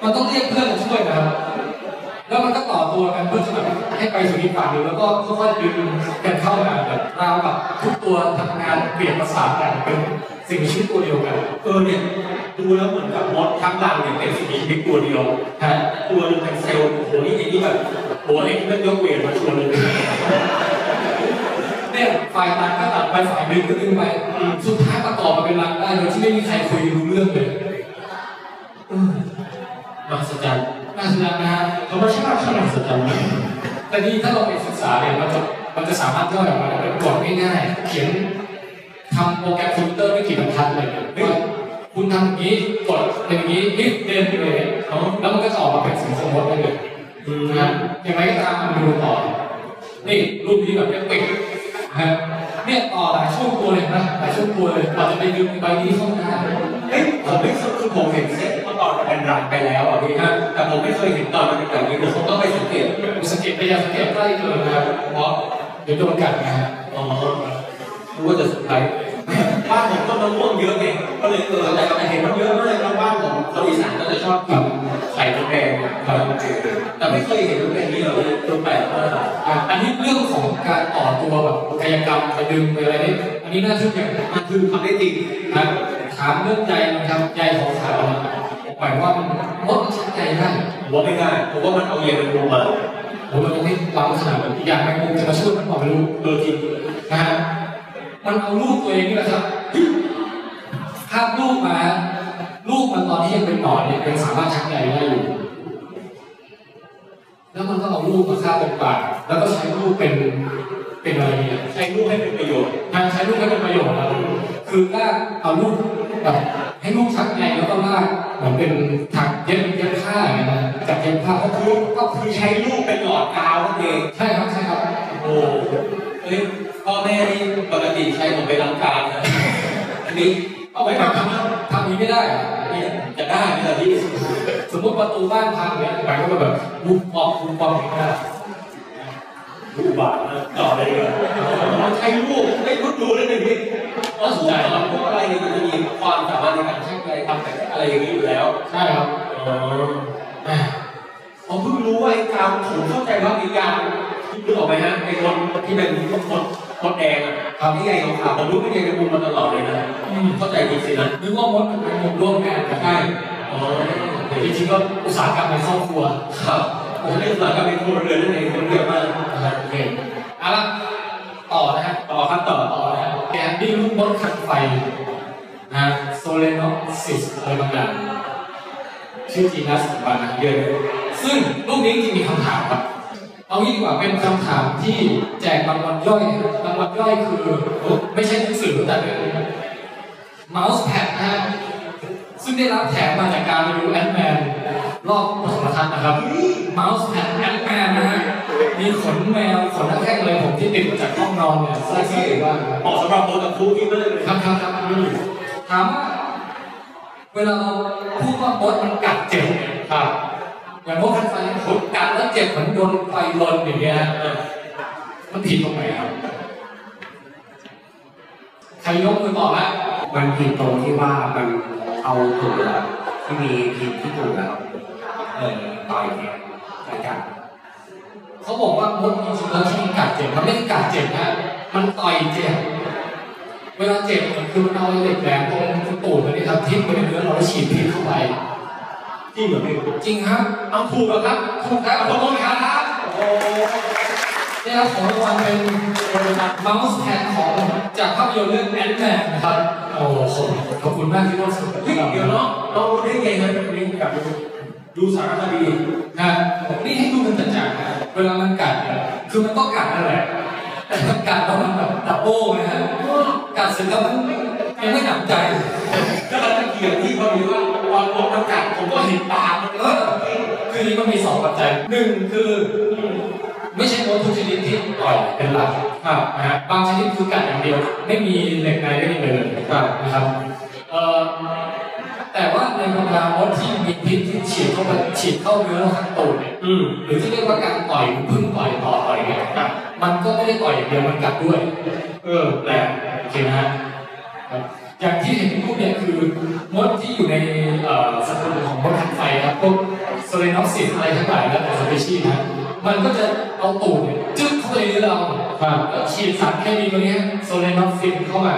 Speaker 2: มันต้องเรียกเพื่อนมาช่วยนะครับ แล้วมันก็ต่อตัวกันเพื่อจะแบบให้ไปสู่อีกฝั่งหนึ่งแล้วก็ค่อยๆดึงกันเข้ามาแบบราวแบบทุกตัวทำงานเปลี่ยนประสานกันเป็นสิ่งมีชีวิตตัวเดียวกัน
Speaker 3: เออเนี่ย ดูแล้วเหมือนกับมดทั้งรังเนี่ยเป็นสิ่งมีชีวิตตัวเดียว
Speaker 2: ฮะ
Speaker 3: ตัวหนึงเป็นเซลล์โอ้โหนี่ไอ้นี่แบบโอ้โหไอ้นี่มันยกเวทมาชวนเลย
Speaker 2: เนี่ยฝ่ายตัดก็ตัดไปฝ่ายดึงก็ดึงไปอืมสุดท้ายประกอบมาเป็นรังได้โดยที่ไม่มีใครคุยรู้เรื่องเลยอืม
Speaker 3: มหัศจรรย์
Speaker 2: น่าสนใจนะฮะ
Speaker 3: ธรรมชาติขนาดมหัศจรรย์
Speaker 2: แต่นี่ถ้าเราไปศึกษาเนี่ยมันจะมันจะสามารถย่อยออกมาเป็นกฎง่ายๆเขียนทำโปรแกรมคอมพิวเตอร์ไม่กี่บรรทัดเลยเฮ้ยคุณทำอย่างนี้กดอย่างนี้นิดเดียวเลย
Speaker 3: เขา
Speaker 2: แล้วมันก็จะออกมาเป็นสีสมมติได้เลย นะครับอย่างไรก็ตามเอามาดูต่อ นี่รูปนี้แบบยังปิดนะครับเนี่ยต่อหลายช่วงตัวเลยนะหลายช่วงตัวเลยเราจะไปดึงใบนี้เข้ามา
Speaker 3: เฮ้ยผมไม่เคยคือผมเห็นเซ็ตเมื่อตอนมันเป็นรังไปแล้วอ่ะพี่ฮะแต่ผมไม่เคยเห็นตอนมันเป็นแบบนี้เดี๋ยวผมต้องไปสังเกต
Speaker 2: ผมสังเกตพยายามสังเกตใกล้เกินนะครับเพราะเดี๋ยวโดนกัดนะฮะ
Speaker 3: อ๋อรู้ว่าจะสุดท้าย บ้านผมก็มะม่วงเยอะไงก็เลยเออแต่ก็เห็นมันเยอะมากแล้วบ้านผมคนอีสานก็จะชอบกินไข่มดแดงครับแต่ไม่เคยเห็นมันเป็นอย่างนี้เลยตัวแปลกมาก
Speaker 2: อ่ะอันนี้เรื่องของการต่อตัวแบบกายกรรมไปดึงไปอะไรนี่อันนี้น่าชื่นใจมาก
Speaker 3: มันคือทำได้จริง
Speaker 2: นะถามเรื่องใจนะครับใจของสาวหมายว่ามันมดมันใช้ใจได้
Speaker 3: ผมว่าไม่ง่ายผมว่ามันเอาเย็นเป็นมุมมา
Speaker 2: ผมว่าตรงนี้เราขนาดอีกอย่างแมงมุมจะมาช่วยมันออกไปรู้
Speaker 3: เออจริง
Speaker 2: นะฮะมันเอารูปตัวเองนี่แหละครับภาพรูปมารูปมันตอนที่ยังเป็นหนอนเนี่ยยังสามารถชักใยได้อยู่ แล้วมันก็เอารูปมาฆ่าบเป็นปากแล้วก็ใช้รูปเป็นเป็นอะไรเนี่ย
Speaker 3: ใช้ลูกให้เป็นประโยชน์
Speaker 2: การใช้ลูกให้เป็นประโยชน์นะคือลากเอาลูกแบบให้ลูกชักใยแล้วก็ลากเหมือนเป็นถักเย็บเย็บผ้าอย่างเงี้ยนะจากเย็บผ้าก็คือ
Speaker 3: ก็คือใช้ลูกเป็นหลอดกาวนั่นเอง
Speaker 2: ใช่ครับใช่ครับ
Speaker 3: โอ้เอ้ยพ่อแม่นี่ปกติใช้ผมไปล้างจานนะอันนี้เอาไว้ทำอะไร
Speaker 2: ทำอย่างนี้ไม่ได้อะ
Speaker 3: เนี่ยจะได้ไหมล่ะพี่
Speaker 2: สมมติประตูบ้านพังเนี่ยไปก็แบบบุบปอกบุบปอกอย่างเงี้ย
Speaker 3: ดูบาทนะต่อเลยดีกว่าเราใช้ลูกไม่รู้ดูได้หนึ่งนิดเราสนใจเราพวกอะไรเนี่ยมันจะมีความสามารถในการใช้อะไรทำแต่อะไรอย่างนี้อยู่แล้ว
Speaker 2: ใช่ครับ
Speaker 3: อ๋ออ่ะผมเพิ่งรู้ว่าไอ้กาวผมเข้าใจว่าไอ้กาวที่นึกออกไหมฮะไอ้คนที่เป็นคนคนคนแดงอะคราวนี้ไงของขาวผมรู้ไม่ไงในมุมมาตลอดเลยนะอืมเข้าใจดีสินะ
Speaker 2: นึกว่ามดมันเป็นมดร่วมงานกันได้
Speaker 3: ใช่อ๋อ
Speaker 2: แต่จริงๆก็อุตสาหกรรมในครอบครัว
Speaker 3: ครับผมเรียกหลักการเป็นคนเรือนนั่นเองผมเรียกว่า
Speaker 2: โอเคเอาละต่อนะฮะ
Speaker 3: ต่อครับต่อ
Speaker 2: ต่อนะฮะแกนดิ้งลูกมดขัดไฟนะฮะโซเลนอซิสอะไรบางอย่างชื่อจีนัสของบานาเยอะซึ่งรูปนี้จริงๆมีคำถามครับเอางี้ดีกว่าเป็นคำถามที่แจกรางวัลย่อยรางวัลย่อยคือไม่ใช่หนังสือแต่เป็นเมาส์แพดนะฮะซึ่งได้รับแถมมาจากการไปดูแอนแมนรอบปฐมทัศน์นะครับเมาส์แพดแอนแมนนะฮะมีขนแมวขนนักแข้งเลยผมที่ติดมาจากห้องนอนเนี่ยใส่เสื้อว่าง
Speaker 3: เหมาะสำหรับโต๊ะกับครูที่มากเลย
Speaker 2: ครับครับครับอืมถามว่าเวลาเราพูดว่ามดมันกัดเจ็บเนี่ยครับอย่างมดคันไฟผมกัดแล้วเจ็บเหมือนโดนไฟลนอย่างเงี้ยฮะเออมันผิดตรงไหนครับใครยกมือบอกละ
Speaker 5: มันผิดตรงที่ว่ามันเอาถุงอะที่มีพิษที่ถุงแล้ว เออต่อยเนี่ยไปกัน
Speaker 2: เขาบอกว่ามดจริงๆแล้วที่มันกัดเจ็บมันไม่ได้กัดเจ็บนะมันต่อยเจ็บเวลาเจ็บเนี่ยคือมันเอาเหล็กแหลมตรงตูดมันนี่ครับทิ่มไปในเนื้อเราแล้วฉีดพิษเข้าไป
Speaker 3: จริงเหรอพี่
Speaker 2: จริงครับ เอาถูกแล้วครับ ถูกครับขอบคุณครับ
Speaker 3: โอ้
Speaker 2: ได้รับของรางวัลเป็นเมาส์แพดของจากภาพยนตร์เรื่องแอนด์แมนนะครับ โอ้โหขอบคุณมากที่ร่วมสนุกกับ
Speaker 3: เฮ้ย
Speaker 2: เรา
Speaker 3: เดี๋ยวเนาะเรารู้ได้ไงฮะวันนี้กลับดูดูสารคดี
Speaker 2: นะนี่ให้ดูมันจัดๆนะเวลามันกัดเนี่ยคือมันก็กัดนั่นแหละ แต่มันกัดแล้วมันแบบดับโบ้นะฮะกัดเสร็จแล้วมันไม่ยังไม่หนำใจ
Speaker 3: แล้วก็ตะเกียบที่เขาบอกว่าวันลบอากาศผมก็เห็นตามัน
Speaker 2: เออคือนี้มันมีสองปัจจัยหนึ่งคือ ไม่ใช่โมดทุกชนิดที่ต่อยเป็นหลักครับนะฮะบางชนิดคือกัดอย่างเดียว ไม่มีเหล็กในไม่มีอะไรเลยครับนะครับเอ่อแต่ว่าในบรรดามดที่มีพิษที่ฉีดเข้าไปฉีดเข้าเนื้อแล้วข้างตูดเนี่ย
Speaker 3: อืม
Speaker 2: หรือที่เรียกว่าการต่อยหรือพึ่งต่อยต่อต่อยเนี่ยครับมันก็ไม่ได้ต่อยอย่างเดียวมันกัดด้วย
Speaker 3: เออแปลก
Speaker 2: โอเคนะฮะครับอย่างที่เห็นรูปเนี่ยคือมดที่อยู่ในเอ่อสกุลของมดคันไฟครับพวกโซเลนอซิสอะไรทั้งหลายแล้วแต่สปีชีส์นะมันก็จะเอาตูดเนี่ยจึ๊กเข้าไปในเนื้อเราครับแล้วฉีดสารเคมีตัวเนี้โซเลนอซิสเข้ามา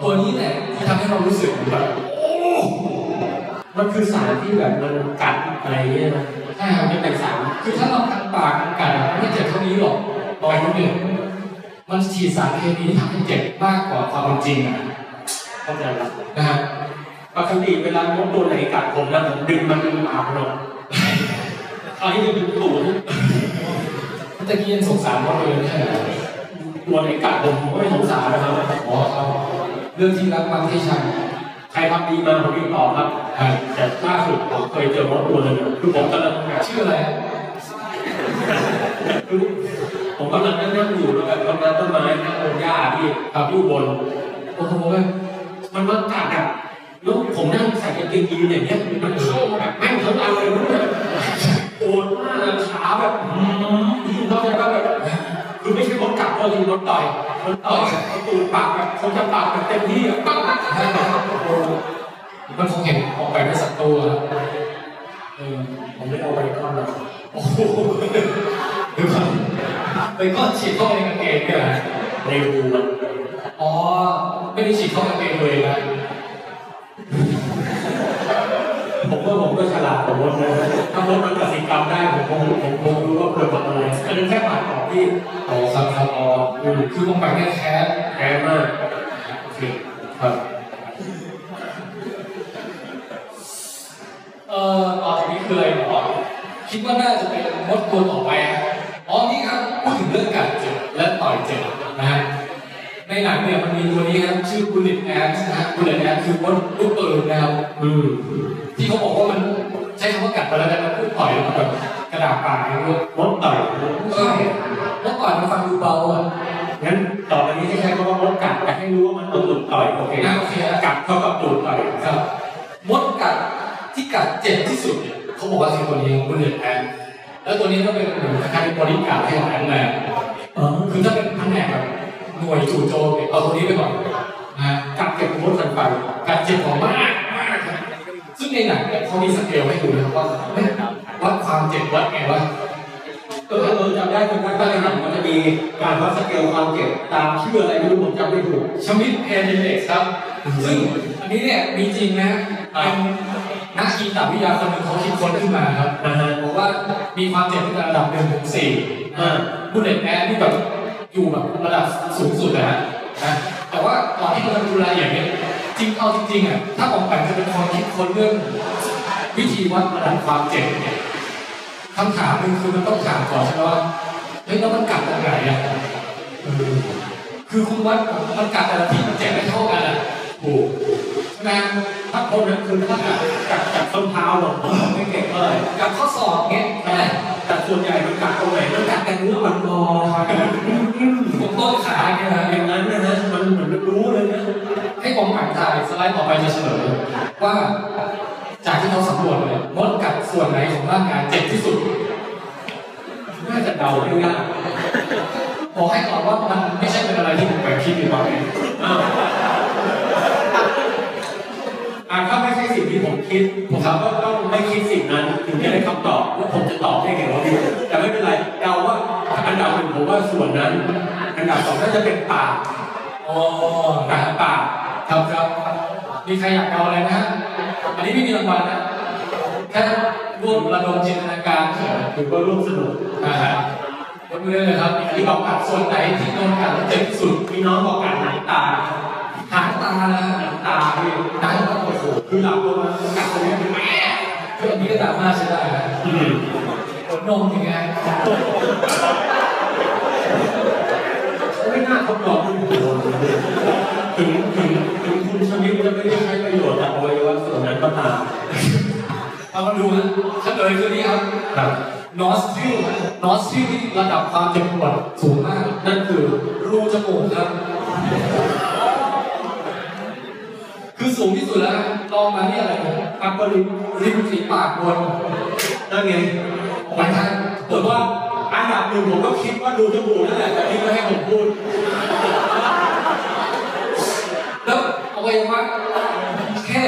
Speaker 2: ตัวนี้แหละที่ทำให้เรารู้สึกแบบ
Speaker 5: มันคือสารที่แบบมันกัดอะไรเงี้ยนะ
Speaker 2: ใช่ครับมันเป็นสารคือถ้าเรากัดปากกัดกัดอะมันไม่เจ็บเท่านี้หรอกปล่อยคนอื่นมันฉีดสารเคมีที่ทำให้เจ็บมากกว่าความเป็นจริงอะ
Speaker 5: เข้าใจแล้ว
Speaker 2: นะฮะ
Speaker 3: ปกติเวลามดตัวไหนกัดผมแล้วผมดึงมันเป็นปากหนอกคราวนี้จะดึงตูด
Speaker 2: ตะกี้ยังสงสารเขาเลยไม่ใช่ไหม
Speaker 3: ตัวไหนกัดผมผมก็ไม่สงสารนะครับ
Speaker 2: อ๋อครับเรื่องที่รักมักที่ชัง
Speaker 3: ใครทำดีมาผมรีบตอบครับ
Speaker 2: อ่า
Speaker 3: แต่ล่าสุดผมเคยเจอมดตัวหนึงคือผมกำลังหา
Speaker 2: ชื่ออะไรฮะ
Speaker 3: ส ผมกำลังนั่งอยู่แล้วแบบกำลังต้นไม้นะโอนหญ้าพี่ครับอยู่บนโอ้โหแบบมันมันกัดอ่ะแล้วผมนั่งใส่กางเกงยีนอย่างเงี้ยมันเข้ามาแบบแม่งทั้งอันเลยมันแบบปวดมากเลยขาแบบอืมเข้าใจป่ะแบบคือไม่ใช่รถกัดก็คือรถต่อยรถต่อยเอาตูดปากแบบเขาจะปากแบบเต็มที่อ่ะปั๊บปั๊บปั๊บโอ้โหมันคงเห็นออกไปเป็นศัตรูอะ เออผมได้เอาไปก้อนแล้วโอ้โหเดี๋ยวก่อนไปก้อนฉีดเข้าไปในกางเกงเนี่ยนะในรูอะอ๋อ ไม่ได้ฉีดเข้ากางเกงเลยนะผมว่าผมก็ฉลาดผมว่านะถ้าผมมันตัดสินกรรมได้ผมคงผมคงรู้ว่าควรทำอะไรอันนั้นแค่ผ่านของที่ต่อครับครับอ๋ออืมคือผมไปแค่แค้นแค้นมากโอเคครับ
Speaker 2: เอ่อต่อจากนี้คืออะไรหรอคิดว่าน่าจะเป็นมดตัวต่อไปฮะอ๋อนี่ครับพูดถึงเรื่องการเจ็บและต่อยเจ็บนะฮะในหนังเนี่ยมันมีตัวนี้ครับชื่อบุลิตแอนนะฮะบุลิตแอนคือมดลูกปืนนะครับอืมที่เขาบอกว่ามันใช้คำว่ากัดไปแล้วแต่มันพูดต่อยมันแบบกระดาษปากอย่างเงี้ย
Speaker 3: มดต่อย
Speaker 2: ใช่เมื่อก่อนมันฟังดูเบาอ่ะ
Speaker 3: งั้นต่อไปนี้ให้ใช้คำว่ามดกัดแต่ให้รู้ว่ามันตุ่มต่อย โอเค
Speaker 2: อ่ะโอเคอ่ะ
Speaker 3: กัดเท่ากับตุ่มต่อยค
Speaker 2: ครับรับมดกัดที่กัดเจ็บที่สุดเนี่ยเขาบอกว่าคือตัวนี้บุลิตแอนแล้วตัวนี้ก็เป็นเหมือนคล้ายๆบริการให้ของแอนแมน
Speaker 3: อ๋อ
Speaker 2: คือถ้าเป็นแผนกแบบหน่วยจู่โจมเนี่ยเอาตัวนี้ไปก่อนนะการเก็บอาวุธกันไปการเจ็บของมากมากครับซึ่งในหนังเนี่ยเขามีสเกลให้ดูนะครับว่าเฮ้ยวัดความเจ็บวัดไงวะ
Speaker 3: เออเออจำได้จำได้ตอนนั้นมันจะมีการวัดสเกลความเก็บตามชื่ออะไรไม่รู้ผมจำไม่ถูก
Speaker 2: ชมิดแอนดิเล็กซ์ครับซึ่งอันนี้เนี่ยมีจริงนะเป็นนักกีตาวิทยาคนหนึ่งเขาคิดค้นขึ้นมาครับ
Speaker 3: อ่าฮะ
Speaker 2: บอกว่ามีความเจ็บตั้งแต่ระดับหนึ่งถึงสี่
Speaker 3: อ่า
Speaker 2: บุลเลตแอนที่แบบอยู่แบบระดับสูงสุดนะฮะ นะแต่ว่าก่อนที่เราจะดูรายละเอียดเนี่ยจริงเอาจริงๆอ่ะถ้าออกแบบจะเป็นคนคิดค้นเรื่องวิธีวัดระดับความเจ็บเนี่ยคำถามหนึ่งคือมันต้องถามก่อนใช่ไหมว่าเฮ้ยแล้วมันกัดตรงไหนอ่ะเออคือคุณวัดมันกัดแต่ละที่มันเจ็บไม่เท่ากันอ่ะ
Speaker 3: ถูก
Speaker 2: ใช่ไหมถ้าคนนั้นคือถ้ากัด
Speaker 3: กัดกัดต้นเท้าหรอกไม่เก่งเลย
Speaker 2: กัดข้อศอกเงี้ยใช่ไหม
Speaker 3: แต่ส่วนใหญ่มันกัดตรงไหนมันกัดกันเนื้อมันงอ
Speaker 2: ผมต้นขาเนี่ยนะ
Speaker 3: อย่างนั้นนะฮะมันเหมือนมันรู้เลยนะ
Speaker 2: ให้ผมอ่านถ่ายสไลด์ต่อไปจะเฉลยว่าจากที่เขาสำรวจเนี่ยมดกัดส่วนไหนของร่างกายเจ็บที่สุด
Speaker 3: น่าจะเดาไม่ยาก
Speaker 2: บอกให้ตอบว่ามันไม่ใช่เป็นอะไรที่ผมไปคิดดีกว่า
Speaker 3: อ้าวอ่ะถ้าไม่ใช่สิ่งที่ผมคิด ผมก็ต้องไม่คิดสิ่งนั้นถึงจะได้คำตอบว่าผมจะตอบได้ไงวะพี่แต่ไม่เป็นไรเดาว่าอันดับหนึ่งผมว่าส่วนนั้น อันดับสองน่าจะเป็นปาก
Speaker 2: อ๋อ
Speaker 3: ปากปาก
Speaker 2: ครับครับ มีใครอยากเอาอะไรนะฮะ อันนี้ไม่มีรางวัลนะ แค่ร่วมระดมจินตนาการเฉย
Speaker 3: ถือว่าร่วมสนุก
Speaker 2: อ่าฮะยกมือได้เลยครับมีใครที่บอกกัดส่วนไหนที่โดนกัดแล้วเจ็บที่สุด
Speaker 3: พี่น้องบอกการหนังตา
Speaker 2: หางตานะ
Speaker 3: หนังตาพี่
Speaker 2: หางตาโอ้โห
Speaker 3: คือหลับก็มากัดตรงนี้เป็นแม่
Speaker 2: เพื่อนนี้ก็ดราม่าใช่ได้นะ
Speaker 3: อืม
Speaker 2: ขนนมยังไง
Speaker 3: ไม่น่าทดลองดูถึงถึงถึงคุณชมิตจะไม่ได้ใช้ประโยชน์จากอวัยวะส่วนนั้นก็ตาม
Speaker 2: เอามาดูนะเฉลยคือนี้ครับ
Speaker 3: ครับ
Speaker 2: นอสซิลนอสซิลนี่ระดับความเจ็บปวดสูงมาก นั่นคือรูจมูกครับ คือสูงที่สุดแล้วลองมานี่อะไรอัปเปอร์ลิมริมฝีปากบน
Speaker 3: นั่นไง
Speaker 2: ออกไปทาง
Speaker 3: แต่
Speaker 2: เปิด
Speaker 3: ว่า
Speaker 2: ว่า
Speaker 3: อันดับหนึ่งผมก็คิดว่าดูจมูกนั่นแหละแต่ที่ไม่ให้ผมพูด
Speaker 2: แล้วเอาไว้ว่าแค่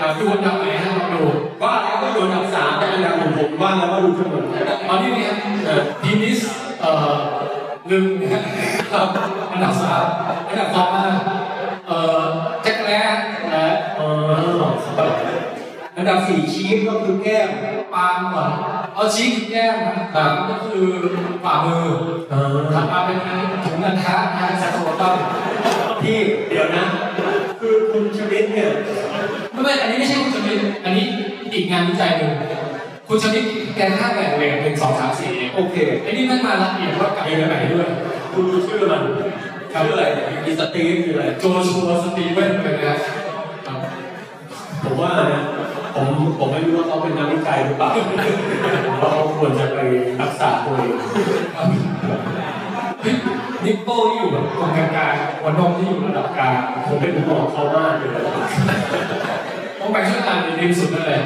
Speaker 2: อ่าดูอันดับไหนฮะลองดู
Speaker 3: ว่าแล้วก็อยู่อันดับสามแต่อันดับหนึ่งผมว่าแล้วว่าดูจมูก
Speaker 2: เอาที่นี่ครับพีนิสเอ่อลึงนะครับอันดับสามอันดับสองมาเอ่อแจ็คแร้นะ
Speaker 3: เอออันดับสี่ชี้ก็คือแก้ม
Speaker 2: ปางก่อนเอาชี้คือแก้มนะปางก็คือฝ่ามือ
Speaker 3: เอ
Speaker 2: ถัดมาเป็นถุงเงินทะนะสักตัวต้น
Speaker 3: ที่เดี๋ยวนะ คือคุณชลิดเนี่ย
Speaker 2: ไม่ไม่อันนี้ไม่ใช่คุณชมิตอันนี้อีกงานวิจัยหนึ่งคุณชมิตแกค่าแบ่งเวรหนึ่งสองสามสี่เอง
Speaker 3: โอเค
Speaker 2: ไอ้นี่มันมาละเอียดว่ากับเวรไหนด้วย
Speaker 3: คุณดูชื่อมันชื่ออะไรอีสตีฟคืออะไร
Speaker 2: โจชัวสตีเวนเป็นไงครับ
Speaker 3: ผมว่านะผม ผมผมไม่รู้ว่าเขาเป็นนักวิจัยหรือเปล่าเราควรจะไปรักษาตัวเอง
Speaker 2: นิปโป้ที่อยู่แบบตรงกลางๆหัวนมที่อยู่ระดับกลาง
Speaker 3: ผมเป็นห่วงเขามากเลย
Speaker 2: ต้องไปช่วยงานในริมสุดนั่นแหละ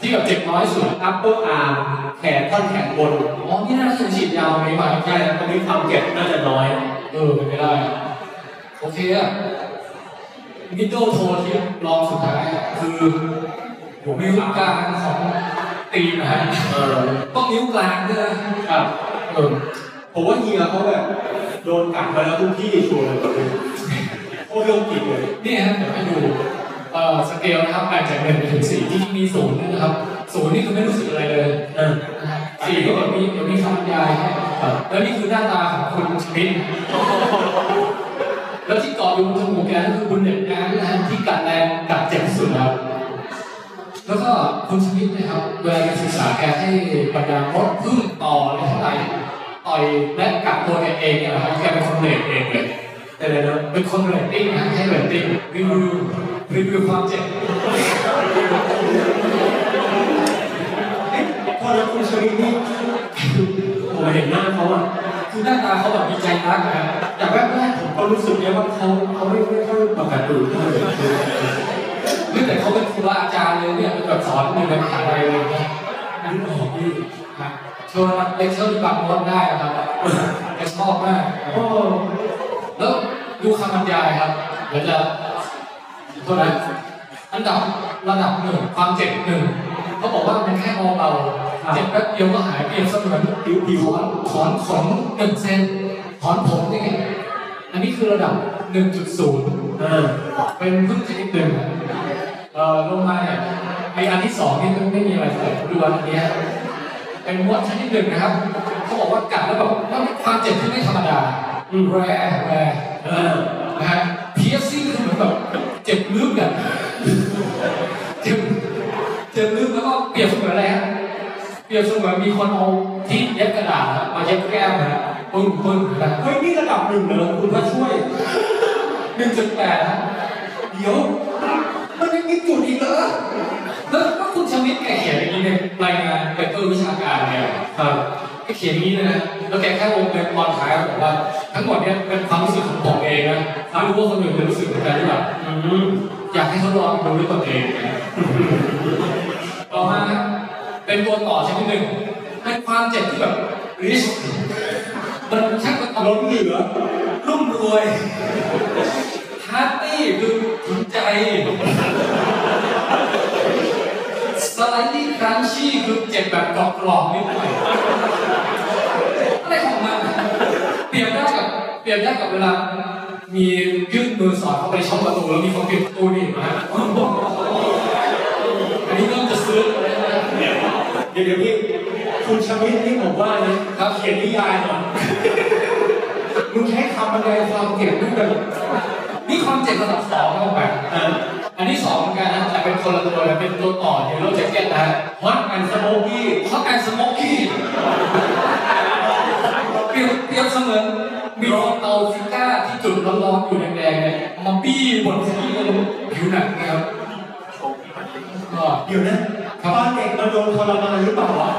Speaker 2: ที่แบบเจ็บน้อยสุด upper arm แขนท่อนแขนบนอ๋อนี่น่าจะฉีดยาวไหมมาใช่แล้วตรงนี้ความเจ็บ
Speaker 3: น่าจะน้อย
Speaker 2: เออเป็นไปได้ โอเคอะมิดเดิลโทนที่รองสุดท้ายอะคือ ผมนิ้วกลางของตีนนะฮะ
Speaker 3: เออ
Speaker 2: ต้องนิ้วกลางด้วยครับเออ
Speaker 3: ผมว่าเฮียเขาแบบโดนกัดมาแล้วทุกที่ชัวร์เลยแบบนี้โคตรโรคจิตเลย
Speaker 2: เนี่ยครับเดี๋ยวให้ดูเอ่อสเกลนะครับแบ่งจากหนึ่งไปถึงสี่ที่มีศูนย์นะครับศูนย์นี่คือไม่รู้สึกอะไรเลย
Speaker 3: เออ
Speaker 2: สี่ก็แบบมีเดี๋ยวมีคำบรรยายให้ครับแล้วนี่คือหน้าตาของคุณชมินแล้วที่เกาะอยู่บนจมูกแกนั่นคือบุญเด็ดงานนะฮะที่กัดแรงกัดเจ็บที่สุดแล้ว แล้วก็คุณชมินนะครับเวลาการศึกษาแกให้บรรดามดพึ่งต่ออะไรเท่าไหร่ต่อยและกัดตัวแกเองเนี่ยนะครับแกเป็นคนเด็ดเองเลย
Speaker 3: แต่เลยนะ
Speaker 2: เป็นคนเรตติ้งนะให้เรตติ้งรีวิวรีวิวความเจ็บ
Speaker 3: พอแล้วคุณชลินนี่ผมเห็นหน้าเขาอ่ะ
Speaker 2: คือหน้าตาเขาแบบมีใจรักนะแต่แวบแรกผม
Speaker 3: เขารู้สึกเนี้ยว่าเขาเขาไม่ไม่ค่อยปกติเท่าไหร่
Speaker 2: เฮ้ยแต่เขาเป็นครูบาอาจารย์เลยเนี่ยเป็นแบบสอนอยู่ในมหาลัยเลยนะ
Speaker 3: อันนี้ออกดี
Speaker 2: ฮะชวนมาเลคเชอร์ที่บางมดได้นะครับแต่ชอบมาก
Speaker 3: โอ้
Speaker 2: แล้วดูคำบรรยายครับเดี๋ยวจะโทษนะอันดับระดับหนึ่งความเจ็บหนึ่งเขาบอกว่ามันแค่มองเราเจ็บแป๊บเดียวก็หายเปรียบเสมือนผิวผิวถอนถอนขนหนึ่งเซนถอนผมนี่ไงอันนี้คือระดับ 1.0
Speaker 3: เออ
Speaker 2: เป็นเพึ่งชนิดหนึ่งเอ่อลงมาเนี่ยไออันที่สองนี่มันไม่มีอะไรเลยดูอันเนี้ยเป็นมดชนิดหนึ่งนะครับเขาบอกว่ากัดแล้วแบบมันมีความเจ็บที่ไม่ธรรมดาแรแร
Speaker 3: เออ
Speaker 2: นะฮะพีเอฟซีก็เหมือนแบบเจ็บลึกอ่ะเจ็บเจ็บลึกแล้วก็เปรียบเสมือนอะไรฮะเปรียบเสมือนมีคนเอาที่เย็บกระดาษอะมาเย็บแก้มนะปึ้งปึ้งนะ
Speaker 3: เฮ้ยนี่ระดับหนึ่งเหรอคุณพระช่วย
Speaker 2: หนึ่งจุดแปดฮะ
Speaker 3: เดี๋ยว มันยังมีจุดอีกเหรอ
Speaker 2: แล้วก็คุณชมิดแกเขียนอย่างนี้ในรายงานเปเปอร์วิชาการเนี่ย
Speaker 3: ครับ
Speaker 2: แกเขียนอย่างนี้เลยนะแล้วแกแค่วงเล็บตอนท้ายบอกว่า ทั้งหมดเนี่ยเป็นความรู้สึกของผมเองนะไม่รู้ว่าคนอื่นจะรู้สึกเหมือนกันหรือเปล่า
Speaker 3: อืม
Speaker 2: อยากให้ทดลองดูด้วยตนเอง ต่อมาเป็นตัวต่อชนิดหนึ่งเป็นความเจ็บที่แบบริชมันชักกระตุ้
Speaker 3: ล้นเหลือ
Speaker 2: รุ่มรวยฮาร์ตี้คือถึงใจ สไลด์ครันชี่คือเจ็บแบบกรอบๆนิดหน่อย อะไรของมัน เปรียบได้กับเปรียบได้กับเวลา มียื่นมือสอดเข้าไปช่องประตูแล้วมีคนปิดประตูนี่เห็นไหมฮะอันนี้เริ่มจะซื้อเลยนะ
Speaker 3: เดี๋ยวเดี๋ยวพี่คุณชมิดนี่ผมว่านะครับ เขียนนิยายห น่อย
Speaker 2: มึงใช้คำบรรยายความเจ็บด้วยกันนี่ความเจ็บระดับสองเข้าไป
Speaker 3: เออ
Speaker 2: อันที่สองเหมือนกันนะแต่เป็นคนละตัวเลยเป็นตัวต่อเดี๋ยวเราจะเก็ตนะฮะฮอตแอนสโมกี้ฮอตแอนสโมกี้ เปรียบเปรียบเสมือนมีคนเอาซิก้าที่จุดร้อนๆอยู่แดงๆเนี่ยเอามาบี้บนสีบนผิวหนังนะครับก็
Speaker 3: เดี๋ยวนะ
Speaker 2: ครับ
Speaker 3: ตอนเด็กมันโดนทรมานหรือเปล่าวะ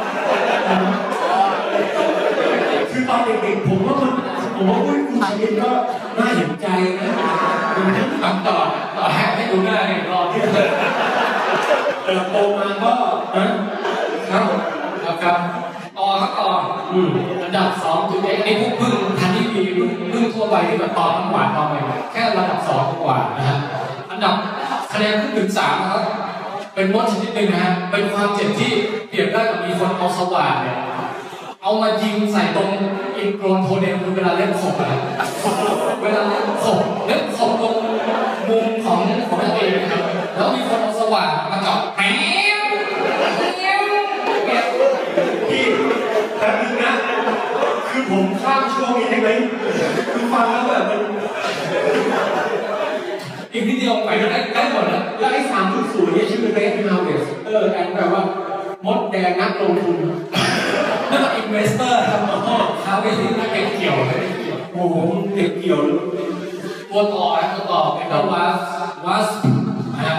Speaker 3: คือตอนเด็กๆผมว่ามันผมว่าอุ้ยคุณชมิดก็น่าเห็นใจนะ
Speaker 2: ตัดต่อต่อแฮกให้ดูหน้าเนี่ยรอที่เธอ
Speaker 3: เติบโตมาก็นะครับ
Speaker 2: ครับครับต่อครับต่ออืมระดับสองจุดเอ็กซ์นี่พวกพึ่งทันที่มีพึ่งทั่วไปที่แบบต่อทั้งหวานต่อไปแค่ระดับสองกว่านะฮะอันดับคะแนนขึ้นถึงสามนะครับ เป็นมดชนิดหนึ่งนะฮะเป็นความเจ็บที่เปรียบได้กับมีคนเอาสว่านเนี่ยเอามายิงใส่ตรงอินโกรนโทเดมคือเวลาเล่นขบนะเวลาเล่นขบเล่นขบตรงมุมของของนักเองนะครับแล้วมีคนเอาสว่านมาเจาะแหม
Speaker 3: พี่แป๊บนึงนะ คือผมข้ามช่วงนี้ได้ไหมคือฟังแล้วแบบมัน
Speaker 2: อีกนิดเดียวไปได้ได้หมดแล้ว
Speaker 3: แล้วไอ้สามจุดศูนย์เนี่ยชื่อเรสฮาวเวส
Speaker 2: เออแอนแปลว่ามดแดงนักลงทุนนั่นอินเวสเตอร์ครับอ๋อเขาไปที่นักเก็งเกี่ยวเลย
Speaker 3: โอ้โหเด็กเกี่ยวเลย
Speaker 2: ตัวต่อนะตัวต่อเป็นคำว่าวาสนะฮะ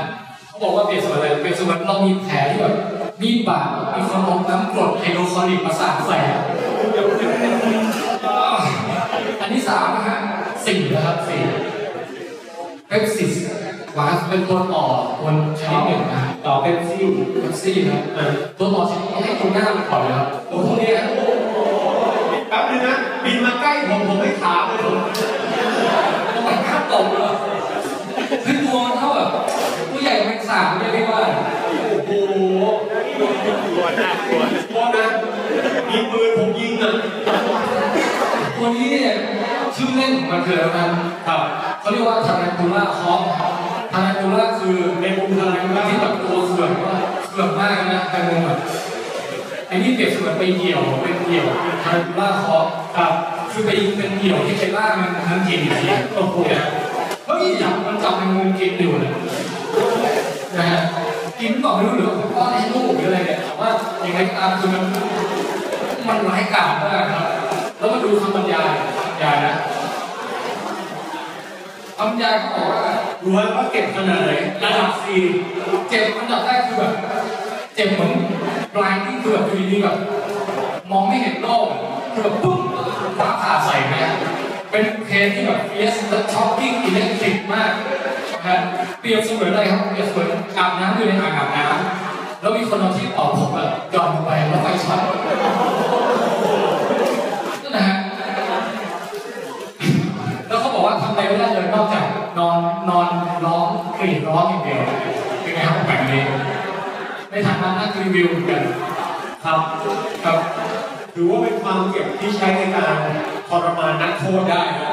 Speaker 2: เขา บอกว่าเปรียบเสมือนอะไรเปรียบเสมือนเรามีแผลที่แบบมีดบาดมีคนลงน้ำกรดไฮโดรคลอริกมาสาดใส่อะอันที่สามนะฮะสิ่งนะครับสิ่งเปปซิสวาสเป็นตัวต่อคนชนิดหนึ่งนะ
Speaker 3: ต่อเปปซี่
Speaker 2: เปปซี่นะตัวต่อชนิดนี้ให้ตรงหน้ามันก่อนเลยครับตัวพวกเนี้ย
Speaker 3: แป๊บนึงนะ บินมาใกล้ผมผมไม่ถามเลยผม
Speaker 2: ต้องไปข้ามตรงเลยคือตัวมันเท่าแบบตัวใหญ่แมงสาบเรียกได้ว่า
Speaker 3: โอ้โหกลัวน่ากลัวนะมีปืนผมยิงอ่ะ
Speaker 2: ตัวนี้เนี่ยชื่อเล่นของมันคืออะไรรู้ไหมครับ เขาเรียกว่าทารันตูล่าฮอปทารันตูล่าคือในมุมทารันตูล่าที่แบบตัวเขื่อนว่าเขื่อนมากนะแต่มุมแบบไอ้นี่เปรียบเสมือนไปเหี่ยวเป็นเหี่ยวทารันตูล่าฮอปครับ คือไปเป็นเหี่ยวที่ไปล่ามันทั้งกินทีโอ้โหเนี่ยเฮ้ยจับมันจับแมงมุมกินอยู่เลยนะฮะกินต่อไม่รู้หรือว่าป้อนให้ลูกหรืออะไรเนี่ยแต่ว่าอย่างไรก็ตามคือมัน มันร้ายกาจมากครับ แล้วมาดูคำบรรยายคำบรรยายนะคำบรรยายเขาบอกว่า
Speaker 3: ดูว่าเขาเก็บขนาดไหนระดับสี่
Speaker 2: เจ็บอันดับแรกคือแบบ เจ็บเหมือนปลายที่เกือบอยู่ดีๆแบบมองไม่เห็นโลกคือแบบปุ๊บฟ้าผ่าใส่ไหมเป็นเพลงที่แบบเฟียสและช็อกกิ้งอิเล็กทริกมากนะฮะเปรียบเสมือนอะไรครับเปรียบเสมือนอาบน้ำอยู่ในอ่างอาบน้ำแล้วมีคนเอาที่เป่าผมแบบหย่อนลงไปแล้วไฟช็อตนั่นนะฮะ แล้วเขาบอกว่าทำอะไรไม่ได้เลยนอกจากนอนนอนร้องกรีดร้องอย่างเดียวเป็นไงครับแบบนี้ในฐานะนักรีวิวเหมือนกัน
Speaker 3: ครับ
Speaker 2: ครับ
Speaker 3: ถือว่าเป็นความเก็บที่ใช้ในการทรมานนักโทษได้นะ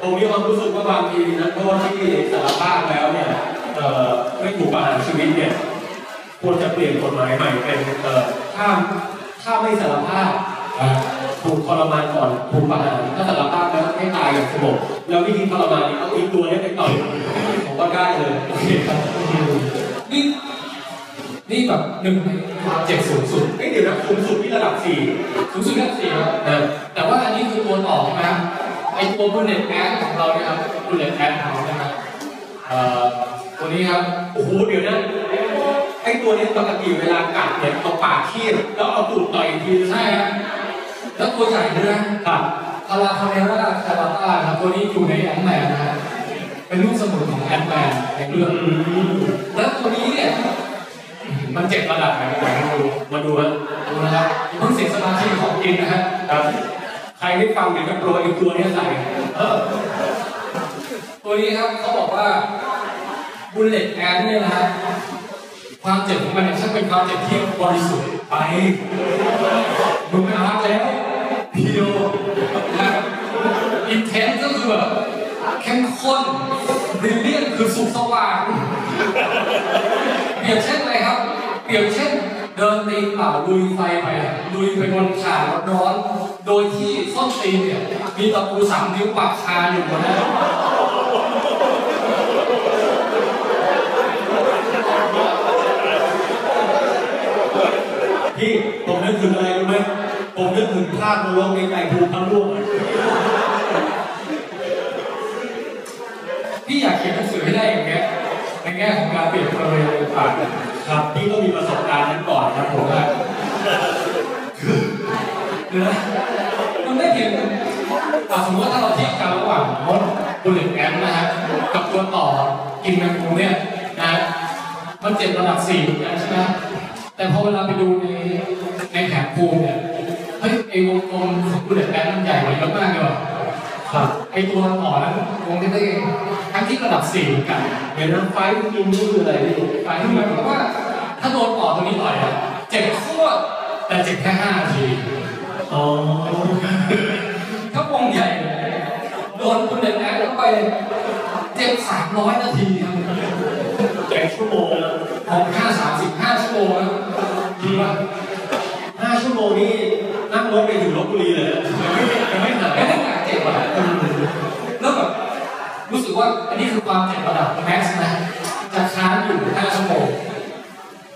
Speaker 3: ผมมีความรู้สึกว่าบางทีนักโทษที่สารภาพแล้วเนี่ยเอ่อไม่ถูกประหารชีวิตเนี่ยควรจะเปลี่ยนกฎหมายใหม่เป็นเอ่อถ้าถ้าไม่สารภาพอ่ะถูกทรมานก่อนถูกประหารถ้าสารภาพแล้วให้ตายอย่างสงบแล้ววิธีทรมานเนี่ยเอาอีกตัวเนี้ไปต่อยผมว่าได้เลยโอเคครับ
Speaker 2: นี่นี่แบบหนึ่งในความเจ็บสูงสุด
Speaker 3: เอ้ยเดี๋ยวนะสูงสุดที่ระดับสี่
Speaker 2: สูงสุดนั่นสี่ครับ
Speaker 3: นะ
Speaker 2: แต่ว่าอันนี้คือตัวต่อใช่ไหมครับไอตัวบุลเลตแอนของเราเนี่ยครับบุลเลตแอนของเรานะครับเอ่อตัวนี้ครับ
Speaker 3: โอ้โหเดี๋ยวนะ ไอ้ตัวนี้ปกติเวลากัดเนี่ยเอาปากคีบแล้วเอาตูดต่อยอีกที
Speaker 2: ใช่ครับแล้วตัวใหญ่ด้วยนะ
Speaker 3: ครับ
Speaker 2: พาราคาเนล่าคาราต้าครับตัวนี้อยู่ในแอนแมนนะฮะเป็นลูกสมุนของแอนแมนในเรื่องแล้วตัวนี้เนี่ยมันเจ็บระดับไหนกันไม่รู้
Speaker 3: มาดูฮะ
Speaker 2: ดูนะครับเพิ่งเสียสมาธิของกินนะฮะ
Speaker 3: ครับ ใครได้ฟังเดี๋ยวก็โปรยไอ้ตัวนี้ใส่เออ
Speaker 2: ตัวนี้ครับเขาบอกว่าบุลเลตแอนเนี่ยนะฮะความเจ็บของมันเนี่ยช่างเป็นความเจ็บที่บริสุทธิ์
Speaker 3: ไป
Speaker 2: มึงเป็นอาร์ตแล้ว
Speaker 3: เพียว
Speaker 2: อินเทนก็คือแบบเข้มข้นบริเลียนคือสุขสว่าง เปรียบเช่นอะไรครับ เปรียบเช่น เดินตีนเปล่าลุยไฟไปลุยไปบนขาร้อนๆโดยที่ส้นตีนเนี่ยมีตะปูสามนิ้วปักคาอยู่บนนั้น
Speaker 3: พี่ผมนึกถึงอะไรรู้ไหมผมนึกถึงภาพนรกในไก่ภูพังร่วงอะ
Speaker 2: พี่อยากเขียนหนังสือให้ได้อย่างเงี้ยในแง่ของการเปรียบเปรยเลย
Speaker 3: ครับครับพี่ก็มีประสบการณ์นั้นก่อนครับผมว่า
Speaker 2: เนื้อมันได้เห็นอ่ะสมมติว่าถ้าเราเทียบกันระหว่างมดบุลเลตแอนนะฮะกับตัวต่อกินแมงมุมเนี่ยนะฮะมันเจ็บระดับสี่เหมือนกันใช่ไหมฮะแต่พอเวลาไปดูในในแผนภูมิเนี่ยเฮ้ยไอวงกลมของบุลเลตแอนมันใหญ่กว่าเยอะมากเลยว่ะ
Speaker 3: ครับ
Speaker 2: ไอตัวอ่อนนั้นวงเล็กๆทั้งที่ระดับสี่เหมือนกัน
Speaker 3: เดี๋ยวนะไฟล์ที่กินนี่คืออะไรพี่
Speaker 2: หมายถึงหมายความว่า ถ้าโดนต่อตรงนี้ต่อยอะเจ็บโคตรแต่เจ็บแค่ห้านาที
Speaker 3: อ๋อ
Speaker 2: ถ้าวงใหญ่โดนคุณเด็กแอนเข้าไปเจ็บสามร้อยนาทีครับ
Speaker 3: แจกชั่วโมงละ
Speaker 2: ของห้าสามสิบห้าชั่วโมงนะดีป่ะ
Speaker 3: ห้าชั่วโมงนี้นั่งรถไปถึงลบบุรีเลยนะ
Speaker 2: ยังไม่หายไม่หายเจ็บอ่ะแล้วแบบรู้สึกว่าอันนี้คือความเจ็บระดับแม็กซ์นะจะค้างอยู่ห้าชั่วโมง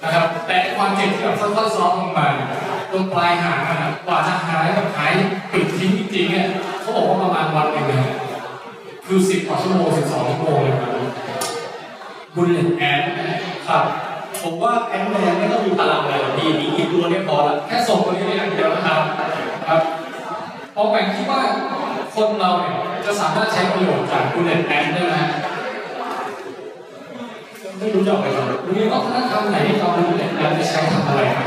Speaker 2: นะครับ แต่ความเจ็บที่แบบค่อยๆซอฟต์ลงมาเนี่ยตรงปลายหางอะนะกว่าจะหายแบบหายปิดทิ้งจริงๆเนี่ยเขาบอกว่าประมาณวันหนึ่งนะคือสิบกว่าชั่วโมงสิบสองชั่วโมงเลยนะ
Speaker 3: บุลเลตแอนครับ ผมว่าแอนแมนไม่ต้องมีพลังอะไรหรอกพี่มีอีกตัวเนี่ยพอละ
Speaker 2: แค่ส่งตัวนี้ไปอย่างเดียวนะครับครับพอแบ่งคิดว่าคนเราเนี่ยจะสามารถใช้ประโยชน์จากคุณเน็ตแอนได้ไหมฮะ
Speaker 3: ไม่รู้จะเอาไปทำอะไร
Speaker 2: มีวัฒนธรรมไหนที่เราคุณเน็ตแอนไปใช้ทำอะไรครับ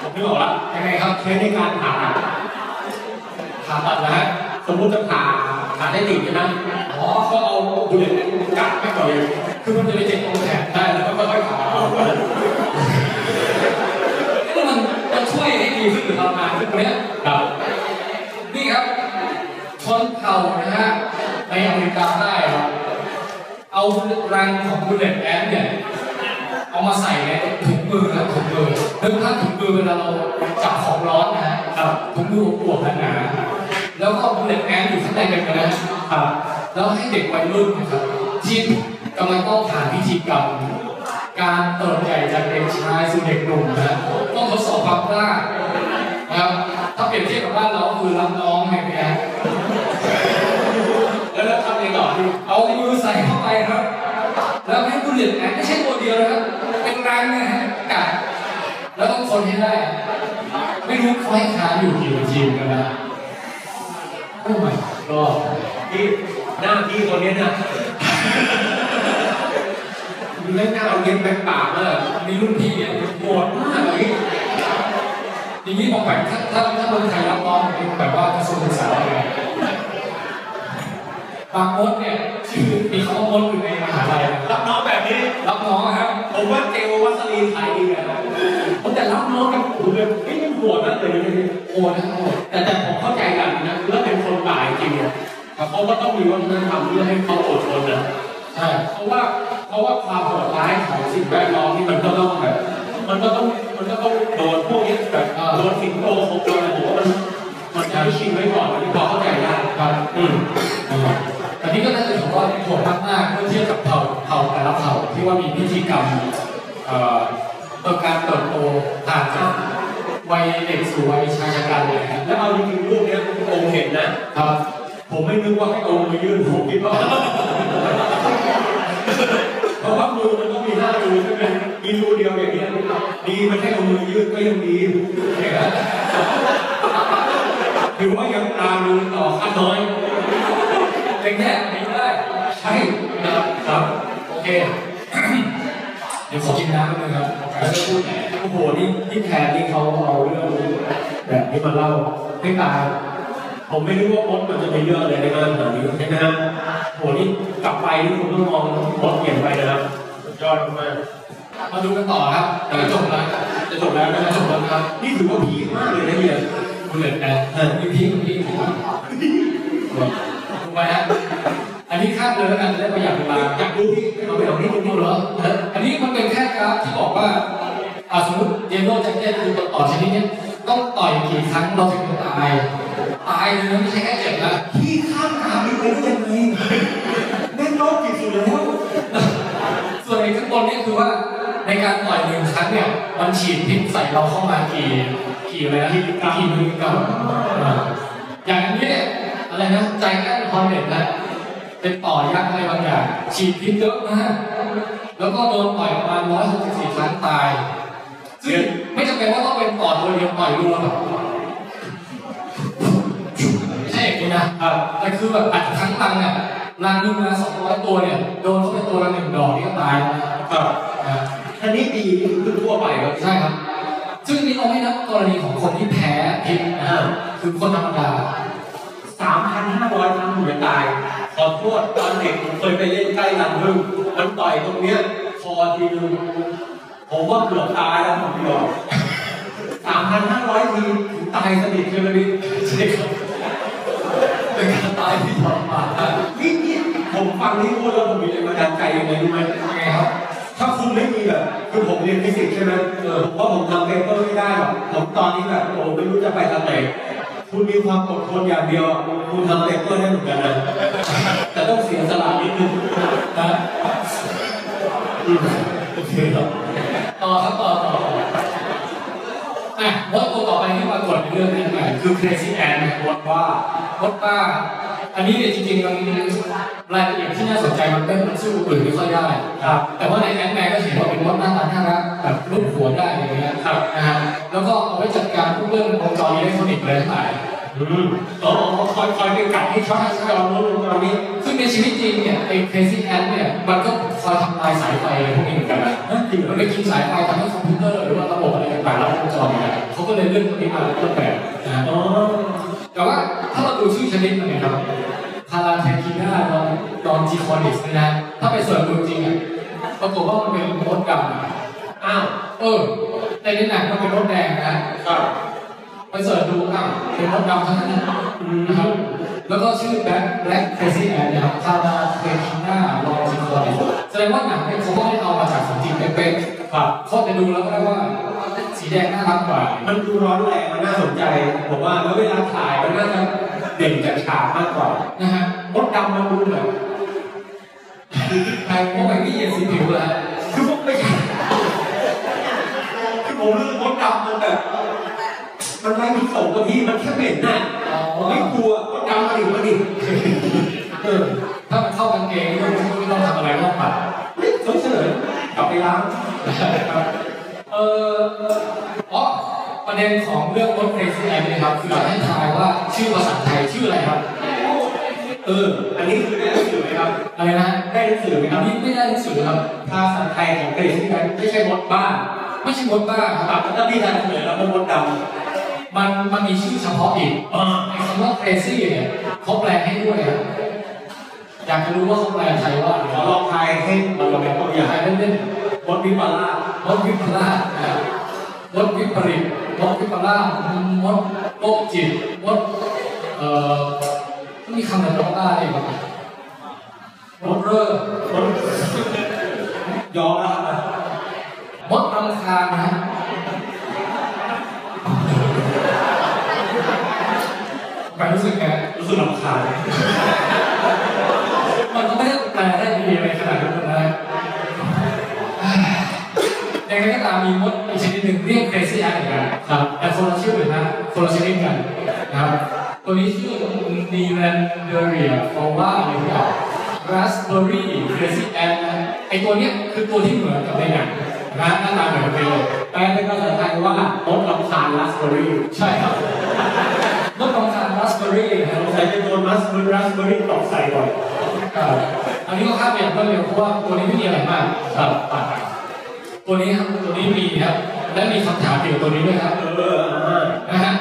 Speaker 3: ผมนึกออกละ
Speaker 2: ยังไงครับ
Speaker 3: ใช้ในการผ่าตัดผ่าตัดนะฮะสมมติจะผ่าผ่าได้ติดใช่ไหม
Speaker 2: อ๋อก็เอา
Speaker 3: บุลเลตแอนกัดไม่ก่อนเลย
Speaker 2: คือมันจะไปเจ็บตรงแขนได้แล้วก็ค่อยๆผ่าเอาแล้วมันมันช่วยให้ดีขึ้นหรือทำงานขึ้นไหมเนี่ย
Speaker 3: ครับ
Speaker 2: นี่ครับชนเผ่านะฮะในอเมริกาใต้ครับเอาแรงของบุลเลตแอนเนี่ยเอามาใส่ในถุงมือครับถุงมือนึกภาพถุงมือเวลาเราจับของร้อนนะฮะ
Speaker 3: ครับ
Speaker 2: ถุงมือปวดหนาๆแล้วก็บุลเลตแอนอยู่ข้างในเป็นกระดาษ
Speaker 3: ครับ
Speaker 2: แล้วให้เด็กวัยรุ่นนะครับที่กำลังต้องผ่านพิธีกรรม การเติบใหญ่จากเด็กชายสู่เด็กหนุ่มนะฮะต้องทดสอบความกล้านะครับถ้าเปรียบเทียบกับบ้านเราก็คือรับน้องอย่างเงี้ยฮะ
Speaker 3: แล้วเราทำยังไงต่อพี่
Speaker 2: เอามือใส่เข้าไปครับ แล้วให้บุลเลตแอนไม่ใช่ตัวเดียวนะครับ เป็นรังนะฮะกัดแล้วต้องทนให้ได้ ไม่รู้เขาให้ค้างอยู่กี่นาทีกันนะโอ้ my god
Speaker 3: พี่หน้าพี่คนเนี้ยเนี่ย
Speaker 2: เล่นหน้าเราเย็นแบงปากมากมีรุ่นพี่เนี่ยปวดมากเลยอย่างนี้บอกแบบถ้าถ้าถ้าเมืองไทยรับน้องแบบว่ากระทรวงศึกษาอะไรเนี่ยบางมดเนี่ยชื่อมีคำว่ามดอยู่ในมหาลัยนะครับ
Speaker 3: รับน้องแบบนี้
Speaker 2: รับน้องนะครับ
Speaker 3: ผมว่าเจลวัสลีนขายดีอะผมแต่รับน้องกับผมเลยไม่ยังหัวนั่นเลย
Speaker 2: โอ้ทั้งหมด
Speaker 3: แต่แต่ผมเข้าใจกันนะแล้วเป็นคนป่าจริงเนี่ยครับเขาก็ต้องมีวัฒนธรรมเพื่อให้เขาอดทนนะ
Speaker 2: ใช่
Speaker 3: เพราะว่าเพราะว่าความโหดร้ายของสิ่งแวดล้อมนี่มันก็ต้องแบบมันก็ต้องมันก็ต้องโดนพวกนี้แบบเอ่อโดนสิงโตของโดนอะไรผมว่ามันมันใช้ชิงไว้ก่อนมันพอเข้าใจได้
Speaker 2: ครับ
Speaker 3: อืม
Speaker 2: แต่นี่ก็น่าจะถือว่าโหดมากๆเมื่อเทียบกับเผ่าเผ่าแต่ละเผ่าที่ว่ามีพิธีกรรมเอ่อต่อการเติบโตผ่านจากวัยเด็กสู่วัยชายชะกันเลยครับ
Speaker 3: แล้วเอาจริงๆรูปเนี้ยคุณองค์เห็นนะ
Speaker 2: ครับ
Speaker 3: ผมไม่นึกว่าให้เอามือยื่นผมคิดว่า เพราะว่ามือมันต้องมีห้ารูใช่ไหมมีรูเดียวอย่างเงี้ยดีมันให้เอามือยื่นก็ยังดี ถือว่ายังตามรูต่อข้าน้อย
Speaker 2: เล็กแค่นี้ได้ใช่นะครับ
Speaker 3: ครับ
Speaker 2: โอเค เดี๋ยวขอกินน้ำนิดนึงครับแล้วจะพูด
Speaker 3: โอ้โหนี่ที่แทนนี่เขาเอาเรื่องแบบนี้มาเล่า
Speaker 2: ไม่ตาย
Speaker 3: ผมไม่รู้ว่ามดมันจะมีเรื่องอะไรในงานแบบนี้ใช่ไหมฮะโอ้โหนี่กลับไปนี่ผมต้องมองมดเปลี่ยนไปนะครับสุดยอดมาก
Speaker 2: มาดูกันต่อครับเดี๋ยวจบแล้ว
Speaker 3: จะจบแล้วนะ
Speaker 2: จะจบแล้วนะครับ
Speaker 3: นี่ถือว่าพีคมากเลยนะเนี่ย
Speaker 2: คุณเหลือแต่มีพี่คุณพี่ผมถูกไหมฮะอันนี้ข้ามเลยแล้วกันจะได้ประหยัดเวลา
Speaker 3: อยากรู้พี่เราไปเอาที่คุณดูเหรอ
Speaker 2: อันนี้มันเป็นแค่กราฟที่บอกว่าอ่าสมมติเยลโล่แจ็คเก็ตคือตัวต่อชนิดเนี้ยต้องต่อยกี่ครั้งเราถึงจะตาย ตายเลยนะไม่ใช่แค่เจ็บนะ
Speaker 3: พี่ข้ามกามไปได้ยังไงแม่งโลกจิตสุดแล้ว
Speaker 2: ส่วนไอ้ข้างบนเนี่ยคือว่าในการต่อยหนึ่งครั้งเนี่ยมันฉีดพิษใส่เราเข้ามากี่กี่อะไรนะกี่มิลลิกรัมอ่าอย่างอันนี้เนี่ยอะไรนะใจแอนคอนเน็ตนะเป็นต่อยักษ์อะไรบางอย่างฉีดพิษเยอะมากแล้วก็โดนต่อยประมาณ164ครั้งตาย ซึ่งไม่จำเป็นว่าต้องเป็นปอดตัวเดียวปล่อยรวมแบบไม่ใช่อย่างนี้นะ
Speaker 3: อ่า
Speaker 2: แต่คือแบบอัดทั้งรังอ่ะรังนึงนะสองร้อยตัวเนี่ย โดนเข้าไปตัวละหนึ่งดอกนี่ก็ตายแล้วนะ
Speaker 3: อ่า
Speaker 2: อ่า
Speaker 3: อันนี้ดีคือทั่วไปครับ
Speaker 2: ใช่ครับ ซึ่งนี่เราไม่นับกรณีของคนที่แพ้พิษนะ
Speaker 3: อ่า
Speaker 2: คือคนธรรมดา
Speaker 3: สามพันห้าร้อยครั้งถึงจะตาย ขอโทษตอนเด็กผมเคยไปเล่นใกล้ลังพึ่งมันต่อยตรงเนี้ยคอทีนึงผมว่าเกือบตายแล้วผมยอมสามพันห้าร้อยทีถึงตายสนิทเลยนะพี่ใช่ครับ
Speaker 2: เป็นการตายที่ทรมานมาก
Speaker 3: นี่นี่ผมฟังที่พูดแล้วผมมีแรงบันดาลใจยังไงรู้ไหม
Speaker 2: ยังไงครับ
Speaker 3: ถ้าคุณไม่มีแบบคือผมเรียนฟิสิกส์ใช่ไหมเออผมว่าผมทำเปเปอร์ไม่ได้หรอกผมตอนนี้แบบโอ้ไม่รู้จะไปทางไหนคุณมีความอดทนอย่างเดียวอะคุณทำเปเปอร์ได้เหมือนกันนะแต่ต้องเสียสละนิดนึงนะโอเคครับ
Speaker 2: ต่อครับต่อต่อต่ออ่ะมดตัวต่อไปที่ปรากฏในเรื่องนี้หน่อยคือ Crazy Ann มดบ้ามดบ้า อั อันนี้เนี่ยจริงๆมันรายละเอียดที่น่าสนใจมันเป็นมันสู้คนอื่นไม่ค่อยได้
Speaker 3: ครับ
Speaker 2: แต่ว่าในแอนแมนก็เห็นว่าเป็นมดหน้าตาน่ารักแบบรูปหัวได้อะไรเงี้ยครับนะฮะแล้วก็เอาไว้จัดการพวกเรื่องวงจรอิเล็กทรอนิกส์อะไรทั้งหลาย
Speaker 3: อ๋อคอยคอยไปกัดให้ช็อตจอนนู้นตอนนี้
Speaker 2: ซึ่งในชีวิตจริงเนี่ยไอ้ crazy ant เนี่ยมันก็คอยทำลายสายไฟอะไรพวกนี้เหมือนกันนะมันไปกินสายไฟทำให้คอมพิวเตอร์หรือว่าระบบอะไรต่างๆแล้ววงจรเนี่ยเขาก็เลยเลือกตัวนี้มาเป็นต้นแบบนะฮะ
Speaker 3: อ๋อ
Speaker 2: แต่ว่าถ้าเราดูชื่อชนิดมันเนี่ยครับพาราเทคิน่าดอนดอนจีคอนิสเนี่ยนะถ้าไปเสิร์ชดูจริงอ่ะปรากฏว่ามันเป็นมดดำอ้าวเออแต่ในหนังมันเป็นมดแดงนะ
Speaker 3: ครับ
Speaker 2: ไปเสิร์ชดูอ่ะเป็นมดดำทั้งนั้นนะครับ แล้วก็ชื่อแบ็คแบล็คเคซี่แอนนะครับคาราเทคิน่าลองจิคอนแสดงว่าหนังเนี่ยเขาก็ได้เอามาจากของจริงเป๊ะๆครับเขาจะดูแล้วก็ได้ว่า สีแดงน่ารักกว่า
Speaker 3: มันดูร้อนแรงมันน่าสนใจผมว่าแล้วเวลาถ่ายมันน่าจะเด่นจากฉากมากกว่า
Speaker 2: นะฮะ
Speaker 3: มดดำมันดูแบบ
Speaker 2: ไอ้พวกไอ้นี่เหยียดสีผิวเลย
Speaker 3: คือพวกไม่ใช่คือผมรู้สึกมดดำมันแบบมันไม่มีสองกว่าพี่มันแค่เหม็นน่ะผมไม่กลัวมดดำมาดิมาดิเออ
Speaker 2: ถ้ามันเข้ากางเกงนี่ไม่ต้องทำอะไรมากมาย
Speaker 3: เฮ้ยเฉยๆกลับไปล้าง
Speaker 2: เอออ๋อประเด็นของเรื่องรถเ a ซี่แอนนี่ยครับคืออยากให้ทายว่าชื่อภาษาไทยชื่ออะไรครับ
Speaker 3: เออ อันนี้คือได้หนังสือไหมครับ
Speaker 2: อะไรนะ
Speaker 3: ได้หนังสือไหมค
Speaker 2: อั
Speaker 3: รั
Speaker 2: น
Speaker 3: บ
Speaker 2: นี้ไม่ได้หนังสือครับ
Speaker 3: ภาษาไทยของกรีกที่มันไม่ใช่มดบ้าน
Speaker 2: ไม่ใช่มดบ้าครับ
Speaker 3: ตับก็มีทางเสนอแล้วมันมดด
Speaker 2: มันมันมีชื่อเฉพาะอีก
Speaker 3: ำอ่า
Speaker 2: ไอ้คำว่า crazy เนี่ยเขาแปลให้ด้วยอะอยากจะรู้ว่าเขาแปลไทยว่าอะไร
Speaker 3: ขอลองไทยให้มันเป็นตัวอ
Speaker 2: อยา
Speaker 3: ย่าก ง
Speaker 2: ให้เล่น
Speaker 3: มดวิปลาส
Speaker 2: ๆมดวิปลาสนะครับมดวิปริตมดวิปลาสมดโรคจิตมดเอ่อมีคำไหนบ้างได้บ้างมดเร่อ
Speaker 3: มดยอมแล้วครับ
Speaker 2: มดรำคาญนะฮ ะไปรู้สึกไง
Speaker 3: รู้สึกรำคาญ
Speaker 2: มันก็ไม่ได้แปลได้ดีอะไรขนาดนั้นนะฮะยังไงก็ตามมีมดอีกชนิดหนึ่งเรียก crazy ant เหมือนกันครับแต่คนละชื่อนะฮะคนละชนิดกันนะครับ ตัวนี้ชื่อ Nilanderia flora หรือเปล่า raspberry crazy ant นะไอตัวเนี้ยคือตัวที่เหมือนกับในหนังนะฮะหน้าตาเหมือนกันเลย
Speaker 3: แปลเป็นภาษาไทยว่ามดรำคาญลาสเบอรี่
Speaker 2: ใช่ครับรถกองทานราสเบอรี่นะครับ
Speaker 3: สงสัยจะโดนมัสเบอร์ราสเบอรี่ตอกใส่บ่อย
Speaker 2: เอ่ออันนี้ก็ข้ามไปอย่างรวดเร็วเพราะว่าตัวนี้ไม่มีอะไรมากครับผ่านไปตัวนี้ครับตัวนี้มีครับ และมีคำถามเกี่ยวกับตัวนี้ด้วยครับ
Speaker 3: เอออ่า
Speaker 2: นะฮะ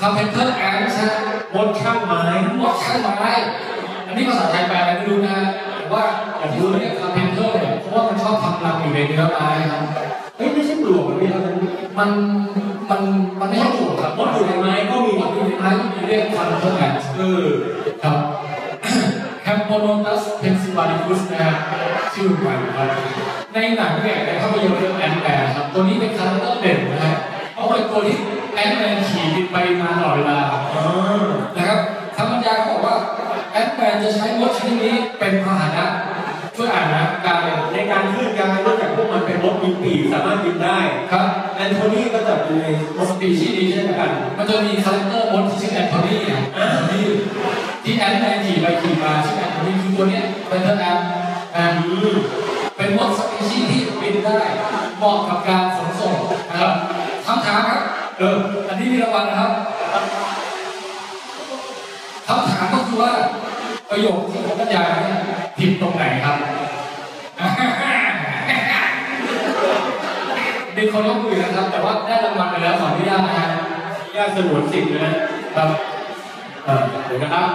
Speaker 2: คำเพนเทอร์แอนช์ฮะ
Speaker 3: มดช่างไม้
Speaker 2: วอชชั่นไม้อันนี้ภาษาไทยแปลอะไรไม่รู้นะฮะแต่ว่าอย่างที่เรียกคำเพนเทอร์เนี่ยเพราะว่ามันชอบทำรังอยู่ในเนื้อไม้ครับ
Speaker 3: เฮ้ยไม่ใช่ปลวกมันนี่เท่านั้น
Speaker 2: มันมันมันไม่ใช่ถูกครับ
Speaker 3: มดอยู่ในไม้ก็มี
Speaker 2: มันอยู่ในไม้ที่มีเรียกคำเพนเทอร์แอนช์
Speaker 3: เออ
Speaker 2: ครับ แคมโปโนตัสเพนซิวาลิคุสนะฮะชื่อใหม่ครับ ในหนังเนี่ยในภาพยนตร์เรื่องแอนแมนครับ ตัวนี้เป็นคาแรคเตอร์เด่นนะฮะเพราะเป็นตัวที่แอนแมนขี่บินไปมาตลอดเวลา
Speaker 3: อ่า
Speaker 2: นะครับคำบรรยายบอกว่าแอนแมนจะใช้รถชนิดนี้เป็นพาหนะช่วยอ่านนะการเลย
Speaker 3: ในการเคลื่อนย้ายนอกจากพวกมันเป็นมดมีปีกสามารถบินได้
Speaker 2: ครับ
Speaker 3: แอนโทนีก็จัดอยู่ใน
Speaker 2: ปกติที่ดีเช่นกัน มันจะมีคาแรคเตอร์มดที่ชื่อแอนโทนีนะที่ที่แอนแมนขี่ไปขี่มาชื่อแอนโทนีคือตัวเนี้ยเป็นเท่านั้นอ่า
Speaker 3: อืม
Speaker 2: เป็นมดสปีชีส์ที่บินได้เหมาะกับการขนส่งนะครับคำถามครับ
Speaker 3: เออ
Speaker 2: อันนี้มีรางวัลนะครับคำถามก็คือว่าประโยคที่ผมบรรยายมาเนี่ยผิดตรงไหนครับ มีคนยกมือนะครับ แต่ว่าได้รางวัลไปแล้วขออนุญาตนะฮะ
Speaker 3: ญาติสงวนสิทธิ์นะครับ เออเดี๋ยวนะครับ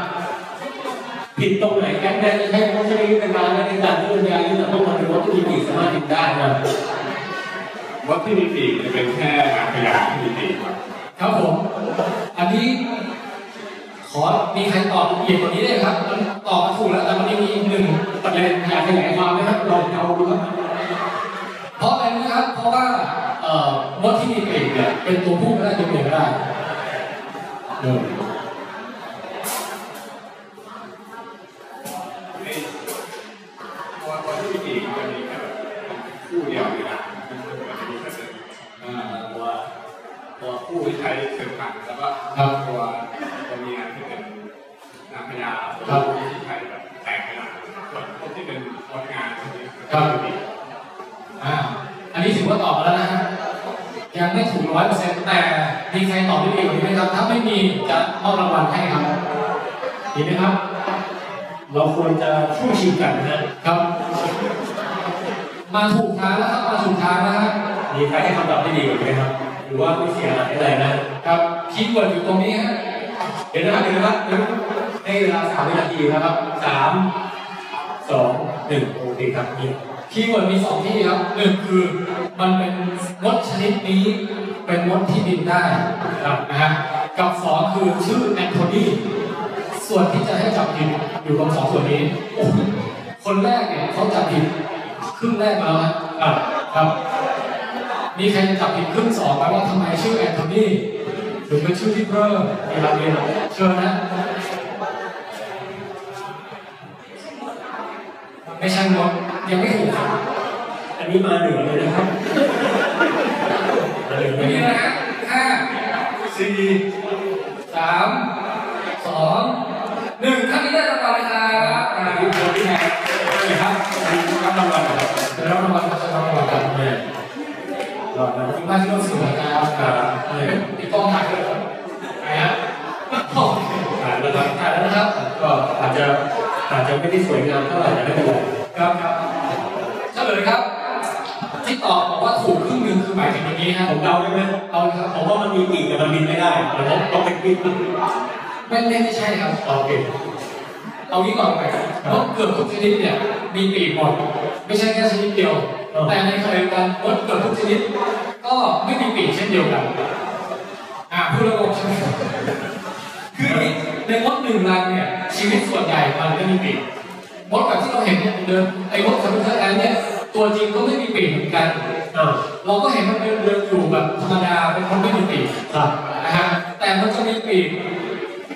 Speaker 3: ผิดตรงไหนแอนแดนจะใช้พวกชนิดนี้เป็นมาแล้วในการที่บรรยายที่จะต้องมาในวัตถุดิบสามารถบินได้นะ
Speaker 6: วัตถุดิบจะเป็นแค่งานขยะที่มีปีกครับ
Speaker 2: ครับผม อันนี้ ขอมีใครตอบละเอียดกว่านี้ได้ไหมครับมันตอบมาถูกแล้วแต่มันยังมีอีกหนึ่งประเด็นอยากขยายความนะครับ
Speaker 3: ลองเดาดูครับ
Speaker 2: เพราะอะไรรู้ไหมครับ เพราะว่าเอ่อมดที่มีปีกเนี่ยเป็นตัวผู้ก็ได้ตัวเมียก็ได้เออ
Speaker 6: วัตถุดิบจะมีแค่แบบคู่เดียวเลยนะมันจะมีแค่เอ่อตัวตัวคู่ที่ใช้เสริมพันธุ์แล้วก็
Speaker 2: ครับ
Speaker 6: ตัวตัวเมียที่เป็นนางพญาตัว
Speaker 2: ตอบมาแล้วนะฮะยังไม่ถูกร้อยเปอร์เซ็นต์แต่มีใครตอบได้ดีกว่านี้ไหมครับ ถ้าไม่มีจะมอบรางวัลให้ครับดีไหมครับ
Speaker 4: เราควรจะช่วยชิงกันนะ
Speaker 2: ครับ มาถูกทางแล้วครับมาถูกทางนะฮะ
Speaker 4: มีใครให้คำตอบที่ดีกว่านี้ไหมครับ หรือว่าไม่เสียหายอะไรนะ
Speaker 2: ครับคีย์เวิร์ดอยู่ตรงนี้ฮะ
Speaker 4: เดี๋ยวนะครับเดี๋ยวนะครับเดี๋ยวนะครับ
Speaker 2: ให้เวลาสามวินาทีนะครับ
Speaker 4: สามสองหนึ่งโอเคครับนี่
Speaker 2: คีย์เวิร์ดมีสองที่ครับหนึ่งคือมันเป็นมดชนิดนี้เป็นมดที่บินได้
Speaker 4: ครับ
Speaker 2: นะฮะกับสองคือชื่อแอนโทนีส่วนที่จะให้จับผิดอยู่กับสองส่วนนี้โอ้โหคนแรกเนี่ยเขาจับผิดครึ่งแรกมาแล้วฮะ
Speaker 4: อ่ะ
Speaker 2: ครับ มีใครจะจับผิดครึ่งสองไหมว่าทำไมชื่อแอนโทนีถึงเป็นชื่อที่เพิ่ม
Speaker 4: มีรับเรียนหรอ
Speaker 2: เชิญนะไม่ใช่งดยังไม่ถูกครับ
Speaker 4: อันนี้มาเหนือเลยนะครับมาเหนือเล
Speaker 2: วัน
Speaker 4: ย
Speaker 2: นี้
Speaker 4: นะ
Speaker 2: นะฮะห้า
Speaker 4: สี่
Speaker 2: สามสองหนึ่งท่านนี้ได้รางวัลนะครับอ่า
Speaker 4: ที่โพสที่แฮก
Speaker 2: ครับ
Speaker 4: รับรางวัลครับ
Speaker 2: เดี๋ยวรับรางวัลครับจะรับรางวัลครับ
Speaker 4: แม่รอดนะ
Speaker 2: ขอบคุณมากที่ร่วมสนุกนะครับอ่าเป็นติดกล้องถ่ายด้วยครับไหนฮะโอเค
Speaker 4: ผ่านแล้วครับ
Speaker 2: ถ่ายแล้วนะครับ
Speaker 4: ก็อาจจะอาจจะไม่ได้สวยงามเท่าไหร่นะไม่เป็นไร
Speaker 2: ครับครับเฉลยครับ ที่ตอบบอกว่าถูกครึ่งหนึ่งคือหมายถึงอย่างนี้ฮะ
Speaker 4: ผมเดาได้ไหม
Speaker 2: เอาเลยครับ
Speaker 4: ผมว่ามันมีปีกแต่มันบินไม่ได้มันต้องต้องเป็นปีก
Speaker 2: ไม่ไม่ไม่ใช่ครับ
Speaker 4: โอเค
Speaker 2: เอางี้ก่อนไปนกเกือบทุกชนิดเนี่ยมีปีกหมด ไม่ใช่แค่ชนิดเดียว
Speaker 4: เออ
Speaker 2: แต่ในขณะเดียวกันนกเกือบทุกชนิด ก็ไม่มีปีกเช่นเดียวกัน อ่าพูดแล้วงงใช่ไหมคืออย่างนี้ในมดหนึ่งรังเนี่ยชีวิตส่วนใหญ่มันไม่มีปีกมดแบบที่เราเห็นเนี่ยเดินไอ้มดคาร์บอนไดออกไซด์เนี่ยตัวจริงก็ไม่มีปีกเหมือนกัน
Speaker 4: อ่า
Speaker 2: เราก็เห็นมันเดินเดินอยู่แบบธรรมดาเป็นคนไม่มีปีก
Speaker 4: ครับ
Speaker 2: นะฮะแต่มันจะมีปีก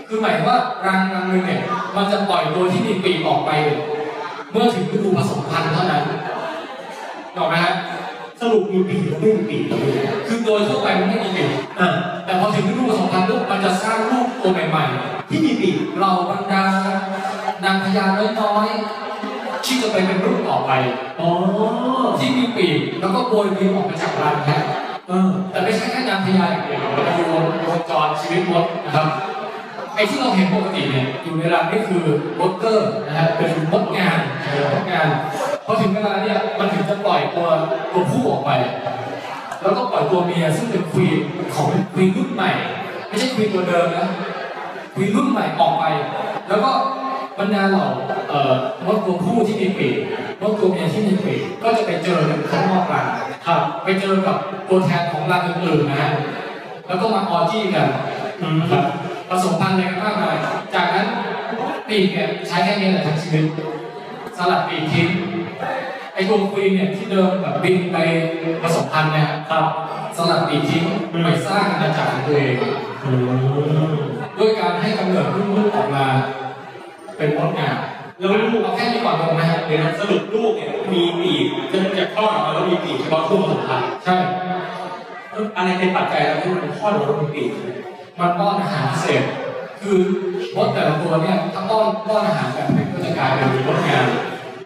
Speaker 2: คือหมายว่ารังรังหนึงเนี่ย มันจะปล่อยตัวที่มีปีกออกไป เมื่อถึงฤดูผสมพันธุ์เท่านั้นถูกไหมฮะ
Speaker 4: สรุปมีปีกหรือไม่มีปีก
Speaker 2: คือโดยทั่วไปมันไม่มีปีก
Speaker 4: อ่า
Speaker 2: แต่พอถึงฤดูผสมพันธุ์ปุ๊บมันจะสร้างลูกตัวใหม่
Speaker 4: ที่มีปีก
Speaker 2: ๆ เราบรรดานางพญาน้อยๆ ที่จะไปเป็นรุ่นต่อไป
Speaker 4: อ๋อ
Speaker 2: ที่มีปีก แล้วก็โปรยบินออกมาจากรังฮะ
Speaker 4: เออ
Speaker 2: แต่ไม่ใช่แค่นางพญาอย่างเดียวมันอยู่วงจรชีวิตมดนะครับ ไอ้ที่เราเห็นปกติเนี่ยอยู่ในรังนี่คือมดเกอร์นะฮะเป็นมดงานมดงานพอถึงเวลาเนี่ยมันถึงจะปล่อยตัวตัวผู้ออกไป แล้วก็ปล่อยตัวเมียซึ่งเป็นควีนของควีนรุ่นใหม่ ไม่ใช่ควีนตัวเดิมนะควีนรุ่นใหม่ออกไป แล้วก็บรรดาเหล่าเอ่อมดตัวผู้ที่มีปีกมดตัวเมียที่มีปีกก็จะไปเจอกันข้างนอกรังครับไปเจอกับตัวแทนของรังอื่นๆนะฮะแล้วก็มาออจี้กัน
Speaker 4: อืม
Speaker 2: นะ
Speaker 4: ค
Speaker 2: ค
Speaker 4: รั
Speaker 2: รั
Speaker 4: บบ
Speaker 2: ผสมพันธุ์อะไรกันมากมายจากนั้นปีกเนี่ยใช้แค่นี้แหละทั้งชีวิตสลัดปีกทิ้งไอ้ตัวควีนเนี่ยที่เดิมแบบบินไปผสมพันธุ์เนี่ย
Speaker 4: ครับ
Speaker 2: สลัดปีกทิ้งไปสร้างอาณาจักรของตัวเอง
Speaker 4: อืม
Speaker 2: ด้วยการให้กำเนิดลูกๆออกมาเป็นมดงาม
Speaker 4: แล้วลูก
Speaker 2: เอาแค่นี้ก่อนงงนะฮะ
Speaker 4: เดี๋ยวนะสรุปลูกเนี่ยมีปีกจะจะคลอดออกมาแล้วมีปีกเฉพาะช่วงสุดท้าย
Speaker 2: ใช่
Speaker 4: อะไรเป็นปัจจัยทำให้มันคลอดออกมาแล้วมีปีก
Speaker 2: มันป้อนอาหารพิเศษคือมดแต่ละตัวเนี่ยถ้าป้อนป้อนอาหารแบบหนึ่งก็จะกลายเป็นมดงาน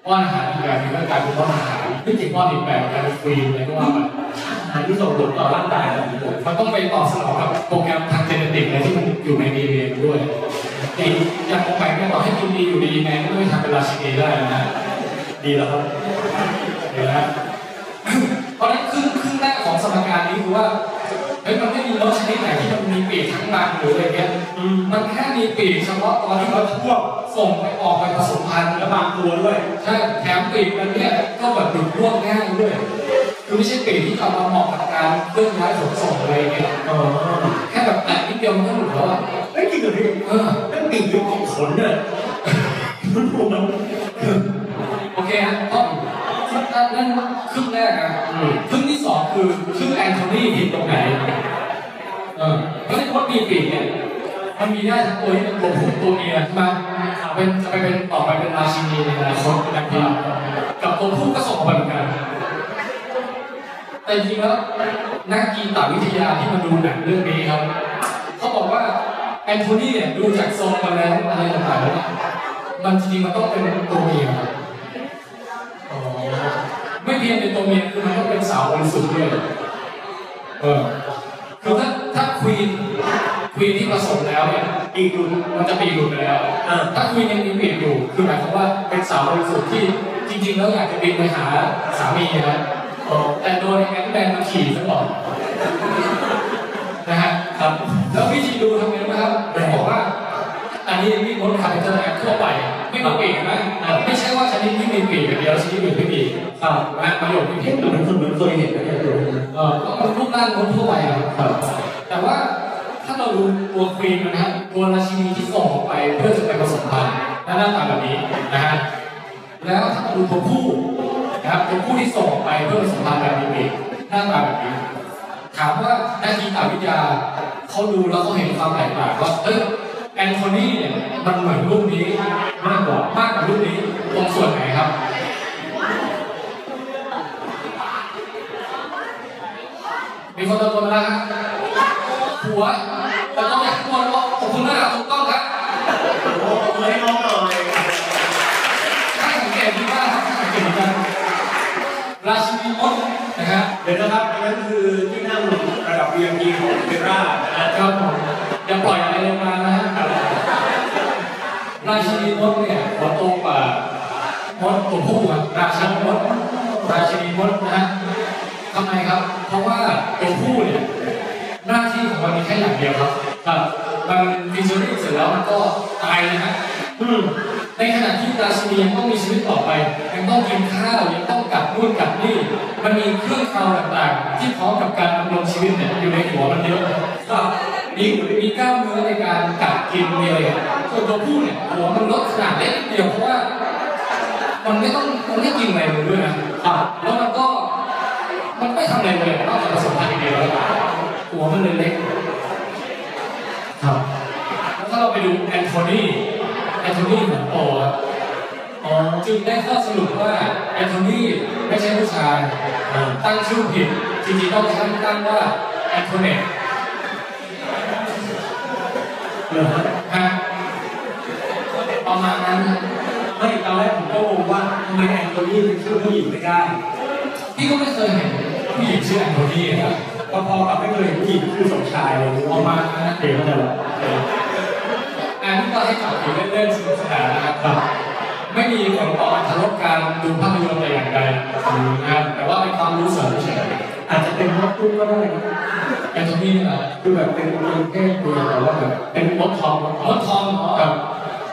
Speaker 2: ป้อนอาหารอีกแบบหนึ่งก็กลายเป็นมดอาหารไม่จริงป้อนอีกแบบกลายเป็นฟรีอะไรก็ว่าไป
Speaker 4: อันที่ส่งผลต่อร่างกายเราด้วย
Speaker 2: มันต้องไปตอบสนองกับโปรแกรมทางเจเนติกอะไรที่มันอยู่ใน DNA มันด้วยอีกอย่างของไปเนี่ยต่อให้กินดีอยู่ดีแมนก็ไม่ทำเป็นราชินีได้นะ
Speaker 4: ดีแล้วครับ
Speaker 2: เดี๋ยวนะเพราะฉะนั้นครึ่งครึ่งแรกของสมการนี้คือว่าเฮ้ยมันไม่มีรถชนิดไหนที่มันมีปีกทั้งรังหรืออะไรเงี้ย
Speaker 4: อืม
Speaker 2: มันแค่มีปีกเฉพาะตอนที่เขาพวกส่งไปออกไปผสมพันธุ์
Speaker 4: แล้
Speaker 2: แล้วว
Speaker 4: บางตัวด้วย
Speaker 2: ใช่แถมปีกมันเนี่ยก็แบบหลุดร่วงง่ายด้วยคือไม่ใช่ปีกที่เอามาเหมาะกับการเคลื่อนย้ายขนส่งอะไรเงี้ย
Speaker 4: อ๋อ
Speaker 2: แค่แบบแตะนิดเดียวมันก็หลุดแล้วอะ
Speaker 4: ไอ้ยจริงเหรอพี่
Speaker 2: เออ
Speaker 4: นั่นปีกอยู่ของขนเนี่ยมันรวมมัน
Speaker 2: โอเคฮะต้องนั่นนั่นครึ่งแรกนะ
Speaker 4: อืม
Speaker 2: ครึ่งที่สองคือชื่อแอนโทนีผิดตรงไหน เออเพราะฉะนั้นมดมีปีกเนี่ย มันมีได้ทั้งตัวที่เป็นตัวผู้ตัวเมียใช่ไหมเป็นจะไปเป็นต่อไปเป็นราชินีในอนาคตนะครับกับตัวผู้ก็ส่งออกไปเหมือนกัน แต่จริงแล้วนักกีตวิทยาที่มาดูหนังเรื่องนี้ครับ เขาบอกว่าแอนโทนีเนี่ยดูจากทรงมาแล้วอะไรต่างๆแล้วเนี่ยมันจริงๆมันต้องเป็นตัวเมียครับ
Speaker 4: อ๋อ
Speaker 2: ไม่เพียงเป็นตัวเมียคือมันต้องเป็นสาวบริสุทธิ์ด้วยเออคือถ้าถ้าควีนควีนที่ผสมแล้วเนี่ยอีกหลุดมันจะไปอีกหลุดไปแล้ว
Speaker 3: อ่า
Speaker 2: ถ้าควีนยังมีปีกอยู่คือหมายความว่าเป็นสาวบริสุทธิ์ที่จริง ๆ แล้วอยากจะบินไปหาสามีนะเออแต่โดนแอนแมนมาขี่ซะก่อน นะฮะครับแล้ววิธีดูทำไงนะครับผมบอกว่า อันนี้มีคนขายตลาดทั่วไป ไม่มีปีกนะอ่าไม่ใช่ว่าชนิดที่มีปีกอย่างเดียวชนิดอื่นไม่มีครับนะประโยชน์ที่เห็น
Speaker 4: เหมือนคนเหมือนเคยเห็นนะเนี่ย
Speaker 2: เออก็มันรูปร่างคนทั่วไปนะครับ แต่ว่าถ้าเราดูตัวควีนนะฮะตัวราชินีที่ส่งออกไปเพื่อจะไปผสมพันธุ์และหน้าตาแบบนี้นะฮะแล้วถ้าเราดูตัวผู้นะครับตัวผู้ที่ส่งออกไปเพื่อผสมพันธุ์แบบมีปีกหน้าตาแบบนี้ ถามว่านักกีตาวิทยาเขาดูแล้วเขาเห็นความแตกต่างว่าเอยแอนโทนีเนี่ยมันเหมือนรูปนี้มากกว่ามากกว่ารูปนี้ตรงส่วนไหนครับ มีคนตะโกนมาแล้วฮะหัวตะโกนอยากตะโกนว่าขอบคุณมากครับถูกต้องครับ
Speaker 3: โอ้ยน้องหน่อย
Speaker 2: ถ้าสังเกตดีมากครับถ้าสังเกตดีมากราชินีมดนะฮะ
Speaker 3: เดี๋ยวนะครับอันนั้นคือที่นั่งระดับ VIP ของเทรานะฮะ
Speaker 2: ครับผมอย่าปล่อยอะไรลงมานะฮะราชินีมดเนี่ยหัวโตกว่ามดตัวผู้อะราชันมดราชินีมดนะฮะทำไมครับ เพราะว่าตัวผู้เนี่ยหน้าที่ของมันมีแค่อย่างเดียวครับครับมันฟิชเชอรี่เสร็จแล้วมันก็ตายนะฮะ
Speaker 3: อืม
Speaker 2: ในขณะที่ราชินียังต้องมีชีวิตต่อไป ยังต้องกินข้าวยังต้องกลับนู่นกลับนี่ มันมีเครื่องคราวต่างๆ ที่พร้อมกับการดำรงชีวิตเนี่ยอยู่ในหัวมันเยอะก็มีมีกล้ามเนื้อในการกัดกินมีอะไรอย่างเงี้ยส่วนตัวผู้เนี่ยหัวมันลดขนาดเล็กนิดเดียวเพราะว่า มันไม่ต้องมันไม่กินอะไรเลยด้วยนะอ่ะแล้วมันก็มันไม่ทำอะไรเลยนอกจากผสมพันธุ์อย่างเดียวหัวมันเลยเล็ก ครับแล้วถ้าเราไปดูแอนโทนีแอนโทนีของโปอะอ๋อจึงได้ข้อสรุปว่าแอนโทนีไม่ใช่ผู้ชายตั้งชื่อผิดจริงๆต้องตั้งตั้งว่าแอนโทเนต
Speaker 3: เหรอฮะ
Speaker 2: ฮะประมาณนั้นฮะ
Speaker 3: ไม่ตอนแรกผมก็งงว่าทำไมแอนโทนีเป็นชื่อผู้หญิงไม่ได้
Speaker 2: พี่ก็ไม่เคยเห็นผู้หญิงชื่อแอนโทนีนะครับ
Speaker 3: พอพอๆกับไม่เคยเห็นผู้หญิงชื่อสมชายเลย
Speaker 2: อ
Speaker 3: อ
Speaker 2: อ
Speaker 3: อก ก
Speaker 2: มา
Speaker 3: มา
Speaker 2: นะ
Speaker 3: เตะเข้าใจละ
Speaker 2: อันนี้ก็ให้จับผิดเล่นๆสนุกสนานนะครับครับ ไม่มีผลต่ออัตรรสการดูภาพยนตร์แต่อย่างใดนะครับแต่ว่าเป็นความรู้เสริมเฉย
Speaker 3: อาจจะเป็นเพราะตุ้มก็ได้นะ
Speaker 2: ๆแอนโทนีเนี่ย
Speaker 3: คือแบบเป็นคนแค่ตัวแต่ว่าแบบเป็นมดทองมด
Speaker 2: ร
Speaker 3: ทอง
Speaker 2: ถทองเหรอครับ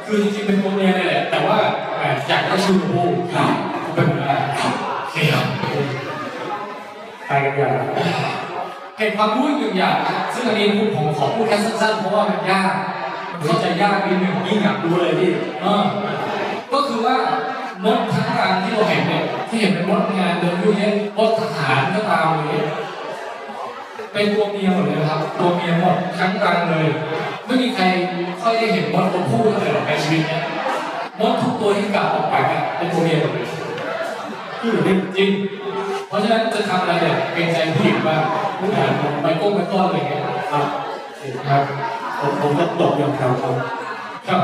Speaker 2: คือจริงๆเป็นโมเนียเลยแหละแต่ว่าแหมอยากได้ชื่อผู้ครับเป็นอะไรครับโอเคครับ
Speaker 3: ไปกันอย่าง
Speaker 2: เห็นความรู้อีกหนึ่งอย่างนะซึ่งอันนี้ผมขอพูดแค่สั้นๆเพราะว่ามันยากมันเข้าใจยากนิดหนึ่งยิ่งอยาก
Speaker 3: รู้เลยพี่
Speaker 2: เออก็คือว่ามดทั้งกลางที่เราเห็นเนี่ยที่เห็นเป็นมดงานเดินยุ่ยเนี่ยมดทหารก็ตามเลยเป็นตัวเมียหมดเลยนะครับ ตัวเมียหมดทั้งกลางเลย ไม่มีใครค่อยได้เห็นมดตัวผู้เท่าไหร่หรอกในชีวิตเนี่ยมดทุกตัวที่กลับออกไปเนี่ยเป็นตัวเมียหมดเลย
Speaker 3: พี่อยู่นี่
Speaker 2: จริง เพราะฉะนั้นจะทำอะไรเนี่ยเกรงใจผู้หญิงบ้างผู้หญิงไปก้มไปต้อนอะไรเงี้ย
Speaker 3: ครับ
Speaker 2: ครับ
Speaker 3: ผมผมก็ตกอย่างแถวเขา
Speaker 2: ครับ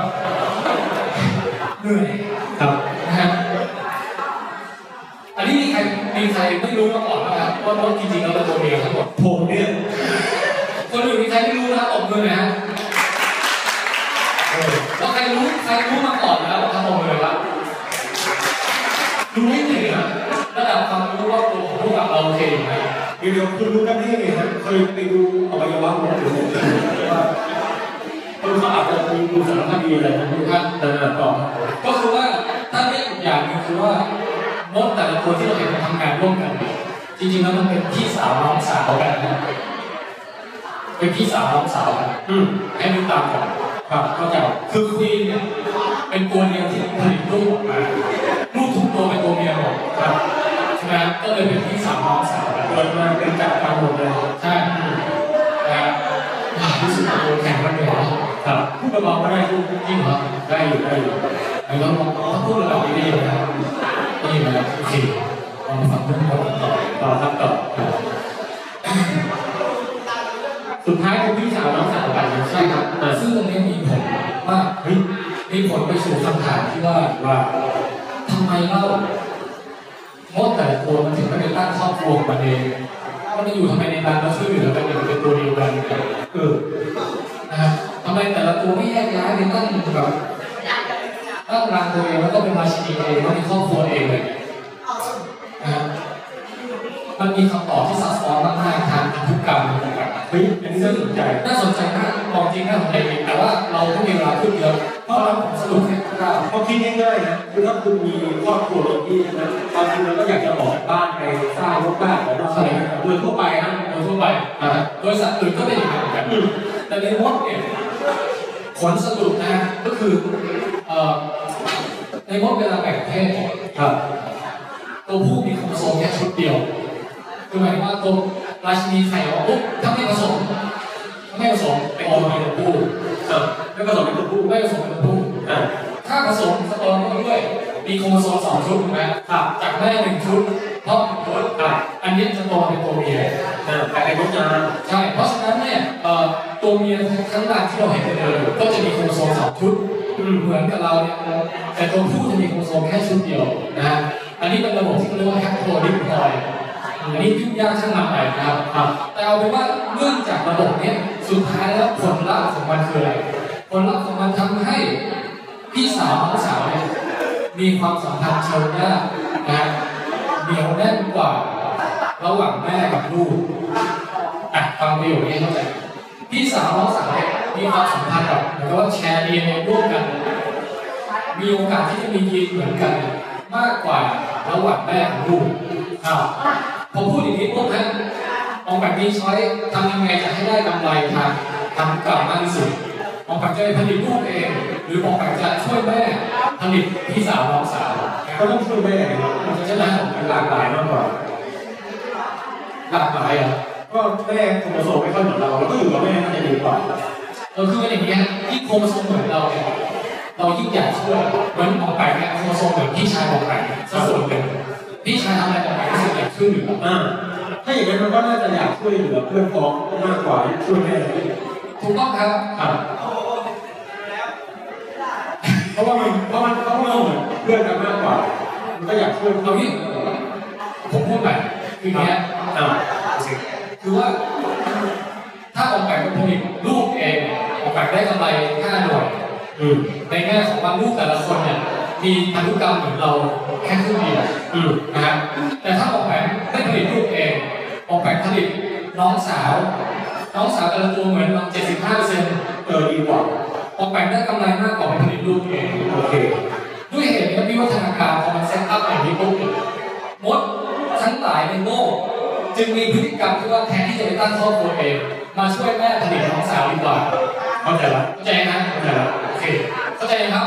Speaker 2: เหนื่อย
Speaker 3: ครับ
Speaker 2: นะฮะอันนี้มีใครมีใครไม่รู้มาก่อนนะครับว่าว่าจริงๆแล้วเป็นตัวเมียทั้งหมด
Speaker 3: ผมเนี่ย
Speaker 2: คนอื่นมีใครไม่รู้นะครับออกมือหนะฮะว่าใครรู้ใครรู้มาก่อนแล้วทำออกมือครับรู้ไม่ถึงนะระดับความรู้ว่าตัวของพวกเราโอเคอยู่ไหม
Speaker 3: เดี๋ยวๆคุณรู้กันได้ยังไงฮะเคยไปดูอวัยวะหมดหรือเปล่าว่าคุณเขาอาจจะมีดูสารคดีอะไรนะพี่ครับแต่ละตอน
Speaker 2: ก็คือว่าถ้าเรียกอีกอย่างหนึงคือว่ามดแต่ละตัวที่เราเห็นมันทำงานร่วมกัน จริงๆแล้วมันเป็นพี่สาวน้องสาวกันนะเป็นพี่สาวน้องสาวกัน
Speaker 3: อืม
Speaker 2: ให้ดูตามก่อนครับเข้าใจคือควีนเนี่ยเป็นตัวเดียวที่ผลิตลูกออกมาลูกทุกตัวเป็นตัวเมียหมดครับใช่ไหมครับก็เลยเป็นพี่สาวน้องสาวกัน
Speaker 3: เกิดมาเป็นจากการหมดเลย
Speaker 2: ใช่นะครับรู้สึกว่าตัวแข็งมันเหนื่อย
Speaker 3: ครับพูดเบาๆก็ได้พูด
Speaker 2: จริงเหรอ
Speaker 3: ได้อยู่ได้อยู่
Speaker 2: ไอ้น้องบอกอ๋อถ้าพูดระดับนี้ได้อยู่นะครับได้อยู่นะครับโอเคลองฟังเรื่องเขาต่อ
Speaker 3: ต่อครับต่อ
Speaker 2: สุดท้ายเป็นพี่สาวน้องสาวกันใช่ครับซึ่งตรงนี้มีผลมาก
Speaker 3: เฮ้ย
Speaker 2: มีผลไปสู่คำถามที่ว่า
Speaker 3: ว่า
Speaker 2: ทำไมเล่า มดแต่ละตัวมันถึงไม่เป็นตั้งครอบครัวของมันเองมันจะอยู่ทำไมในรังแล้วช่วยเหลือกันอย่างเป็นตัวเดียวกันเออนะครับทำไมแต่ละตัวไม่แยกย้ายไปตั้งแบบตั้งรังตัวเองแล้วก็เป็นราชินีเองแล้วมีครอบครัวเองเลยนะครับมันมีคำตอบที่ซับซ้อนมากๆทางพันธุกรรมนะครับ
Speaker 4: เฮ้ยอันนี้น่าสนใจ
Speaker 2: น่าสนใจมากมองจริงน่าสนใจจริงแต่ว่าเราต้องมีเวลาขึ้นเยอะเพราะเราสรุปแค่คร่าว
Speaker 4: พอคิดง่ายๆนะคือถ้าคุณมีครอบครัวแบบนี้นะบางทีเราก็อยากจะออกจากบ้านไปสร้างรถบ้านของเราอะไรนะ
Speaker 2: ๆโดยทั่วไปนะโดยทั่วไปอ่าโดยสัตว์อื่นก็เป็นอย่างนั้นเหมือนกันแต่ในมดเนี่ยผลสรุปนะก็คือเอ่อในมดเวลาแบ่งเพศ
Speaker 4: ครับ
Speaker 2: ตัวผู้มีโครโมโซมแค่ชุดเดียวคือหมายความว่าตัวราชินีไข่ว่าปุ๊บถ้าไม่ผสมถ้าไม่ผสมไปออกมาเป็นตัวผู้
Speaker 4: ครับไม่ประสบเป็นตัวผู้
Speaker 2: ไม่ผสมเป็นตัวผู้
Speaker 4: อ่า
Speaker 2: ถ้าผสมสเปิร์มเข้าไปด้วย มีโครโมโซมสองชุดถูกไหมครับจากแม่หนึ่งชุดเพราะตัวอ่ะอันนี้จะโตเป็นตัวเมีย
Speaker 4: อ่าแต่ในรถยาน
Speaker 2: ใช่เพราะฉะนั้นเนี่ยเอ่อตัวเมียทั้งรังที่เราเห็นเดิมๆก็จะมีโครโมโซมสองชุดเหมือนกับเราเนี่ยแต่ตัวผู้จะมีโครโมโซมแค่ชุดเดียวนะฮะอันนี้เป็นระบบที่เขาเรียกว่าแฮปโครดิปลอยอันนี้ยุ่งยากช่างมันไปนะครับครับแต่เอาเป็นว่าเนื่องจากระบบเนี้ยสุดท้ายแล้วผลลัพธ์ของมันคืออะไรผลลัพธ์ของมันทำให้ พี่สาวน้องสาวเนี่ยมีความสัมพันธ์เชิงหน้านะเหนียวแน่นกว่า ระหว่างแม่กับลูกอ่ะฟังประโยคนี้เข้าใจพี่สาวน้องสาวเนี่ยมีความสัมพันธ์แบบเหมือนกับว่าแชร์ดีเอ็นเอร่วมกัน มีโอกาสที่จะมียีนเหมือนกัน มากกว่าระหว่างแม่กับลูกอ่ะพอพูดอย่างนี้พวกนั้นมองแบบนี้ช้อยทำยังไงจะให้ได้กำไรทางทำกลับมากที่สุด หมอปัจจัยผลิตลูกเอง หรือหมอปัจจัยช่วยแม่ผลิตพี่สาวน้องสาว
Speaker 4: ก็ต้องช่วยแม่อย่างเดียว
Speaker 2: เพราะฉะนั้น
Speaker 4: มันหลากหลายมากกว่า
Speaker 2: หลากหลายอ่ะ
Speaker 4: ก็แม่โครโมโซมไม่ค่อยเหมือนเราเราก็อยู่กับแม่น่าจะดีกว่า
Speaker 2: เออคือเป็นอย่างเงี้ยที่งโครโมโซมเหมือนเราเนี่ยเรายิ่งอยากช่วยเหมือนหมอปัจจัยโครโมโซมเหมือนพี่ชายหมอปัจจัยสักส่วนหนึ่งพี่ชายทำอะไรหมอปัจจัยรู้สึกอยากช่วยเหลือ
Speaker 4: อ่าถ้าอย่างนั้นมันก็น่าจะอยากช่วยเหลือเพื่อนพ้องมากกว่าช่วยแม่
Speaker 2: ถูกต้องครับ
Speaker 4: ครับเพราะว่ามันเพราะมันเพราะว่าเราเหมือนเพื่อนกันมากกว่ามันก็อยากช่วย
Speaker 2: เอางี้ผมพูดแบบคืออย่างเงี้ย
Speaker 4: อ่า
Speaker 2: คือว่า ถ้าออกแบบผลิตลูกเองออกแบบได้กำไรห้าหน่วย
Speaker 4: อืม
Speaker 2: ในแง่ของว่าลูกแต่ละคนเนี่ยมีพันธุกรรมเหมือนเราแค่ครึ่งเดียว
Speaker 4: อืม
Speaker 2: นะฮะแต่ถ้าออกแบบไม่ผลิตลูกเองออกแบบผลิตน้องสาว น้องสาวแต่ละตัวเหมือนเราเจ็ดสิบห้าเปอร์เซ็นต์
Speaker 4: เออดีกว่า
Speaker 2: ออกแบบได้กำไรมากกว่าไปผลิตลูกเอง
Speaker 4: โอเค
Speaker 2: ด้วยเหตุนี้วิวัฒนาการพอมันเซตอัพอย่างนี้ปุ๊บเนี่ยมดทั้งหลายในโลกจึงมีพฤติกรรมที่ว่าแทนที่จะไปตั้งครอบครัวเอง มาช่วยแม่ผลิตน้องสาวดีกว่า
Speaker 4: เข้าใจละ
Speaker 2: เข้าใจนะเข้าใจแล้วโอเคเข้าใจนะครับ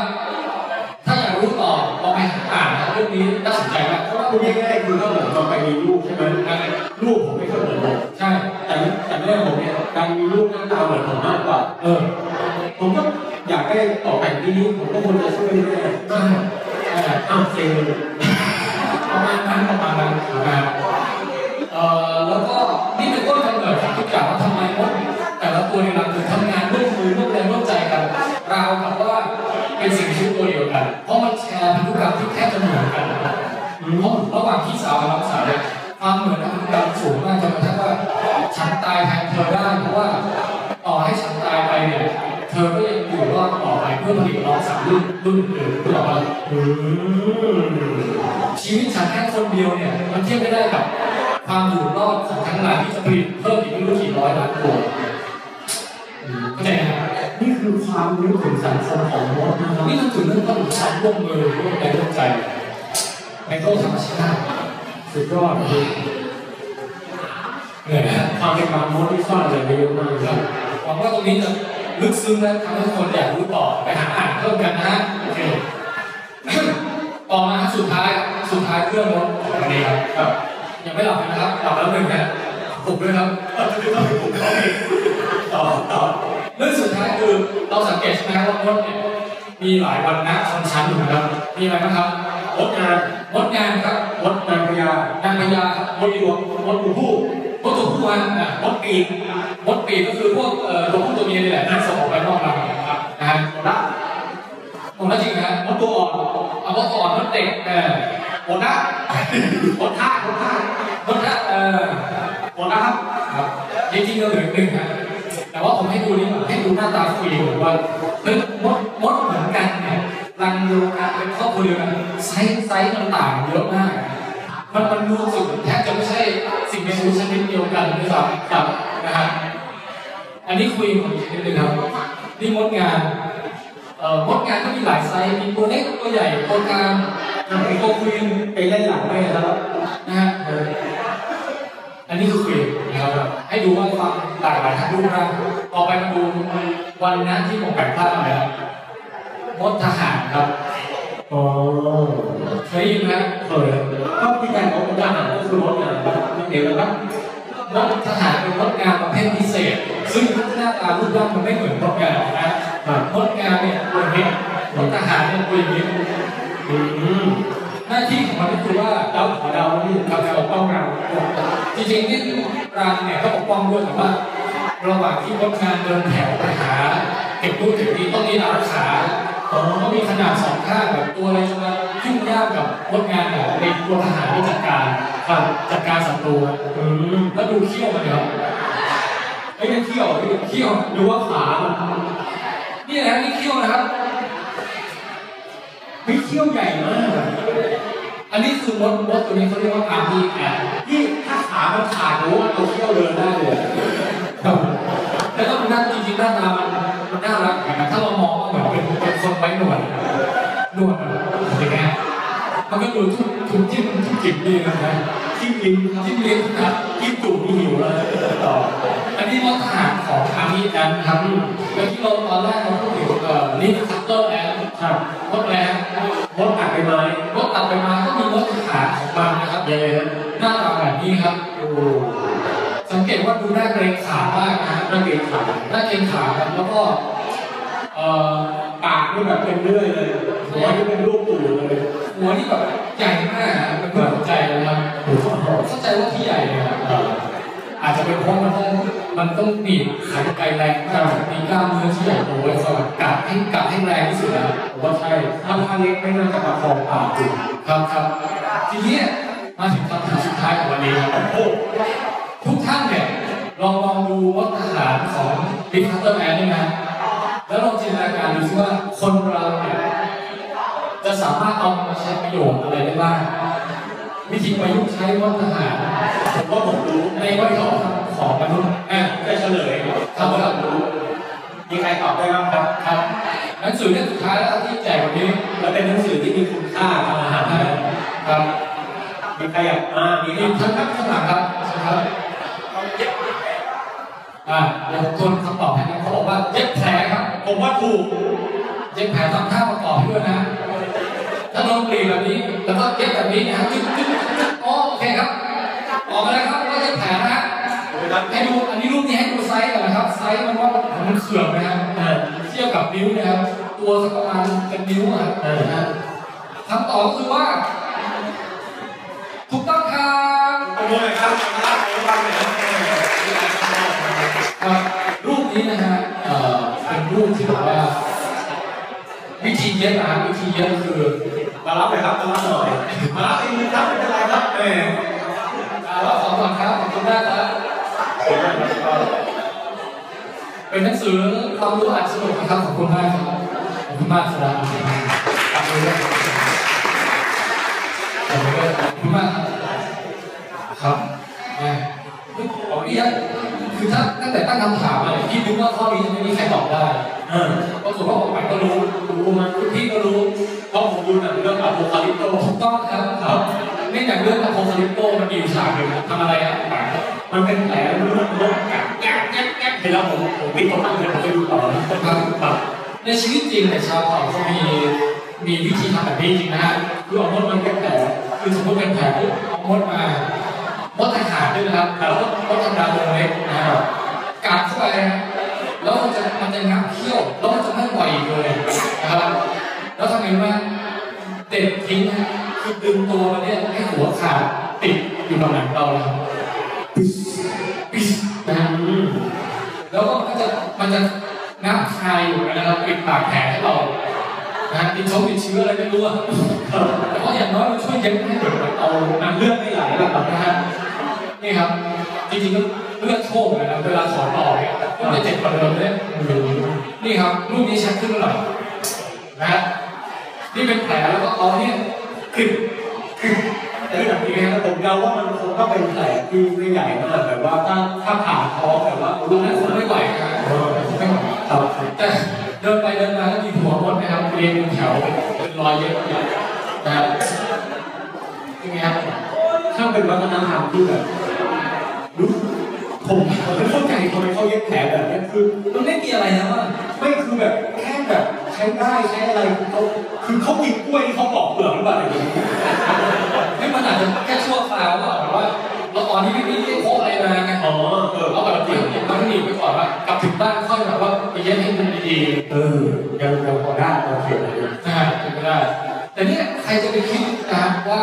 Speaker 2: ถ้าอยากรู้ต่อลองไปหาอ่านนะเรื่องนี้น่าสนใจมากเพราะว่า
Speaker 4: พูดง่ายๆคือถ้าผมเราไปมีลูกใช่ไหมลูกผมไม่ค่อยเหมือนผม
Speaker 2: ใช่
Speaker 4: แต่แต่แม่ผมเนี่ยการมีลูกหน้าตาเหมือนผมมากกว่า
Speaker 2: เออ
Speaker 4: ผมก็อยากได้ต่อแต่งที่นี้ผมก็ควรจะช่วยแม่
Speaker 2: ใช่ใช่
Speaker 4: อ้าวเซ็งเลย
Speaker 2: ประมาณนั้นประมาณนั้นนะครับเอ่อแล้วก็นี่เป็นต้นกำเนิดของทุกอย่างว่าทำไมมดแต่ละตัวในหลักถึงทำงานร่วมมือร่วมแรงร่วมใจกันราวกับว่าเป็นสิ่งชีวิตตัวเดียวกัน เพราะมันแชร์พันธุกรรมที่แทบจะเหมือนกันเพราะระหว่างพี่สาวกับน้องสาวเนี่ยความเหมือนทางพันธุกรรมสูงมากจนกระทั่งว่า ฉันตายแทนเธอได้เพราะว่าต่อให้ฉันตายไปเนี่ยเธอก็ยังอยู่รอดต่อไปเพื่อผลิตน้องสาวรุ่นรุ่นอื่นต่อไปชีวิตฉันแค่คนเดียวเนี่ยมันเทียบไม่ได้กับความอยู่รอดของทั้งหลายที่จะผลิตเพิ่มอีกไม่รู้กี่ร้อยล้านคนเข้าใจไหมครับ
Speaker 4: นี่คือความนึกถึงสังคมของมดนะครับ
Speaker 2: นี่คือจุดเริ่มต้นของการร่วมมือร่วมแรงร่วมใจในโลกธรรมชาติ
Speaker 4: สุดยอดเลย
Speaker 2: เหนื่อยนะฮะ
Speaker 4: ความเป็นมามดที่ซ่อนอะไรไว้เยอะมากเลยครับ
Speaker 2: หวังว่าตรงนี้จะลึกซึ้งและทำให้ทุกคนอยากรู้ต่อไปหาอ่านเพิ่มกันนะฮะโอเค ต่อมาฮะสุดท้ายสุดท้ายเครื่องรถวันนี้ครับ
Speaker 4: ครับ
Speaker 2: ยังไม่หลับเลยนะครับหลับแล้วหนึ่งนะปลุกด้วยครับ
Speaker 4: ต่อต่อ
Speaker 2: เรื่องสุดท้ายคือเราสังเกตใช่ไหมครับว่ามดเนี่ยมีหลายวันนะชนชั้นอยู่นะครับ มีอะไรบ้างครับมดงานมดงานครับ
Speaker 4: มดนางพญาน
Speaker 2: างพญาม
Speaker 4: มดหลวงมดอุผู้
Speaker 2: มดตัวผู้วันอ่ะมดปีกมดปีกก็คือพวกเอ่อตัวผู้ตัวเมียนี่แหละที่ส่งออกไปนอกรังนะครับนะฮะ
Speaker 4: รัก
Speaker 2: ตรงนั้นจริงนะ
Speaker 4: มดตัวอ่อน
Speaker 2: เอามดอ่อนมดเด็กเออ หมดนะหมดท่าหมดท่าหมดท่าเออหมดนะครับครับจริงๆเราเหลือหนึ่งครับแต่ว่าผมให้ดูนี่ให้ดูหน้าตาคุยผมว่าเฮ้ยมดมดเหมือนกันเนี่ยรังเดียวกันเป็นครอบครัวเดียวกันไซส์ไซส์มันต่างเยอะมากมันมันรู้สึกแทบจะไม่ใช่สิ่งมีชีวิตชนิดเดียวกันด้วยซ้ำครับนะฮะ อันนี้คุยของอีกนิดนึงครับ นี่มดงานเอ่อมดงานก็มีหลายไซส์มีตัวเล็กตัวใหญ่ตัวกลางตัวควีนไปเล่นหลังแม่แล้วนะฮะเอออันนี้คือควีนนะครับให้ดูว่าความหลากหลายทางรูปร่างต่อไปมาดูวันนั้นที่ผมแบ่งภาพหน่อยครับมดทหารครับ
Speaker 4: อ๋อ
Speaker 2: เคยได้ยินไหม
Speaker 4: เออ
Speaker 2: ก็ที่การของทหารก็คือมดงานครับเดี๋ยวนะครับมดทหารเป็นมดงานประเภทพิเศษ ซึ่งหน้าตารูปร่างมันไม่เหมือนมดงานนะ
Speaker 4: ครับ
Speaker 2: มดงานเนี่ยตัวนี้มดทหารเนี่ยตัวนี้
Speaker 4: อืม
Speaker 2: หน้าที่ของมันก็คือว่าเราขอเราที่ทำการปกป้องเราจริงๆนี่รังเนี่ยก็ปกป้องด้วยแต่ว่าระหว่างที่มดงานเดินแถวไปหาเก็บตู้ถึงนี้ต้องมีรักษาต้องมีขนาดสองข้างแบบตัวอะไรจะมายุ่งยากกับมดงานเนี่ยในตัวทหารที่จัดการครับจัดการศัตรู
Speaker 4: อืม
Speaker 2: แล้วดูเขี้ยวมันเนี่ยครับไอ้ยนี่เขี้ยวนี่เขี้ยวดูว่าขามันนี่นะนี่เขี้ยวนะครับ
Speaker 4: เฮ้ยเที่ยวใหญ่มากอะ
Speaker 2: อันนี้คือมดมดตัวนี้เขาเรียกว่าอาร์พีแอด
Speaker 4: นี่ถ้าขามันขาดหรือว่าตัวเที่ยวเดินได้เลย
Speaker 2: แล้วก็มันน่าจริงๆหน้าตามันมันน่ารักนะถ้าเรามองก็เหมือนเป็นเป็นคนไว้หนวดหนวดอย่างเงี้ยมันก็ดูทุกทุกจิ้มทุกจิ้มดีนะฮะ
Speaker 4: จิ้มลิ้นครับ
Speaker 2: จิ้มลิ้นนะ
Speaker 4: จิ้มจุ่มนี่หิวแล้วต่อ
Speaker 2: อันนี้มดทหารของอาร์พีแอดครับเมื่อกี้เราตอนแรกเราพูดถึงเอ่อนี่คัตเตอร์แอด
Speaker 4: ครับ
Speaker 2: มดแอด
Speaker 4: มดตัดไปไม้
Speaker 2: มดตัดไปมาก็มีมดทหารของมันนะครับ
Speaker 4: ยังไงฮะ
Speaker 2: หน้าตาแบบนี้ครับ
Speaker 4: โอ้
Speaker 2: สังเกตว่าดูหน้าเกรงขามมากนะฮะ
Speaker 4: น่าเกลียดขา
Speaker 2: หน้าเกรงขาครับแล้วก็เอ่อปาก
Speaker 4: นี่แบบเป็นเรื่อยเลยหัวนี่เป็นรูปปู่เลย
Speaker 2: หัวนี่แบบใหญ่มากอะเป็นเหมือนหัวใจเลยครับเข้าใจว่าที่ใหญ่เลยครับอาจจะเป็นเพราะมันต้องมันต้องบีบขันไกลแรงมากมีกล้ามเนื้อที่ใหญ่โตไว้สำหรับกัดให้กัดให้แรงที่สุดนะครับ
Speaker 4: ผมว่าใช่ถ้าพาเล็กไม่น่าจะประคองปากจริง
Speaker 2: ครับครับทีเนี้ยมาถึงคำถามสุดท้ายของวันนี้ครับทุกท่านเนี่ยลองมองดูวัฒนธรรมของบิ๊กคัตเตอร์แมนด้วยนะแล้วลองจินตนาการดูซิว่าคนเราเนี่ย จะสามารถเอามาใช้ประโยชน์อะไรได้บ้าง วิธีประยุกต์ใช้วัฒนธรรม
Speaker 4: ผมว่าผมรู้
Speaker 2: ในวัฒนธรรมของมนุษย์อ่ะ
Speaker 4: จะเฉลย
Speaker 2: ครับผม
Speaker 4: ผมรู้มีใครตอบได้บ้างครับ
Speaker 2: ครับหนังสือเล่มสุดท้ายแล้วที่แจกวันนี้
Speaker 4: แล้วเป็นหนังสือที่มีคุณค่าทางอาหารนะครับ มีใครอยากอ่ามี
Speaker 2: มี
Speaker 4: ที่
Speaker 2: ท่านครับข้างหลังครับเชิญครับอ่ะเดี๋ยวผมทวนคำตอบให้นะเขาบอกว่าเย็บแผลครับ
Speaker 4: ผมว่าถูก
Speaker 2: เย็บแผลทำท่าประกอบให้ด้วยนะ ถ้าโดนกรีดแบบนี้ แล้วก็เย็บแบบนี้นะฮะจึ๊บจึ๊บจึ๊บจึ๊บอ๋อโอเคครับ ออกมาแล้วครับว่าเย็บแผลนะฮะ ให้ดูอันนี้รูปนี้ให้ดูไซส์ก่อนนะครับ ไซส์มันว่ามันเขื่อนนะครับ
Speaker 4: อ่า
Speaker 2: เทียบกับนิ้วนะครับ ตัวสักประมาณเป็นนิ้วอ่ะ
Speaker 4: เออ
Speaker 2: นะฮะคำตอบก็คือว่า ถูกต้องครับ
Speaker 4: ขอบคุณครับครับผมฟังหน่อยครับ
Speaker 2: ครับรูปนี้นะฮะเอ่อเป็นรูปที่บอกว่า วิธีเย็บนะฮะวิธีเย็บคือ
Speaker 4: มารับหน่อยครับมารับหน่อยมารับเองนะครับไม่เป็นไรครับแหม
Speaker 2: อ่าเราขอบคุณครับขอบคุณมากครับ เป็นหนังสือความรู้อันสนุกนะครับขอบคุณมากครับขอบคุณมากครับขอบคุณครับขอบคุณมากครับครับแหม่ขออนุญาตคือถ้าตั้งแต่ตั้งคำถามมาเนี่ยพี่นึกว่าข้อนี้จะไม่มีใครตอบได้
Speaker 4: เออ
Speaker 2: ปรากฏว่าผมไปก็รู้
Speaker 4: รู้มั้ย
Speaker 2: พี่ก็รู้
Speaker 4: เพราะผมดูหนังเรื่องอะโวคาลิปโต
Speaker 2: ถูกต้องครับครับเนื่องจากเรื่องของโคลิปโตมันมีอยู่ฉากหนึ่งครับทำอะไรอ่ะปาก
Speaker 4: มันเป็นแผลเลือดลบกัดแก๊กแก๊กแก๊กเสร็จแล้วผมผมปิดเขาตั้งเลยผมไปดูต่อครับ
Speaker 2: ในชีวิตจริงเนี่ยชาวเขาเขามีมีวิธีทำแบบนี้จริงนะฮะคือเอามดมันเป็นแผลคือสมมติเป็นแผลปุ๊บเอามดมามดทหารด้วยนะครับแล้วก็มดธรรมดาตัวเล็กนะครับกัดเข้าไปแล้วมันจะมันจะงับเขี้ยวแล้วมันจะไม่ปล่อยอีกเลยนะครับแล้วทำไงรู้ไหมเด็ดทิ้งนะคือดึงตัวมันเนี่ยให้หัวขาดติดอยู่กับหนังเราเลยครับปิ๊สนะฮะ แล้วก็มันจะมันจะงับคายอยู่นะครับปิดปากแผลให้เรา นะฮะติดเชื้อติดเชื้ออะไรไม่รู้อะแต่ว่าอย่างน้อยมันช่วยเย็นให้เด็กมันเอาน้ำเลือดไม่ไหลระดับนะฮะนี่ครับ จริงๆก็เลือดโชคเลยนะเวลาสอนต่อเนี่ยก็จะเจ็บกว่าเดิมเลยนี่ครับรูปนี้ชัดขึ้นหน่อยนะฮะนี่เป็นแผลแล้วก็เอาเนี่ยคลิปคลิป
Speaker 3: แต่แบบนี้นะผมเดาว่ามันคงต้องเป็นแผลที่ไม่ใหญ่มากแต่ว่าถ้าถ้าผ่าท้องแบบว่า
Speaker 2: ตร
Speaker 3: รู้
Speaker 2: งนั้
Speaker 3: นะ
Speaker 2: นผมไม่ไหวนะฮะผมไม่ไหว
Speaker 3: ครับ
Speaker 2: แต่เดินไปเดินมาแล้วมีหัวมดนะครับเรียงเป็นแถวเป็นรอยเยอะเลยนะครับยังไงครับ
Speaker 3: ถ้าเป็นวัฒนธรรมที่แบบรู้ผมผมไม่เข้าใจทำไมเขาเย็บแผลแบบนี้คือ
Speaker 2: มันไม่มีอะไรนะว่า
Speaker 3: ไม่คือแบบแค่แบบใช้ได้ใช้อะไรเขาคือเขากินกล้วยที่เขาปอกเปลือกหรือเปล่าอะไรอย่างเงี้ย
Speaker 2: เฮ้ยมันอาจจะแค่ชั่วคราวว่าแบบว่าเราตอนนี้ไม่มีโค้งอะไรมาไง
Speaker 3: อ๋อเออ
Speaker 2: เอาแบบเดี๋ยวมันต้องหนีไปก่อนว่ากลับถึงบ้านค่อยแบบว่าไปเย็บให้มันดี
Speaker 3: เออยังยังพอได้โอเคเลย
Speaker 2: ๆนะฮะเป็นไปได้แต่เนี่ยใครจะไปคิดนะครับว่า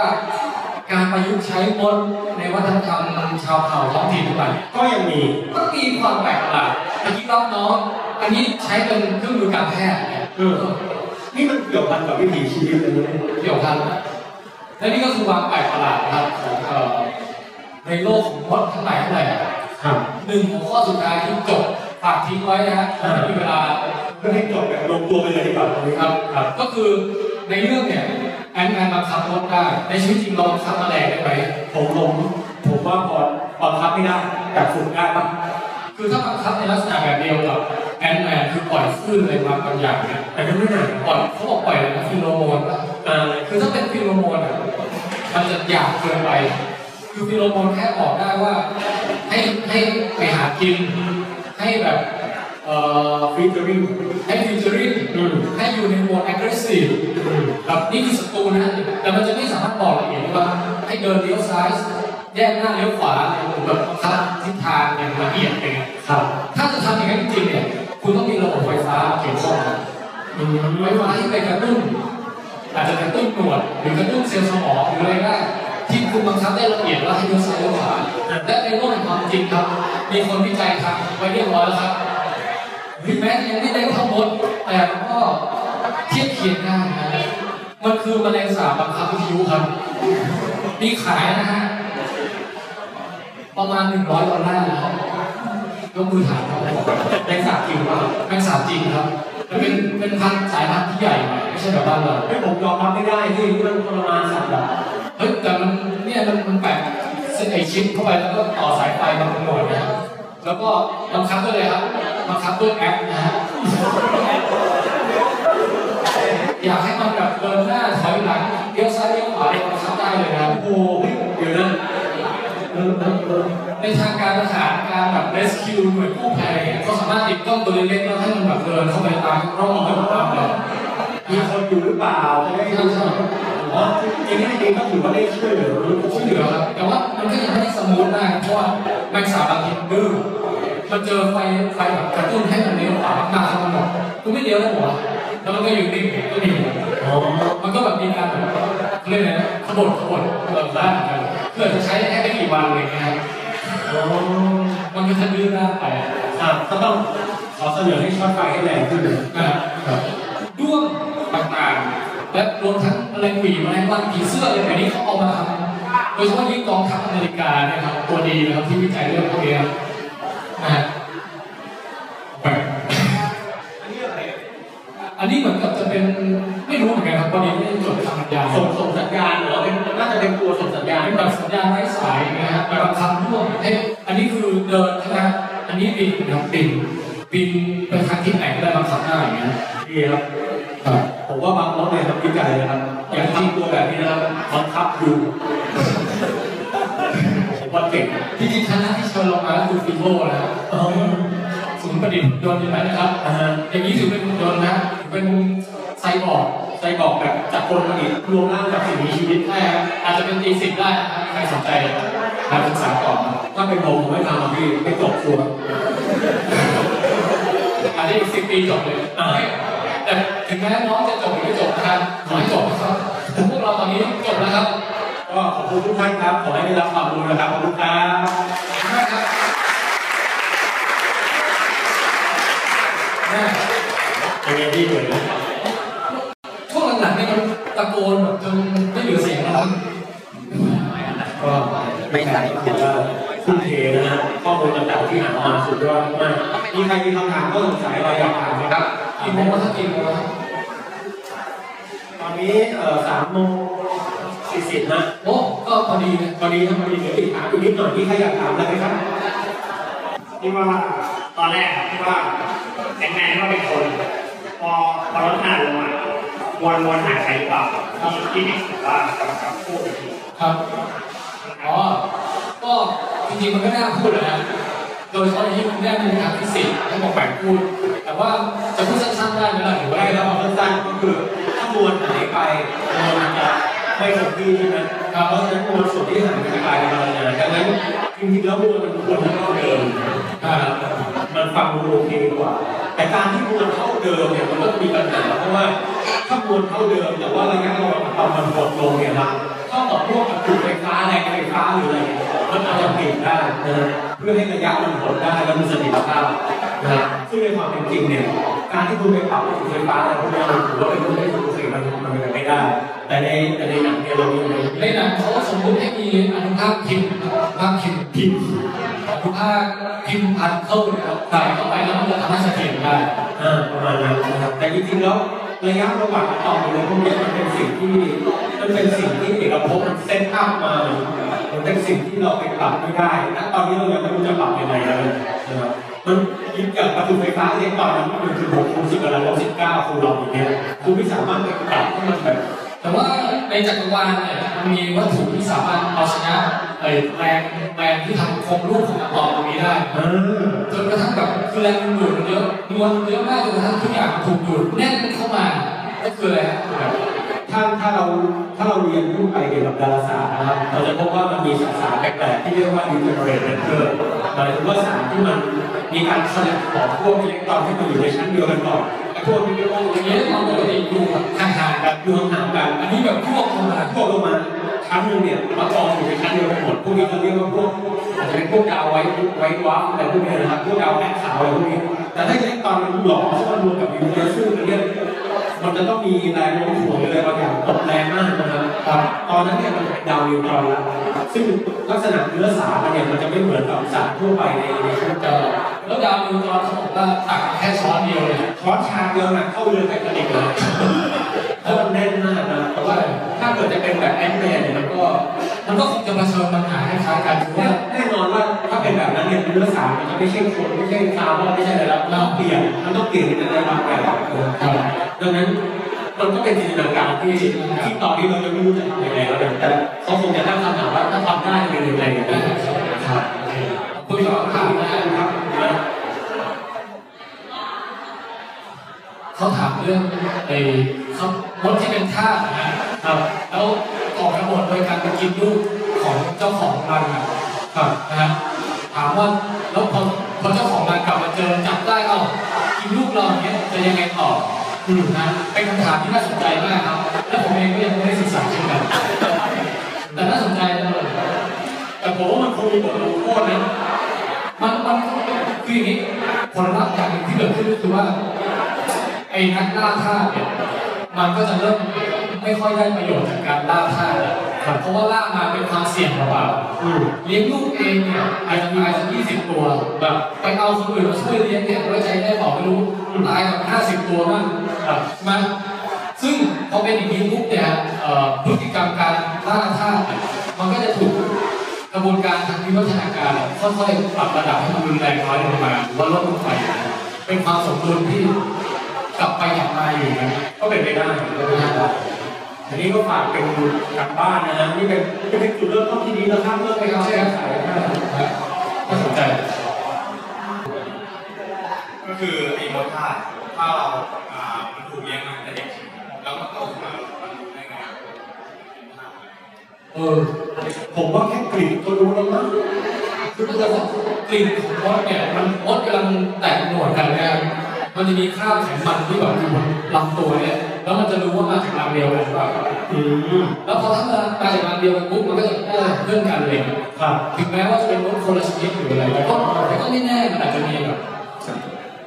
Speaker 2: การประยุกต์ใช้มดในวัฒนธรรมชาวเผ่าท้องถิ่นต่างๆ
Speaker 3: ก็ยังมี
Speaker 2: ก็มีความแปลกประหลาดอันนี้รับน้อง อันนี้ใช้เป็นเครื่องมือการแพทย์เนี่ย
Speaker 3: เออนี่มันเกี่ยวพันกับวิถีชีวิตเลยนะ
Speaker 2: เกี่ยวพันนะและนี่ก็คือความแปลกประหลาดนะครับของเอ่อในโลกของมดทั้งหลายทั้งแหล่
Speaker 3: ครับ
Speaker 2: หนึ่งหัวข้อสุดท้ายที่จบฝากทิ้งไว้นะฮะถ้าไม่มีเวลา
Speaker 3: เพื่อให้จบแบบลงตัวไปเลยดีกว่า
Speaker 2: ค
Speaker 3: ค
Speaker 2: รั
Speaker 3: รั
Speaker 2: บบ
Speaker 3: ครับ
Speaker 2: ก็คือในเรื่องเนี่ยแอนแอนมาขับรถได้ ในชีวิตจริงเราขับอะไรงได้ไหม
Speaker 3: ผมผมผมว่าพอบังคับไม่ได้แต่ฝึกได้ปะ
Speaker 2: คือถ้าบังคับในลักษณะแบบเดียวกับแอนแอนคือปล่อยคลื่นอะไรมาบางอย่างเนี่ย
Speaker 3: แต่ก็ไม่หนัก
Speaker 2: ปล่อยเขาบอกปล่อยอะไรนะฟิโลโมนอะ
Speaker 3: อ่า
Speaker 2: คือถ้าเป็นฟิโรโมนอ่ะ มันจะหยาบเกินไป คือฟิโรโมนแค่บอกได้ว่า ให้ให้ไปหากิน ให้แบบเอ่อ
Speaker 3: ฟีเจอริ่ง
Speaker 2: ให้ฟิวเจอริง
Speaker 3: อืม
Speaker 2: ให้อยู่ในโหมด aggressive แบบนี่คือศัตรูนะ แต่มันจะไม่สามารถบอกละเอียดว่า ให้เดินเลี้ยวซ้าย แยกหน้าเลี้ยวขวาแบบคับทิศทางอย่างละเอียดอะไรเงี้ย
Speaker 3: ครับ
Speaker 2: ถ้าจะทำอย่างนั้นจริงๆเนี่ย คุณต้องมีระบบไฟฟ้าเกี่ยวข้อง
Speaker 3: อืม
Speaker 2: ไว้ไว้ไปกระตุ้นอาจจะกระตุ้นหนวดหรือกระตุ้นเซลล์สมองหรืออะไรก็ได้ที่คุณบังคับได้ละเอียดว่าให้เลี้ยวซ้ายเลี้ยวขวาและในโลกแห่งความจริงครับ มีคนวิจัยทำไว้เรียบร้อยแล้วครับถึงแม้จะยังไม่ได้ทั้งหมดแต่ก็เทียบเคียงได้นะมันคือแมลงสาบบังคับวิทยุครับมีขายนะฮะประมาณ 100ดอลลาร์นะครับยกมือถามเขาบอก
Speaker 3: แรงสาบจริงป่ะ
Speaker 2: แมงสาบจริงครับมันเป็นเป็นพันธุ์สายพันธุ์ที่ใหญ่หน่อยไม่ใช่แบบบ้านเรา
Speaker 3: เฮ้ยผมยอมรับไม่ได้ที่นี่มันทรมานสัตว์อะ
Speaker 2: เฮ้ยแต่มันเนี่ยมันมันแปะเส้นไอชิปเข้าไปแล้วก็ต่อสายไฟมาเป็นหนวดนะครับแล้วก็บังคับด้วยเลยครับบังคับด้วยแอปนะฮะอยากให้มันแบบเดินหน้าถอยหลังเลี้ยวซ้ายเลี้ยวขวาบังคับได้เลยนะครับ
Speaker 3: โอ้โหเฮ้ยเดี๋ยวนะเออเออเออ
Speaker 2: ในทางการทหารการแบบ rescue หน่วยกู้ภัยเนี่ยก็สามารถติดกล้องตัวเล็กๆแล้วให้มันแบบเดินเข้าไปตามร่องรอยต่างๆเลย
Speaker 3: มีคนอยู่หรือเปล่าจะได้ดูใช่ไหมอ๋อจริงๆนี่เองก็ถือว่าได้ช่วยเหลือมนุษย์
Speaker 2: ช่วยเหลือครับแต่ว่ามันก็ยังไม่ได้สมูทมากเพราะว่าแมงสาบบางทีมันดื้อมันเจอไฟไฟแบบกระตุ้นให้มันเลี้ยวขวามาทางมันหมดกูไม่เลี้ยวแล้วหรอแล้วมันก็อยู่นิ่งก็ดี
Speaker 3: อ๋อ
Speaker 2: มันก็แบบมีการแบบเรียกอะไรนะขบวนขบวนเออล่ากันเพื่อจะใช้แค่ไม่กี่วันอะไรอย่างเงี้ยครับ
Speaker 3: อ๋อ
Speaker 2: มันก็จะดื้อล่ากไป
Speaker 3: ครับก็ต้องขอเสนอให้ช็อตไฟให้แรงขึ้นนะ
Speaker 2: นะครับ ด้วงต่างๆ และรวมทั้งแมลงหวีแมลงวันผีเสื้ออะไรแบบนี้เขาเอามาทำโดยเฉพาะยิ่งกองทัพอเมริกาเนะครับตัวดีนะครับที่วิจัยเรื่องพวกนี้ครับนะฮะ อันนี้เหมือนกับจะเป็นไม่รู้เหมือนกันครับพอดีไม่ได้จดคำบรรยาย
Speaker 3: ส่งส่งสัญญาณเหรอเป็นน่าจะเป็นตัวส่งสัญญาณ
Speaker 2: เป็นแบบสัญญาณไร้สายนะฮะแบบคำร่วมเอ๊ะอันนี้คือเดินใช่ไหมอันนี้บินนะครับบินบินไปทางที่ไหนก็ได้บังคับได้อย่างเงี้ย
Speaker 3: ดีครับ
Speaker 2: ครับ
Speaker 3: ผมว่าบางรถเนี่ยครับวิจัยนะครับ อย่าทำตัวแบบนี้นะครับบังคับอยู่ผมว่าเก่ง
Speaker 2: ที่จริงคณะที่เชิญลงมาก็คือฟิโลนะครับ
Speaker 3: อ๋อ
Speaker 2: ศูนย์ประดิษฐ์หุ่นยนต์ใช่ไหมนะครับ
Speaker 3: อ่าฮะ
Speaker 2: อย่างนี้ถือเป็นหุ่นยนต์นะถือเป็นไซบอร์ก
Speaker 3: ใจบอกแบบจากคนมาอีกรวมร่างกับสิ่งมีชีวิต
Speaker 2: ใช่ครับอาจจะเป็นตีสิบได้นะครับใครสนใจมาศึกษาก่อนนะครับ
Speaker 3: ถ้าเป็นผมผมไม่ทำหรอกพี่ไม่จบตัว
Speaker 2: อาจจะอีกสิบปีจบเลยไม่แต่ถึงแม้น้องจะจบหรือไม่จบนะครับขอให้จบนะครับพวกเราตอนนี้จบแล้วครับ
Speaker 3: ก็ขอบคุณทุกท่านครับ ขอให้ได้รับความรู้นะครับ ขอบคุณครับ
Speaker 2: ขอบคุณมากครับแม่
Speaker 3: เป็นไงพี่เหมือน
Speaker 2: ะโกนแบบจนไม่เหลือเสียงแล้วครับ
Speaker 3: ก็ไม่ใส่ถือว่าทุ่มเทนะฮะข้อมูลต่างๆที่หามาสุดยอดมากมีใครมีคำถามก็สงสัยอะไรอยากถามไหมครับ
Speaker 2: กี่โมงแล้วครับกี่โมงแล้วครับ
Speaker 3: ตอนนี้เอ่อสามโมงสี่สิบนะ
Speaker 2: โอ้ก็พอดีนะ
Speaker 3: พอดีนะพอดีเดี๋ยวติดถามอีกนิดหน่อยมีใครอยากถามอะไรไหมครับ
Speaker 7: คิดว่าตอนแรกคิดว่าแจ็คแมนก็เป็นคน พอพอลดหน้าลงมาวนวนหาใครหรือเปล่าที่ที่ไม่ถือว่ากำกับพูดอีกที
Speaker 2: ครับ อ๋อ ก็จริงๆมันก็น่าพูดแหละนะโดยเฉพาะอย่างยิ่งแน่นในทางฟิสิกส์ต้องบอกแบ่งพูด แต่ว่าจะพูดสั้นๆได้ไหมล่ะหรือว่า
Speaker 3: ไม่แล้วเอาสั้นๆก็คือถ้ามวลหายไปมวลมันจะไม่คงที่ใช่ไหมครับเพราะฉะนั้นมวลส่วนที่หายไปกำลังงานดังนั้นจริงๆแล้วมวลมันควรจะต้องเดิน
Speaker 2: อ่า
Speaker 3: มันฟังดูโอเคกว่า แต่การที่มวลเท่าเดิมเนี่ยมันก็มีปัญหาเพราะว่าถ้ามวลเท่าเดิมแต่ว่าระยะระหว่างความมันลดลงเนี่ยนะเท่ากับพวกกระตุกไฟฟ้าแรงไฟฟ้าหรืออะไรเนี่ยมันอาจจะเปลี่ยนได้นะฮะเพื่อให้ระยะมันลดได้แล้วมีเสถียรภาพนะฮะซึ่งในความเป็นจริงเนี่ยการที่คุณไปปรับกระตุกไฟฟ้าอะไรพวกนี้มันถือว่าเป็นเรื่องที่ถูกสิมันมันเป็นไปไม่ได้ แต่ในแต่ในหนังเนี่ยเรามีใน
Speaker 2: ในหนังเขาสมมติให้มีอนุภาคพิมพ์อนุภาคพิมพ์
Speaker 3: พิมพ์
Speaker 2: อนุภาคพิมพ์พันเข้าไปแล้วใส่เข้าไปแล้วมันจะทำให้เสถียรได้
Speaker 3: อ่าประมาณนั้นนะครับแต่จริงๆแล้วระยะระหว่างต่อมอะไรพวกเนี้ยมันเป็นสิ่งที่ มันเป็นสิ่งที่เอกภพมันเซตอัพมา มันเป็นสิ่งที่เราไปปรับไม่ได้ณตอนนี้เรายังไม่รู้จะปรับยังไงเลยนะครับมันยึดกับประตูไฟฟ้าเล็กตอนนั้นมันคือ6คูณ10อะไรแล้ว19คูณเราอย่างเงี้ยคุณไม่สามารถไปปรับให้มันแบบ
Speaker 2: แต่ว่าในจักรวาลเนี่ยมันมีวัตถุที่สามารถเอาชนะไอ้แรงแรงที่ทำโครงรูปของอะตอมตรงนี้ได้
Speaker 3: เออ
Speaker 2: จนกระทั่งแบบคือแรงดึงดูดมันเยอะนวลเยอะมากจนกระทั่งทุกอย่างมันถูกดูดแน่นเข้ามาก็คืออะไรฮะแบบ
Speaker 3: ถ้าถ้าเราถ้าเราเรียนรู้ไปเกี่ยวกับดาราศาสตร์นะครับเราจะพบว่ามันมีสสารแปลกๆที่เรียกว่าดิเจเรตเกิดหมายถึงว่าสารที่มันมีการสลับของพวกอิเล็กตรอนที่มันอยู่ในชั้นเดียวกันก่อนไอ้พวกนี้เรียกว่า
Speaker 2: อย่างเงี้ยเราปกติดูแบบห่างๆกัน
Speaker 3: ดวงหางกัน
Speaker 2: อันนี้แบบพวกเข้ามา
Speaker 3: พวกลงมาชั้นหนึงเนี่ยมาจองอยู่ในชั้นเดียวกันหมดพวกนี้เขาเรียกว่าพวกอาจจะเป็นพวกดาวไว้ไว้วัฟอะไรพวกนี้นะครับพวกดาวแอกขาวอะไรพวกนี้ แต่ถ้าจะตอนมันหลอมซึ่งมันรวมกับยูเรซึ่งมันเนี่ยมันจะต้องมีแรงโน้มถ่วงหรืออะไรบางอย่างตกแรงมากนะครับตอนนั้นเนี่ยมันเป็นดาวนิวตรอนแล้วซึ่งลักษณะเนื้อสารมันเนี่ยมันจะไม่เหมือนกับสารทั่วไปในในชั้นเจอ
Speaker 2: แล้วดาวนิวตรอนเขาบอกว่าตักแค่ช้อนเดียวเลย
Speaker 3: ช้อนชาเดียวหนักเข้าเรือไปกระดิกเลยเพราะมันแน่นมากนะแต่ว่าถ้าเกิดจะเป็นแบบแอนแมนเนี่ยมันก็
Speaker 2: มันก็คงจะมาเชิญปัญหาคล้ายๆกันคือว่า
Speaker 3: แน่นอนว่าถ้าเป็นแบบนั้นเนี่ยเนื้อสารมันจะไม่ใช่คนไม่ใช่คาร์บอนไม่ใช่อะไรแล้วเราเปลี่ยนมันต้องเปลี่ยนเป็นอะไรบางอย่างนะครับดังนั้นมันก็เป็นจินตนาการที่ที่ตอนนี้เรายังไม่รู้จะทำยังไงแล้วนะแต่เขาคงจะตั้งคำถามว่าถ้าทำได้จะเป็นยังไงนะครับ
Speaker 2: คุยกับคำถามนะ
Speaker 3: ครับ
Speaker 2: เขาถามเรื่องไอ้เขารถที่เป็นท่าสนะครับแล้วออกกระบดโดยการไปกินลูกของเจ้าของมันนะครับนะฮะถามว่าแล้วพอพอเจ้าของมันกลับมาเจอจับได้เอ้ากินลูกเราอย่างเงี้ยจะยังไงต่ออืมนะเป็นคำถามที่น่าสนใจมากครับ และผมเองก็ยังไม่ได้ศึกษาเช่นกันแต่น่าสนใจนะ
Speaker 3: แต่ผมว่ามันคงมีบทลงโทษนะ
Speaker 2: มันมันคืออย่างนี้ผลลัพธ์อย่างหนึ่งที่เกิดขึ้นก็คือว่า ไอ้นักล่าท่าสเนี่ยมันก็จะเริ่มไม่ค่อยได้ประโยชน์จากการล่าท่าสแล้วเพราะว่าล่ามาเป็นความเสี่ยงเปล่า
Speaker 3: อืม
Speaker 2: ๆเลี้ยงลูกเองเนี่ยอาจจะตายสักยี่สิบตัวแบบไปเอาคนอื่นมาช่วยเลี้ยงเนี่ยไว้ใจได้บอกไม่รู้ตายแบบห้าสิบตัวมั่ง
Speaker 3: ครับ
Speaker 2: มันซึ่งพอเป็นอย่างนี้ปุ๊บเนี่ยเอ่อพฤติกรรมการล่าท่าสเนี่ยมันก็จะถูกกระบวนการทางวิวัฒนาการเนี่ยค่อยๆปรับระดับให้มันรุนแรงน้อยลงมาหรือว่าลดลงไปเป็นความสมดุลที่ กลับไปกลับมาอยู่นะ
Speaker 3: ก็เป็นไปได้เป็นไปได้อันนี้ก็ฝากเป็นกลับบ้านนะฮะนี่เป็นเป็นจุดเริ่มต้นที่ดีแล้วครับเริ่มไป
Speaker 2: ไม่
Speaker 3: เอา
Speaker 2: เข้า
Speaker 3: ใจ
Speaker 2: ใจ
Speaker 3: กั
Speaker 2: กันนใส่
Speaker 3: ใส่นะ
Speaker 2: นะ
Speaker 3: ฮะ
Speaker 2: น่าสนใจ
Speaker 7: ก็คือไอ้มดท่าถ้าเราอ่ามันถูกเลี้ยงมาตั้งแต่เด็กแล้วมันโตขึ้นมามันรู้ได้ไงว่าเป็นท่าส
Speaker 2: เออ
Speaker 3: ผมว่าแค่กลิ่นก็รู้แล้วมั้ง
Speaker 2: คือมันจะว่ากลิ่นของมดเนี่ย มันมดกำลังแตกหนวดกันเนี่ยมันจะมีคราบไขมันที่แบบอยู่บนลำตัวเนี่ย แล้วมันจะรู้ว่ามาจากรังเดียวกันหรือเปล่า
Speaker 3: อืม
Speaker 2: แล้วพอถ้ามันมาจากรังเดียวกันปุ๊บ มันก็จะเออเพื่อนกันเลย
Speaker 3: ครับ
Speaker 2: ถึงแม้ว่าจะเป็นมดคนละชนิดหรืออะไรแต่ก็แต่ก็ไม่แน่มันอาจจะมีแบบ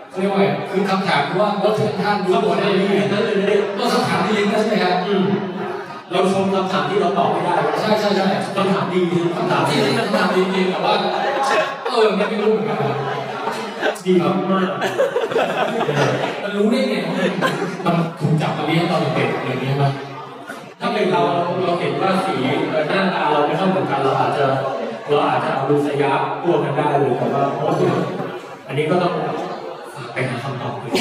Speaker 2: เขาเรียกว่าไงคือคำถามคือว่ามดทุกท่านรู้
Speaker 3: เขาบ
Speaker 2: ตั
Speaker 3: อ
Speaker 2: ว
Speaker 3: กได้
Speaker 2: ได้
Speaker 3: ยั
Speaker 2: ยัง งไง
Speaker 3: ไงนั่นเลยไม่ได้
Speaker 2: ก็คำถามที่ยิงนะใช่ไหมครับ
Speaker 3: อืม เราชมคำถามที่เราตอบไม่ได้
Speaker 2: ใช่ใช่ใช่
Speaker 3: คำถามดีคำถามที่
Speaker 2: คำถามจริงๆแต่ว่าเออไม่รู้เหมือนกัน
Speaker 3: ดีมากมาก
Speaker 2: มันรู้ได้ไงมันถูกจับมาเลี้ยงตอนเด็กๆอย่างนี้ยมั้ย
Speaker 3: ถ้าเป็นเราเราเห็นว่าสีเอ่อหน้าตาเราไม่เข้าเหมือนกันเราอาจจะเราอาจจะเอาดูสยามพวกกันได้เลยแต่ว่าโอ้โหอันนี้ก็ต้องฝากไปหาคำตอบเลย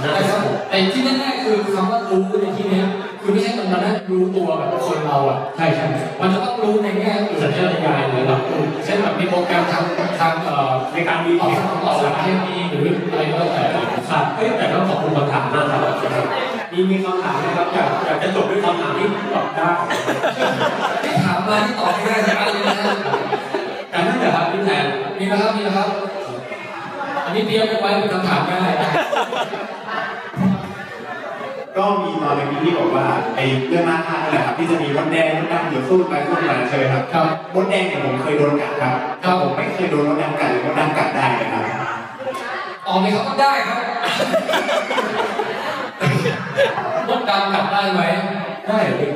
Speaker 2: แต่ว่าแต่ที่แน่ๆคือคำว่ารู้ในที่เนี้ยคือไม่ใช่มันมานั่งรู้ตัวแบบคนเราอ่ะ
Speaker 3: ใช่ใช่
Speaker 2: มันจะต้องรู้ในแง่อื่น
Speaker 3: สัญชาตญาณเลยหรอ
Speaker 2: เช่นแบบมีโปรแกรมทางทางเอ่อ
Speaker 3: ในการวิ
Speaker 2: ตอบ
Speaker 3: เคราะห์
Speaker 2: คำตอบสารเคมีหรืออะไรก็แล้วแต่
Speaker 3: ครับเอ้ยแต่ต้องขอบคุณคำถามมากครับ มีมีคำถามไหมครับ อยากอยากจะจบด้วยคำถามที่ตอบได้
Speaker 2: ที่ถามมาที่ตอบไม่ได้สักอันเลยนะฮะ
Speaker 3: การนั่นแหละครับพี่แทน
Speaker 2: มีนะครับมีนะครับ อันนี้เตรียมไว้เป็นคำถามง่าย
Speaker 8: ก็มีตอนในนี้ที่บอกว่าไอ้เรื่องหน้าทางนั่นแหละครับที่จะมีมดแดงมดดำเดี๋ยวสู้ไปสู้มาใช่ไหมครับ
Speaker 2: ครับ
Speaker 8: มดแดงเนี่ยผมเคยโดนกัดครับ
Speaker 2: ครับผ
Speaker 8: ผม มไม่เคยโดนมดดำกัดหรือมดดำกัดได้เลยครับ
Speaker 2: ออกเลยครับก็ได้ครับมดดำกลับได้ไหมได้เลย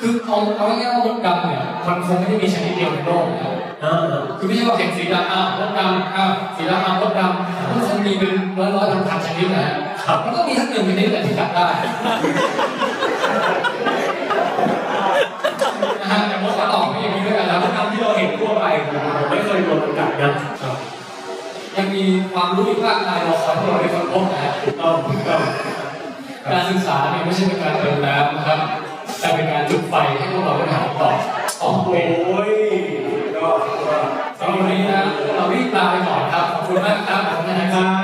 Speaker 2: คือเอาเอาง่ายๆว่ามดดำเนี่ยมันคงไม่ได้มีชนิดเดียวในโลกนะครับ
Speaker 3: อ่า
Speaker 2: คือไม่ใช่ว่าเห็นสีดำอ้าวรถดำอ้าวสีดำอ้าวรถดำมันคงมีเป็นร้อยร้อยพันพันชนิดนะฮะมันก็มีทั้งหนึ่งชนิดแหละที่จับได้นะฮะแต่มดก็ตอบไม่อย่างนี้ด้วยกัน
Speaker 3: แต่
Speaker 2: แล้ว
Speaker 3: คำถามที่เราเห็นทั่วไปคือผมไม่เคยโดนกัดนะ
Speaker 2: ยังมีความรู้อีกมากมายรอคอยพวกเราได้ค้นพบนะฮะ
Speaker 3: ถูกต้องถูกต้อง
Speaker 2: การศึกษาเนี่ยไม่ใช่เป็นการเติมน้ำนะครับ แต่เป็นการจุดไฟให้พวกเราได้หาคำตอบของตัว
Speaker 3: โอ้
Speaker 2: เอง
Speaker 3: ยก็ก็
Speaker 2: สำหรับวันนี้นะเรารีบลาไปก่อนครับขอบคุณมากครับผมนะ
Speaker 3: ค
Speaker 2: ค
Speaker 3: รั
Speaker 2: รับบ